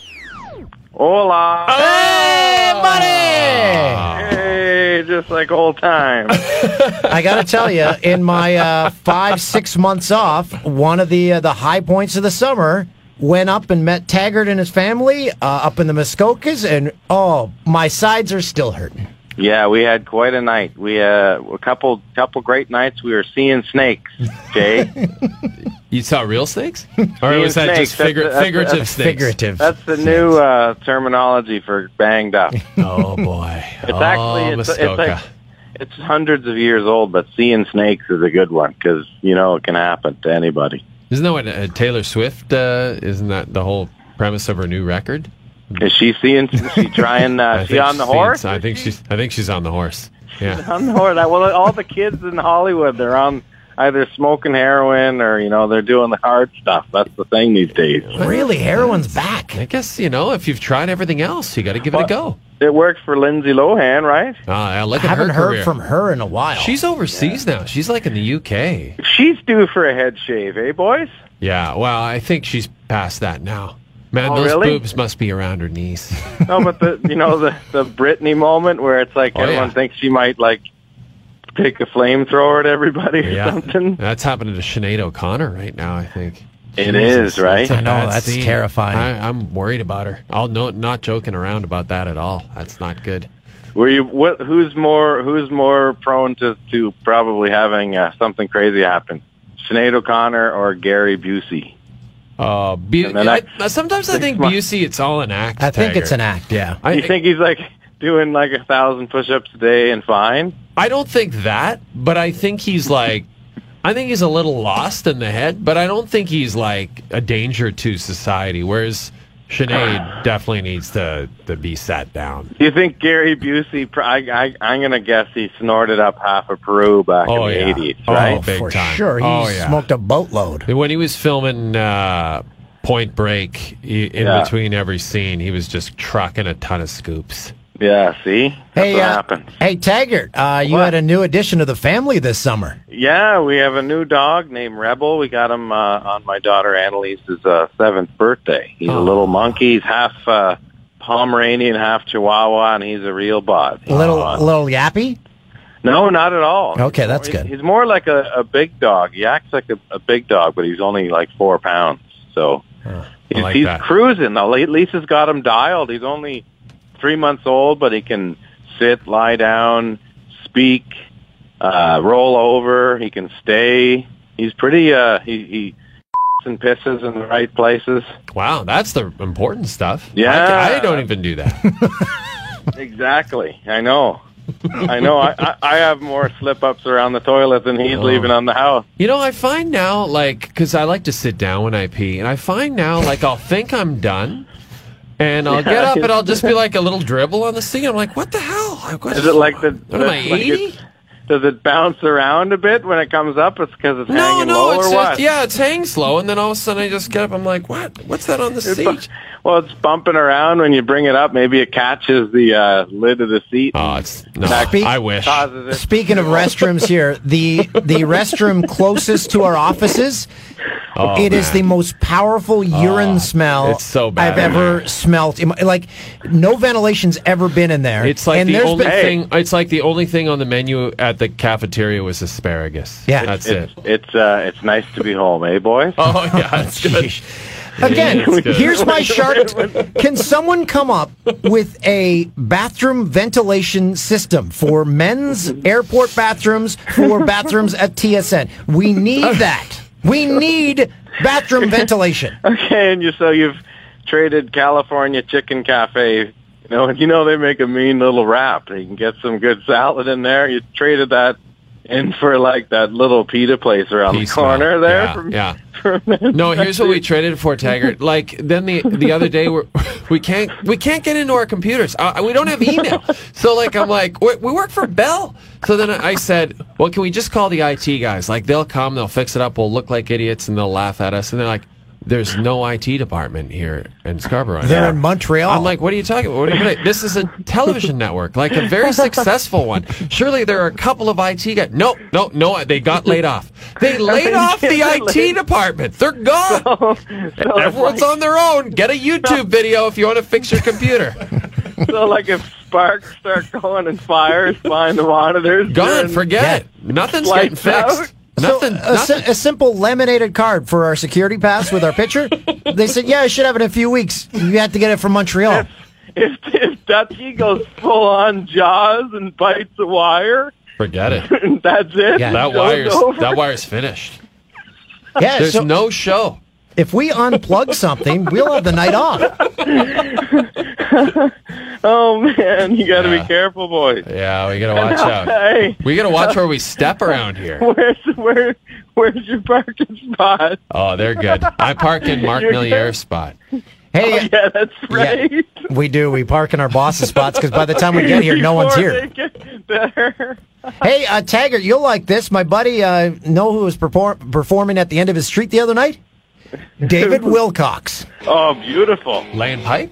[SPEAKER 19] Hola.
[SPEAKER 5] Hey, buddy!
[SPEAKER 19] Hey, just like old times.
[SPEAKER 5] I gotta tell you, in my uh, five six months off, one of the uh, the high points of the summer went up and met Taggart and his family uh, up in the Muskokas, and oh, my sides are still hurting.
[SPEAKER 19] Yeah, we had quite a night. We uh, a couple couple great nights. We were seeing snakes, Jay.
[SPEAKER 4] You saw real snakes, or
[SPEAKER 19] Seeing
[SPEAKER 4] was that
[SPEAKER 19] snakes,
[SPEAKER 4] just
[SPEAKER 19] that's
[SPEAKER 4] figur-
[SPEAKER 19] the- that's the-
[SPEAKER 4] figurative
[SPEAKER 19] that's
[SPEAKER 4] snakes?
[SPEAKER 5] Figurative.
[SPEAKER 19] That's the new uh, terminology for banged up. It's
[SPEAKER 4] Oh boy! oh,
[SPEAKER 19] actually it's, it's like
[SPEAKER 4] Muskoka.
[SPEAKER 19] it's hundreds of years old, but seeing snakes is a good one because you know it can happen to anybody.
[SPEAKER 4] Isn't that what uh, Taylor Swift? Uh, isn't that the whole premise of her new record?
[SPEAKER 19] Is she seeing? Is she trying?
[SPEAKER 4] I
[SPEAKER 19] Uh, she
[SPEAKER 4] think
[SPEAKER 19] on the
[SPEAKER 4] she's-
[SPEAKER 19] horse?
[SPEAKER 4] I think she's. I think she's on the horse. Yeah.
[SPEAKER 19] on the horse. I- Well, all the kids in Hollywood, they're on either smoking heroin or you know they're doing the hard stuff. That's the thing these days.
[SPEAKER 5] Really, heroin's back.
[SPEAKER 4] I guess you know if you've tried everything else, you got to give it a go.
[SPEAKER 19] It worked for Lindsay Lohan, right?
[SPEAKER 4] Ah, look
[SPEAKER 5] I
[SPEAKER 4] at
[SPEAKER 5] haven't
[SPEAKER 4] her
[SPEAKER 5] heard
[SPEAKER 4] career.
[SPEAKER 5] from her in a while.
[SPEAKER 4] she's overseas now. She's like in the UK.
[SPEAKER 19] She's due for a head shave, eh, boys?
[SPEAKER 4] Yeah. Well, I think she's past that now. Man,
[SPEAKER 19] Oh,
[SPEAKER 4] those
[SPEAKER 19] really?
[SPEAKER 4] boobs must be around her knees.
[SPEAKER 19] No, but the you know the the Britney moment where it's like
[SPEAKER 4] Oh,
[SPEAKER 19] everyone
[SPEAKER 4] yeah.
[SPEAKER 19] thinks she might like take a flamethrower at everybody or
[SPEAKER 4] Yeah.
[SPEAKER 19] something.
[SPEAKER 4] That's happening to Sinead O'Connor right now. I think.
[SPEAKER 19] It is, right?
[SPEAKER 4] a
[SPEAKER 5] I know,
[SPEAKER 4] bad
[SPEAKER 5] that's terrifying.
[SPEAKER 4] I, I'm worried about her. I'll no, not joking around about that at all. That's not good.
[SPEAKER 19] Were you what? Who's more? Who's more prone to to probably having uh, something crazy happen? Sinead O'Connor or Gary Busey?
[SPEAKER 4] Uh, Bu-
[SPEAKER 19] And then I-
[SPEAKER 4] I- sometimes I think
[SPEAKER 19] my-
[SPEAKER 4] Busey, it's all an act.
[SPEAKER 5] I think it's
[SPEAKER 4] Tiger.
[SPEAKER 5] an act. Yeah.
[SPEAKER 4] I,
[SPEAKER 19] you think he's like doing like a thousand push-ups a day and fine?
[SPEAKER 4] I don't think that, but I think he's like, I think he's a little lost in the head, but I don't think he's like a danger to society. Whereas Sinead definitely needs to, to be sat down.
[SPEAKER 19] Do you think Gary Busey? pr- I, I, I'm gonna guess he snorted up half of Peru back
[SPEAKER 4] Oh,
[SPEAKER 19] in the
[SPEAKER 4] yeah.
[SPEAKER 19] 80s,
[SPEAKER 4] Oh,
[SPEAKER 19] right?
[SPEAKER 4] big
[SPEAKER 5] for
[SPEAKER 4] time.
[SPEAKER 5] sure. He
[SPEAKER 4] Oh, yeah.
[SPEAKER 5] smoked a boatload.
[SPEAKER 4] When he was filming uh, Point Break, he, in
[SPEAKER 19] Yeah.
[SPEAKER 4] between every scene, he was just trucking a ton of scoops.
[SPEAKER 19] Yeah, see, that's
[SPEAKER 5] Hey,
[SPEAKER 19] what
[SPEAKER 5] uh,
[SPEAKER 19] happened.
[SPEAKER 5] hey, Taggart, uh, you
[SPEAKER 19] What?
[SPEAKER 5] had a new addition to the family this summer.
[SPEAKER 19] Yeah, we have a new dog named Rebel. We got him uh, on my daughter Annalise's uh, seventh birthday. He's
[SPEAKER 4] Oh.
[SPEAKER 19] a little monkey. He's half uh, Pomeranian, half Chihuahua, and he's a real bot.
[SPEAKER 5] Little
[SPEAKER 19] Uh,
[SPEAKER 5] little yappy.
[SPEAKER 19] No, not at all.
[SPEAKER 5] Okay,
[SPEAKER 19] He's
[SPEAKER 5] that's
[SPEAKER 19] more-
[SPEAKER 5] good.
[SPEAKER 19] He's more like a, a big dog. He acts like a, a big dog, but he's only like four pounds. So he's,
[SPEAKER 4] like
[SPEAKER 19] he's
[SPEAKER 4] that.
[SPEAKER 19] cruising. Now, Le- Lisa's got him dialed. He's only three months old, but he can sit, lie down, speak, uh, roll over. He can stay. He's pretty. Uh, he, he and pisses in the right places.
[SPEAKER 4] Wow, that's the important stuff. I-
[SPEAKER 19] Yeah.
[SPEAKER 4] I don't even do that.
[SPEAKER 19] exactly. I know. I know. I, I, I have more slip ups around the toilet than he's
[SPEAKER 4] Oh.
[SPEAKER 19] leaving on the house.
[SPEAKER 4] You know, I find now, like, because I like to sit down when I pee, and I find now, like, I'll think I'm done, and I'll get up and I'll just be like a little dribble on the seat. I'm like, what the hell? Like, what-
[SPEAKER 19] Is it like the?
[SPEAKER 4] What am I,
[SPEAKER 19] like it-
[SPEAKER 4] 80?
[SPEAKER 19] does it bounce around a bit when it comes up? It's because it's
[SPEAKER 4] No,
[SPEAKER 19] hanging
[SPEAKER 4] no,
[SPEAKER 19] low
[SPEAKER 4] it's
[SPEAKER 19] or what?
[SPEAKER 4] just, yeah, it's hanging slow, and then all of a sudden I just get up. I'm like, what? What's that on the
[SPEAKER 19] It's
[SPEAKER 4] seat?
[SPEAKER 19] Well, it's bumping around when you bring it up. Maybe it catches the uh, lid of the seat.
[SPEAKER 4] Oh, it's no.
[SPEAKER 19] I wish. Causes it.
[SPEAKER 5] Speaking of restrooms here, the the restroom closest to our offices,
[SPEAKER 4] Oh,
[SPEAKER 5] it is
[SPEAKER 4] man.
[SPEAKER 5] the most powerful urine smell
[SPEAKER 4] it's so bad
[SPEAKER 5] I've
[SPEAKER 4] in
[SPEAKER 5] ever smelt. in my- Like no ventilation's ever been in there.
[SPEAKER 4] It's like
[SPEAKER 5] And
[SPEAKER 4] the
[SPEAKER 5] there's
[SPEAKER 4] only
[SPEAKER 5] been-
[SPEAKER 4] thing. It's like the only thing on the menu at the cafeteria was asparagus.
[SPEAKER 5] Yeah.
[SPEAKER 4] that's it.
[SPEAKER 19] It's it's, uh, it's nice to be home, eh, boys?
[SPEAKER 4] Oh yeah, that's good.
[SPEAKER 5] Again,
[SPEAKER 4] Yeah, that's good.
[SPEAKER 5] here's my shark. Can someone come up with a bathroom ventilation system for men's airport bathrooms, for bathrooms at TSN? We need that. We need bathroom ventilation.
[SPEAKER 19] Okay, and you so you've traded California Chicken Cafe. You know, you know they make a mean little wrap. You can get some good salad in there. You traded that in for like that little pita place around the corner there.
[SPEAKER 4] Yeah, yeah. No, here's what we traded for, Taggart. Like then the the other day, we're, we can't we can't get into our computers. Uh, we don't have email. So like I'm like we, we work for Bell. So then I said, well, can we just call the IT guys? Like they'll come, they'll fix it up. We'll look like idiots, and they'll laugh at us. And they're like, there's no IT department here in Scarborough.
[SPEAKER 5] They're in Montreal.
[SPEAKER 4] I'm like, what are you talking about? What are you gonna- this is a television network, like a very successful one. Surely there are a couple of IT guys. No, no, no. They got laid off. They laid off the IT department. They're gone. Everyone's on their own. Get a YouTube video if you want to fix your computer.
[SPEAKER 19] so like if sparks start going and fires behind the monitors,
[SPEAKER 4] Gone.
[SPEAKER 19] during-
[SPEAKER 4] Forget it. Nothing's
[SPEAKER 19] Lights
[SPEAKER 4] getting fixed.
[SPEAKER 5] So
[SPEAKER 4] Nothing.
[SPEAKER 5] a, si- a simple laminated card for our security pass with our picture. They said, "Yeah, I should have it in a few weeks. You have to get it from Montreal."
[SPEAKER 19] If if Dutchy goes full on jaws and bites the wire,
[SPEAKER 4] Forget it.
[SPEAKER 19] that's it.
[SPEAKER 4] that
[SPEAKER 19] Show's
[SPEAKER 4] wire's
[SPEAKER 19] over.
[SPEAKER 4] that wire's finished.
[SPEAKER 5] Yeah,
[SPEAKER 4] There's
[SPEAKER 5] so-
[SPEAKER 4] no show.
[SPEAKER 5] If we unplug something, we'll have the night off.
[SPEAKER 19] Oh man, you got to
[SPEAKER 4] Yeah.
[SPEAKER 19] be careful, boys.
[SPEAKER 4] Yeah, we gotta watch out.
[SPEAKER 19] Hey,
[SPEAKER 4] We gotta watch where we step around here.
[SPEAKER 19] where's where where's your parking spot?
[SPEAKER 4] Oh, they're good. I park in Mark
[SPEAKER 19] You're
[SPEAKER 4] Millier's spot.
[SPEAKER 5] Hey,
[SPEAKER 19] oh, yeah, that's right.
[SPEAKER 5] We do. We park in our boss's spots because by the time we get here, no one's
[SPEAKER 19] Before
[SPEAKER 5] here.
[SPEAKER 19] they get there.
[SPEAKER 5] Hey, uh, Taggart, you'll like this. My buddy, uh, know who was perform- performing at the end of his street the other night? David Wilcox.
[SPEAKER 19] Oh, beautiful.
[SPEAKER 4] Laying pipe?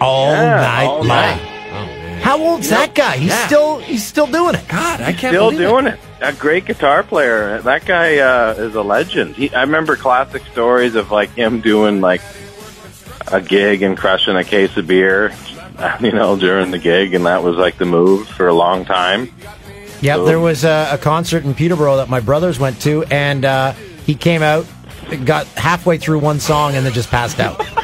[SPEAKER 4] Oh,
[SPEAKER 5] All
[SPEAKER 19] Yeah,
[SPEAKER 5] night
[SPEAKER 19] all
[SPEAKER 5] long.
[SPEAKER 19] night.
[SPEAKER 5] How old's that guy? He's
[SPEAKER 19] yeah.
[SPEAKER 5] still he's still doing it. God,
[SPEAKER 4] I
[SPEAKER 19] Still doing it. A great guitar player. That guy uh, is a legend. He, I remember classic stories of like him doing like a gig and crushing a case of beer, you know, during the gig, and that was like the move for a long time.
[SPEAKER 5] Yep, there was a, a concert in Peterborough that my brothers went to, and uh, he came out, got halfway through one song, and then just passed out.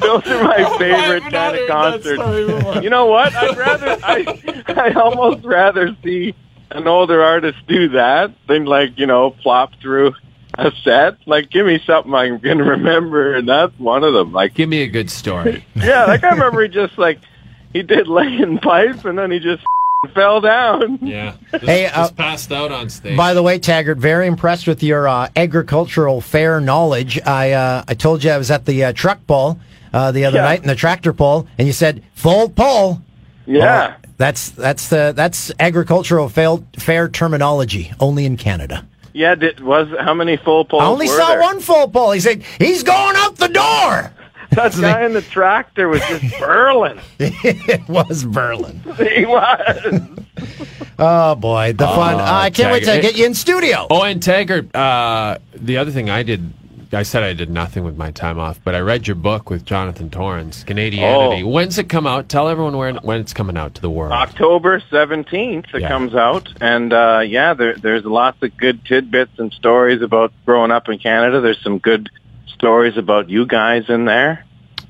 [SPEAKER 19] Those are my favorite kind of concerts. You know what? I'd rather I I almost rather see an older artist do that than like you know plop through a set. Like, give me something I can remember, and that's one of them. Like,
[SPEAKER 4] give me a good story.
[SPEAKER 19] yeah, like I remember he just like he did laying pipe, and then he just fell down.
[SPEAKER 4] Yeah.
[SPEAKER 5] Hey, uh, just
[SPEAKER 4] passed out on stage.
[SPEAKER 5] By the way, Taggart, very impressed with your uh, agricultural fair knowledge. I uh, I told you I was at the uh, truck ball uh, the other
[SPEAKER 19] Yeah.
[SPEAKER 5] night in the tractor poll, and you said full poll.
[SPEAKER 19] Yeah.
[SPEAKER 5] Oh, that's that's the that's agricultural fail, fair terminology only in Canada.
[SPEAKER 19] Yeah, did, was how many full poles?
[SPEAKER 5] I only
[SPEAKER 19] were
[SPEAKER 5] saw
[SPEAKER 19] there?
[SPEAKER 5] one full poll. He said he's going out the door.
[SPEAKER 19] That guy in the tractor was just burling.
[SPEAKER 5] it was Berlin.
[SPEAKER 19] He was.
[SPEAKER 5] Oh boy,
[SPEAKER 19] Uh,
[SPEAKER 5] the fun!
[SPEAKER 4] Oh,
[SPEAKER 5] I can't wait to
[SPEAKER 4] Taggart.
[SPEAKER 5] get you in studio.
[SPEAKER 4] Oh, and Taggart, uh, the other thing I did, I said I did nothing with my time off, but I read your book with Jonathan Torrens, Canadianity.
[SPEAKER 19] Oh.
[SPEAKER 4] When's it come out? Tell everyone when, when it's coming out to the world.
[SPEAKER 19] October 17th, it comes out. And uh, yeah, there, there's lots of good tidbits and stories about growing up in Canada. There's some good stories about you guys in there.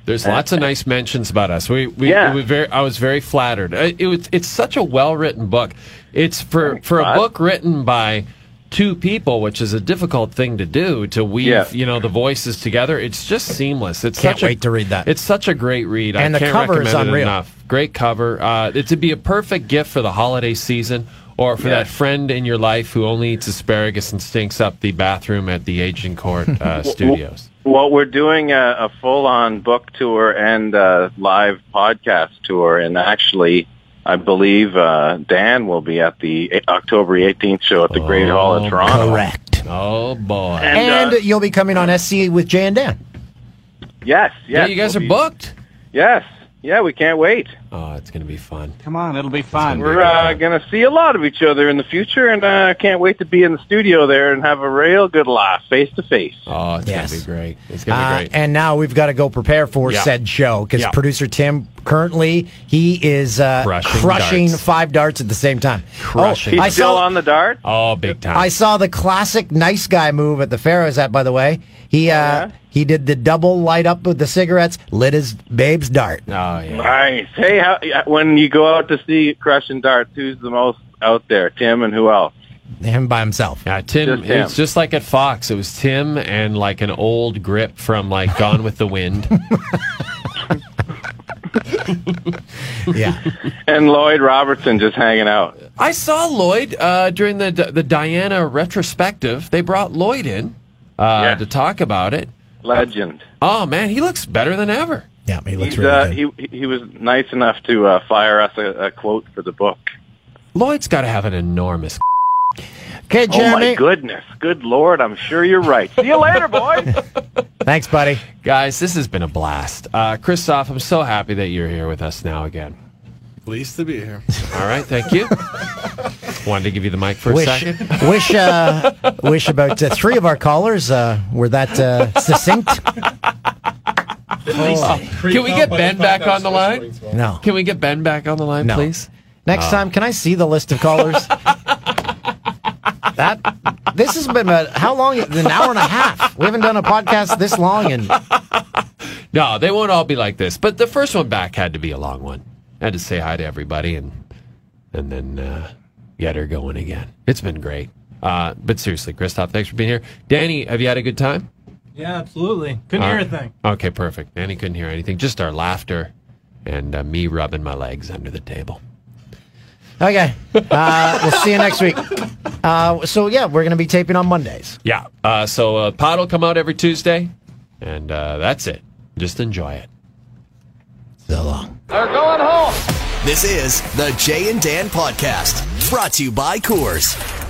[SPEAKER 4] There's lots of nice mentions about us. We, we,
[SPEAKER 19] Yeah.
[SPEAKER 4] we very, I was very Uh, flattered. I- It, was, it's such a well written book. It's for, for a
[SPEAKER 19] God.
[SPEAKER 4] book written by two people, which is a difficult thing to do, to weave
[SPEAKER 5] Yeah.
[SPEAKER 4] you know the voices together. It's just seamless. It's
[SPEAKER 5] Can't
[SPEAKER 4] such
[SPEAKER 5] wait
[SPEAKER 4] a,
[SPEAKER 5] to read that.
[SPEAKER 4] It's such a great read.
[SPEAKER 5] And
[SPEAKER 4] I
[SPEAKER 5] the
[SPEAKER 4] can't
[SPEAKER 5] cover is
[SPEAKER 4] recommend it
[SPEAKER 5] unreal.
[SPEAKER 4] enough. Great cover. Uh, it'd be a perfect gift for the holiday season. Or for
[SPEAKER 13] Yeah.
[SPEAKER 4] that friend in your life who only eats asparagus and stinks up the bathroom at the Aging Court uh, Studios.
[SPEAKER 19] Well, we're doing uh, a, a full-on book tour and a live podcast tour, and actually, I believe uh, Dan will be at the eight- October 18th show at the Great Hall of Toronto.
[SPEAKER 5] Correct.
[SPEAKER 4] Oh boy!
[SPEAKER 5] And,
[SPEAKER 19] And, uh,
[SPEAKER 5] you'll be coming on SC with Jay and Dan.
[SPEAKER 19] Yes, yes.
[SPEAKER 5] Yeah, you guys are
[SPEAKER 4] booked.
[SPEAKER 19] Yes, yeah, we can't wait.
[SPEAKER 4] Oh, it's going to be fun.
[SPEAKER 19] Come on, it'll be fun. We're uh, going to see a lot of each other in the future, and I uh, can't wait to be in the studio there and have a real good laugh face to face.
[SPEAKER 4] Oh, it's going to be great. It's going to
[SPEAKER 5] Uh,
[SPEAKER 4] be great.
[SPEAKER 5] and now we've got to go prepare for
[SPEAKER 4] Yeah.
[SPEAKER 5] said show because
[SPEAKER 4] Yeah.
[SPEAKER 5] producer Tim currently he is uh,
[SPEAKER 4] Crushing
[SPEAKER 5] crushing,
[SPEAKER 4] darts.
[SPEAKER 5] five darts at the same time.
[SPEAKER 4] Crushing
[SPEAKER 5] Oh, I
[SPEAKER 4] darts.
[SPEAKER 5] saw
[SPEAKER 19] on the dart.
[SPEAKER 4] Oh, big time.
[SPEAKER 5] I saw the classic nice guy move at the Pharaohs at. By the way,
[SPEAKER 19] Oh,
[SPEAKER 5] he uh, he did the double light up with the cigarettes, lit his babe's dart. Oh
[SPEAKER 4] yeah.
[SPEAKER 19] Nice. Hey, how, when you go out to see Crush and Darts, who's the most out there? Tim and who else?
[SPEAKER 5] him by himself.
[SPEAKER 4] Yeah, Tim,
[SPEAKER 19] Just him.
[SPEAKER 4] It's just like at Fox. It was Tim and like an old grip from like Gone with the Wind.
[SPEAKER 5] yeah.
[SPEAKER 19] And Lloyd Robertson just hanging out.
[SPEAKER 4] I saw Lloyd uh, during the the Diana retrospective. They brought Lloyd in uh, to talk about it.
[SPEAKER 19] Legend.
[SPEAKER 4] Oh man, he looks better than ever.
[SPEAKER 5] Yeah, he
[SPEAKER 19] He's, uh, he he was nice enough to uh, fire us a, a quote for the book.
[SPEAKER 4] Lloyd's got to have an enormous.
[SPEAKER 5] Okay,
[SPEAKER 19] Oh my
[SPEAKER 4] Jeremy.
[SPEAKER 19] goodness, good lord! I'm sure you're right. See you later, boys.
[SPEAKER 5] Thanks, buddy.
[SPEAKER 4] Guys, this has been a blast. Uh, Christoph, I'm so happy that you're here with us now again.
[SPEAKER 9] Pleased to be here.
[SPEAKER 4] All right, thank you. Wanted to give you the mic for a
[SPEAKER 5] wish,
[SPEAKER 4] second.
[SPEAKER 5] wish, uh, wish about uh, three of our callers uh, were that uh, succinct.
[SPEAKER 4] Oh. Can we get Ben back on the line?
[SPEAKER 5] No.
[SPEAKER 4] Can we get Ben back on the line,
[SPEAKER 5] No.
[SPEAKER 4] please?
[SPEAKER 5] Next
[SPEAKER 4] Oh.
[SPEAKER 5] time, can I see the list of callers? that this has been a, how long? An hour and a half. We haven't done a podcast this long, and
[SPEAKER 4] No, they won't all be like this. But the first one back had to be a long one. Had to say hi to everybody and and then uh, get her going again. It's been great. Uh, but seriously, Christoph, thanks for being here. Danny, have you had a good time?
[SPEAKER 20] Yeah, absolutely. Couldn't
[SPEAKER 4] All
[SPEAKER 20] hear a
[SPEAKER 4] right.
[SPEAKER 20] thing.
[SPEAKER 4] Uh, Okay, perfect. Danny couldn't hear anything. Just our laughter and uh, me rubbing my legs under the table.
[SPEAKER 5] okay, uh, we'll see you next week. Uh, so yeah, we're gonna be taping on Mondays.
[SPEAKER 4] Yeah. Uh, so uh, pod will come out every Tuesday, and uh, that's it. Just enjoy it.
[SPEAKER 5] So long.
[SPEAKER 1] They're going home. This is the Jay and Dan podcast, brought to you by Coors.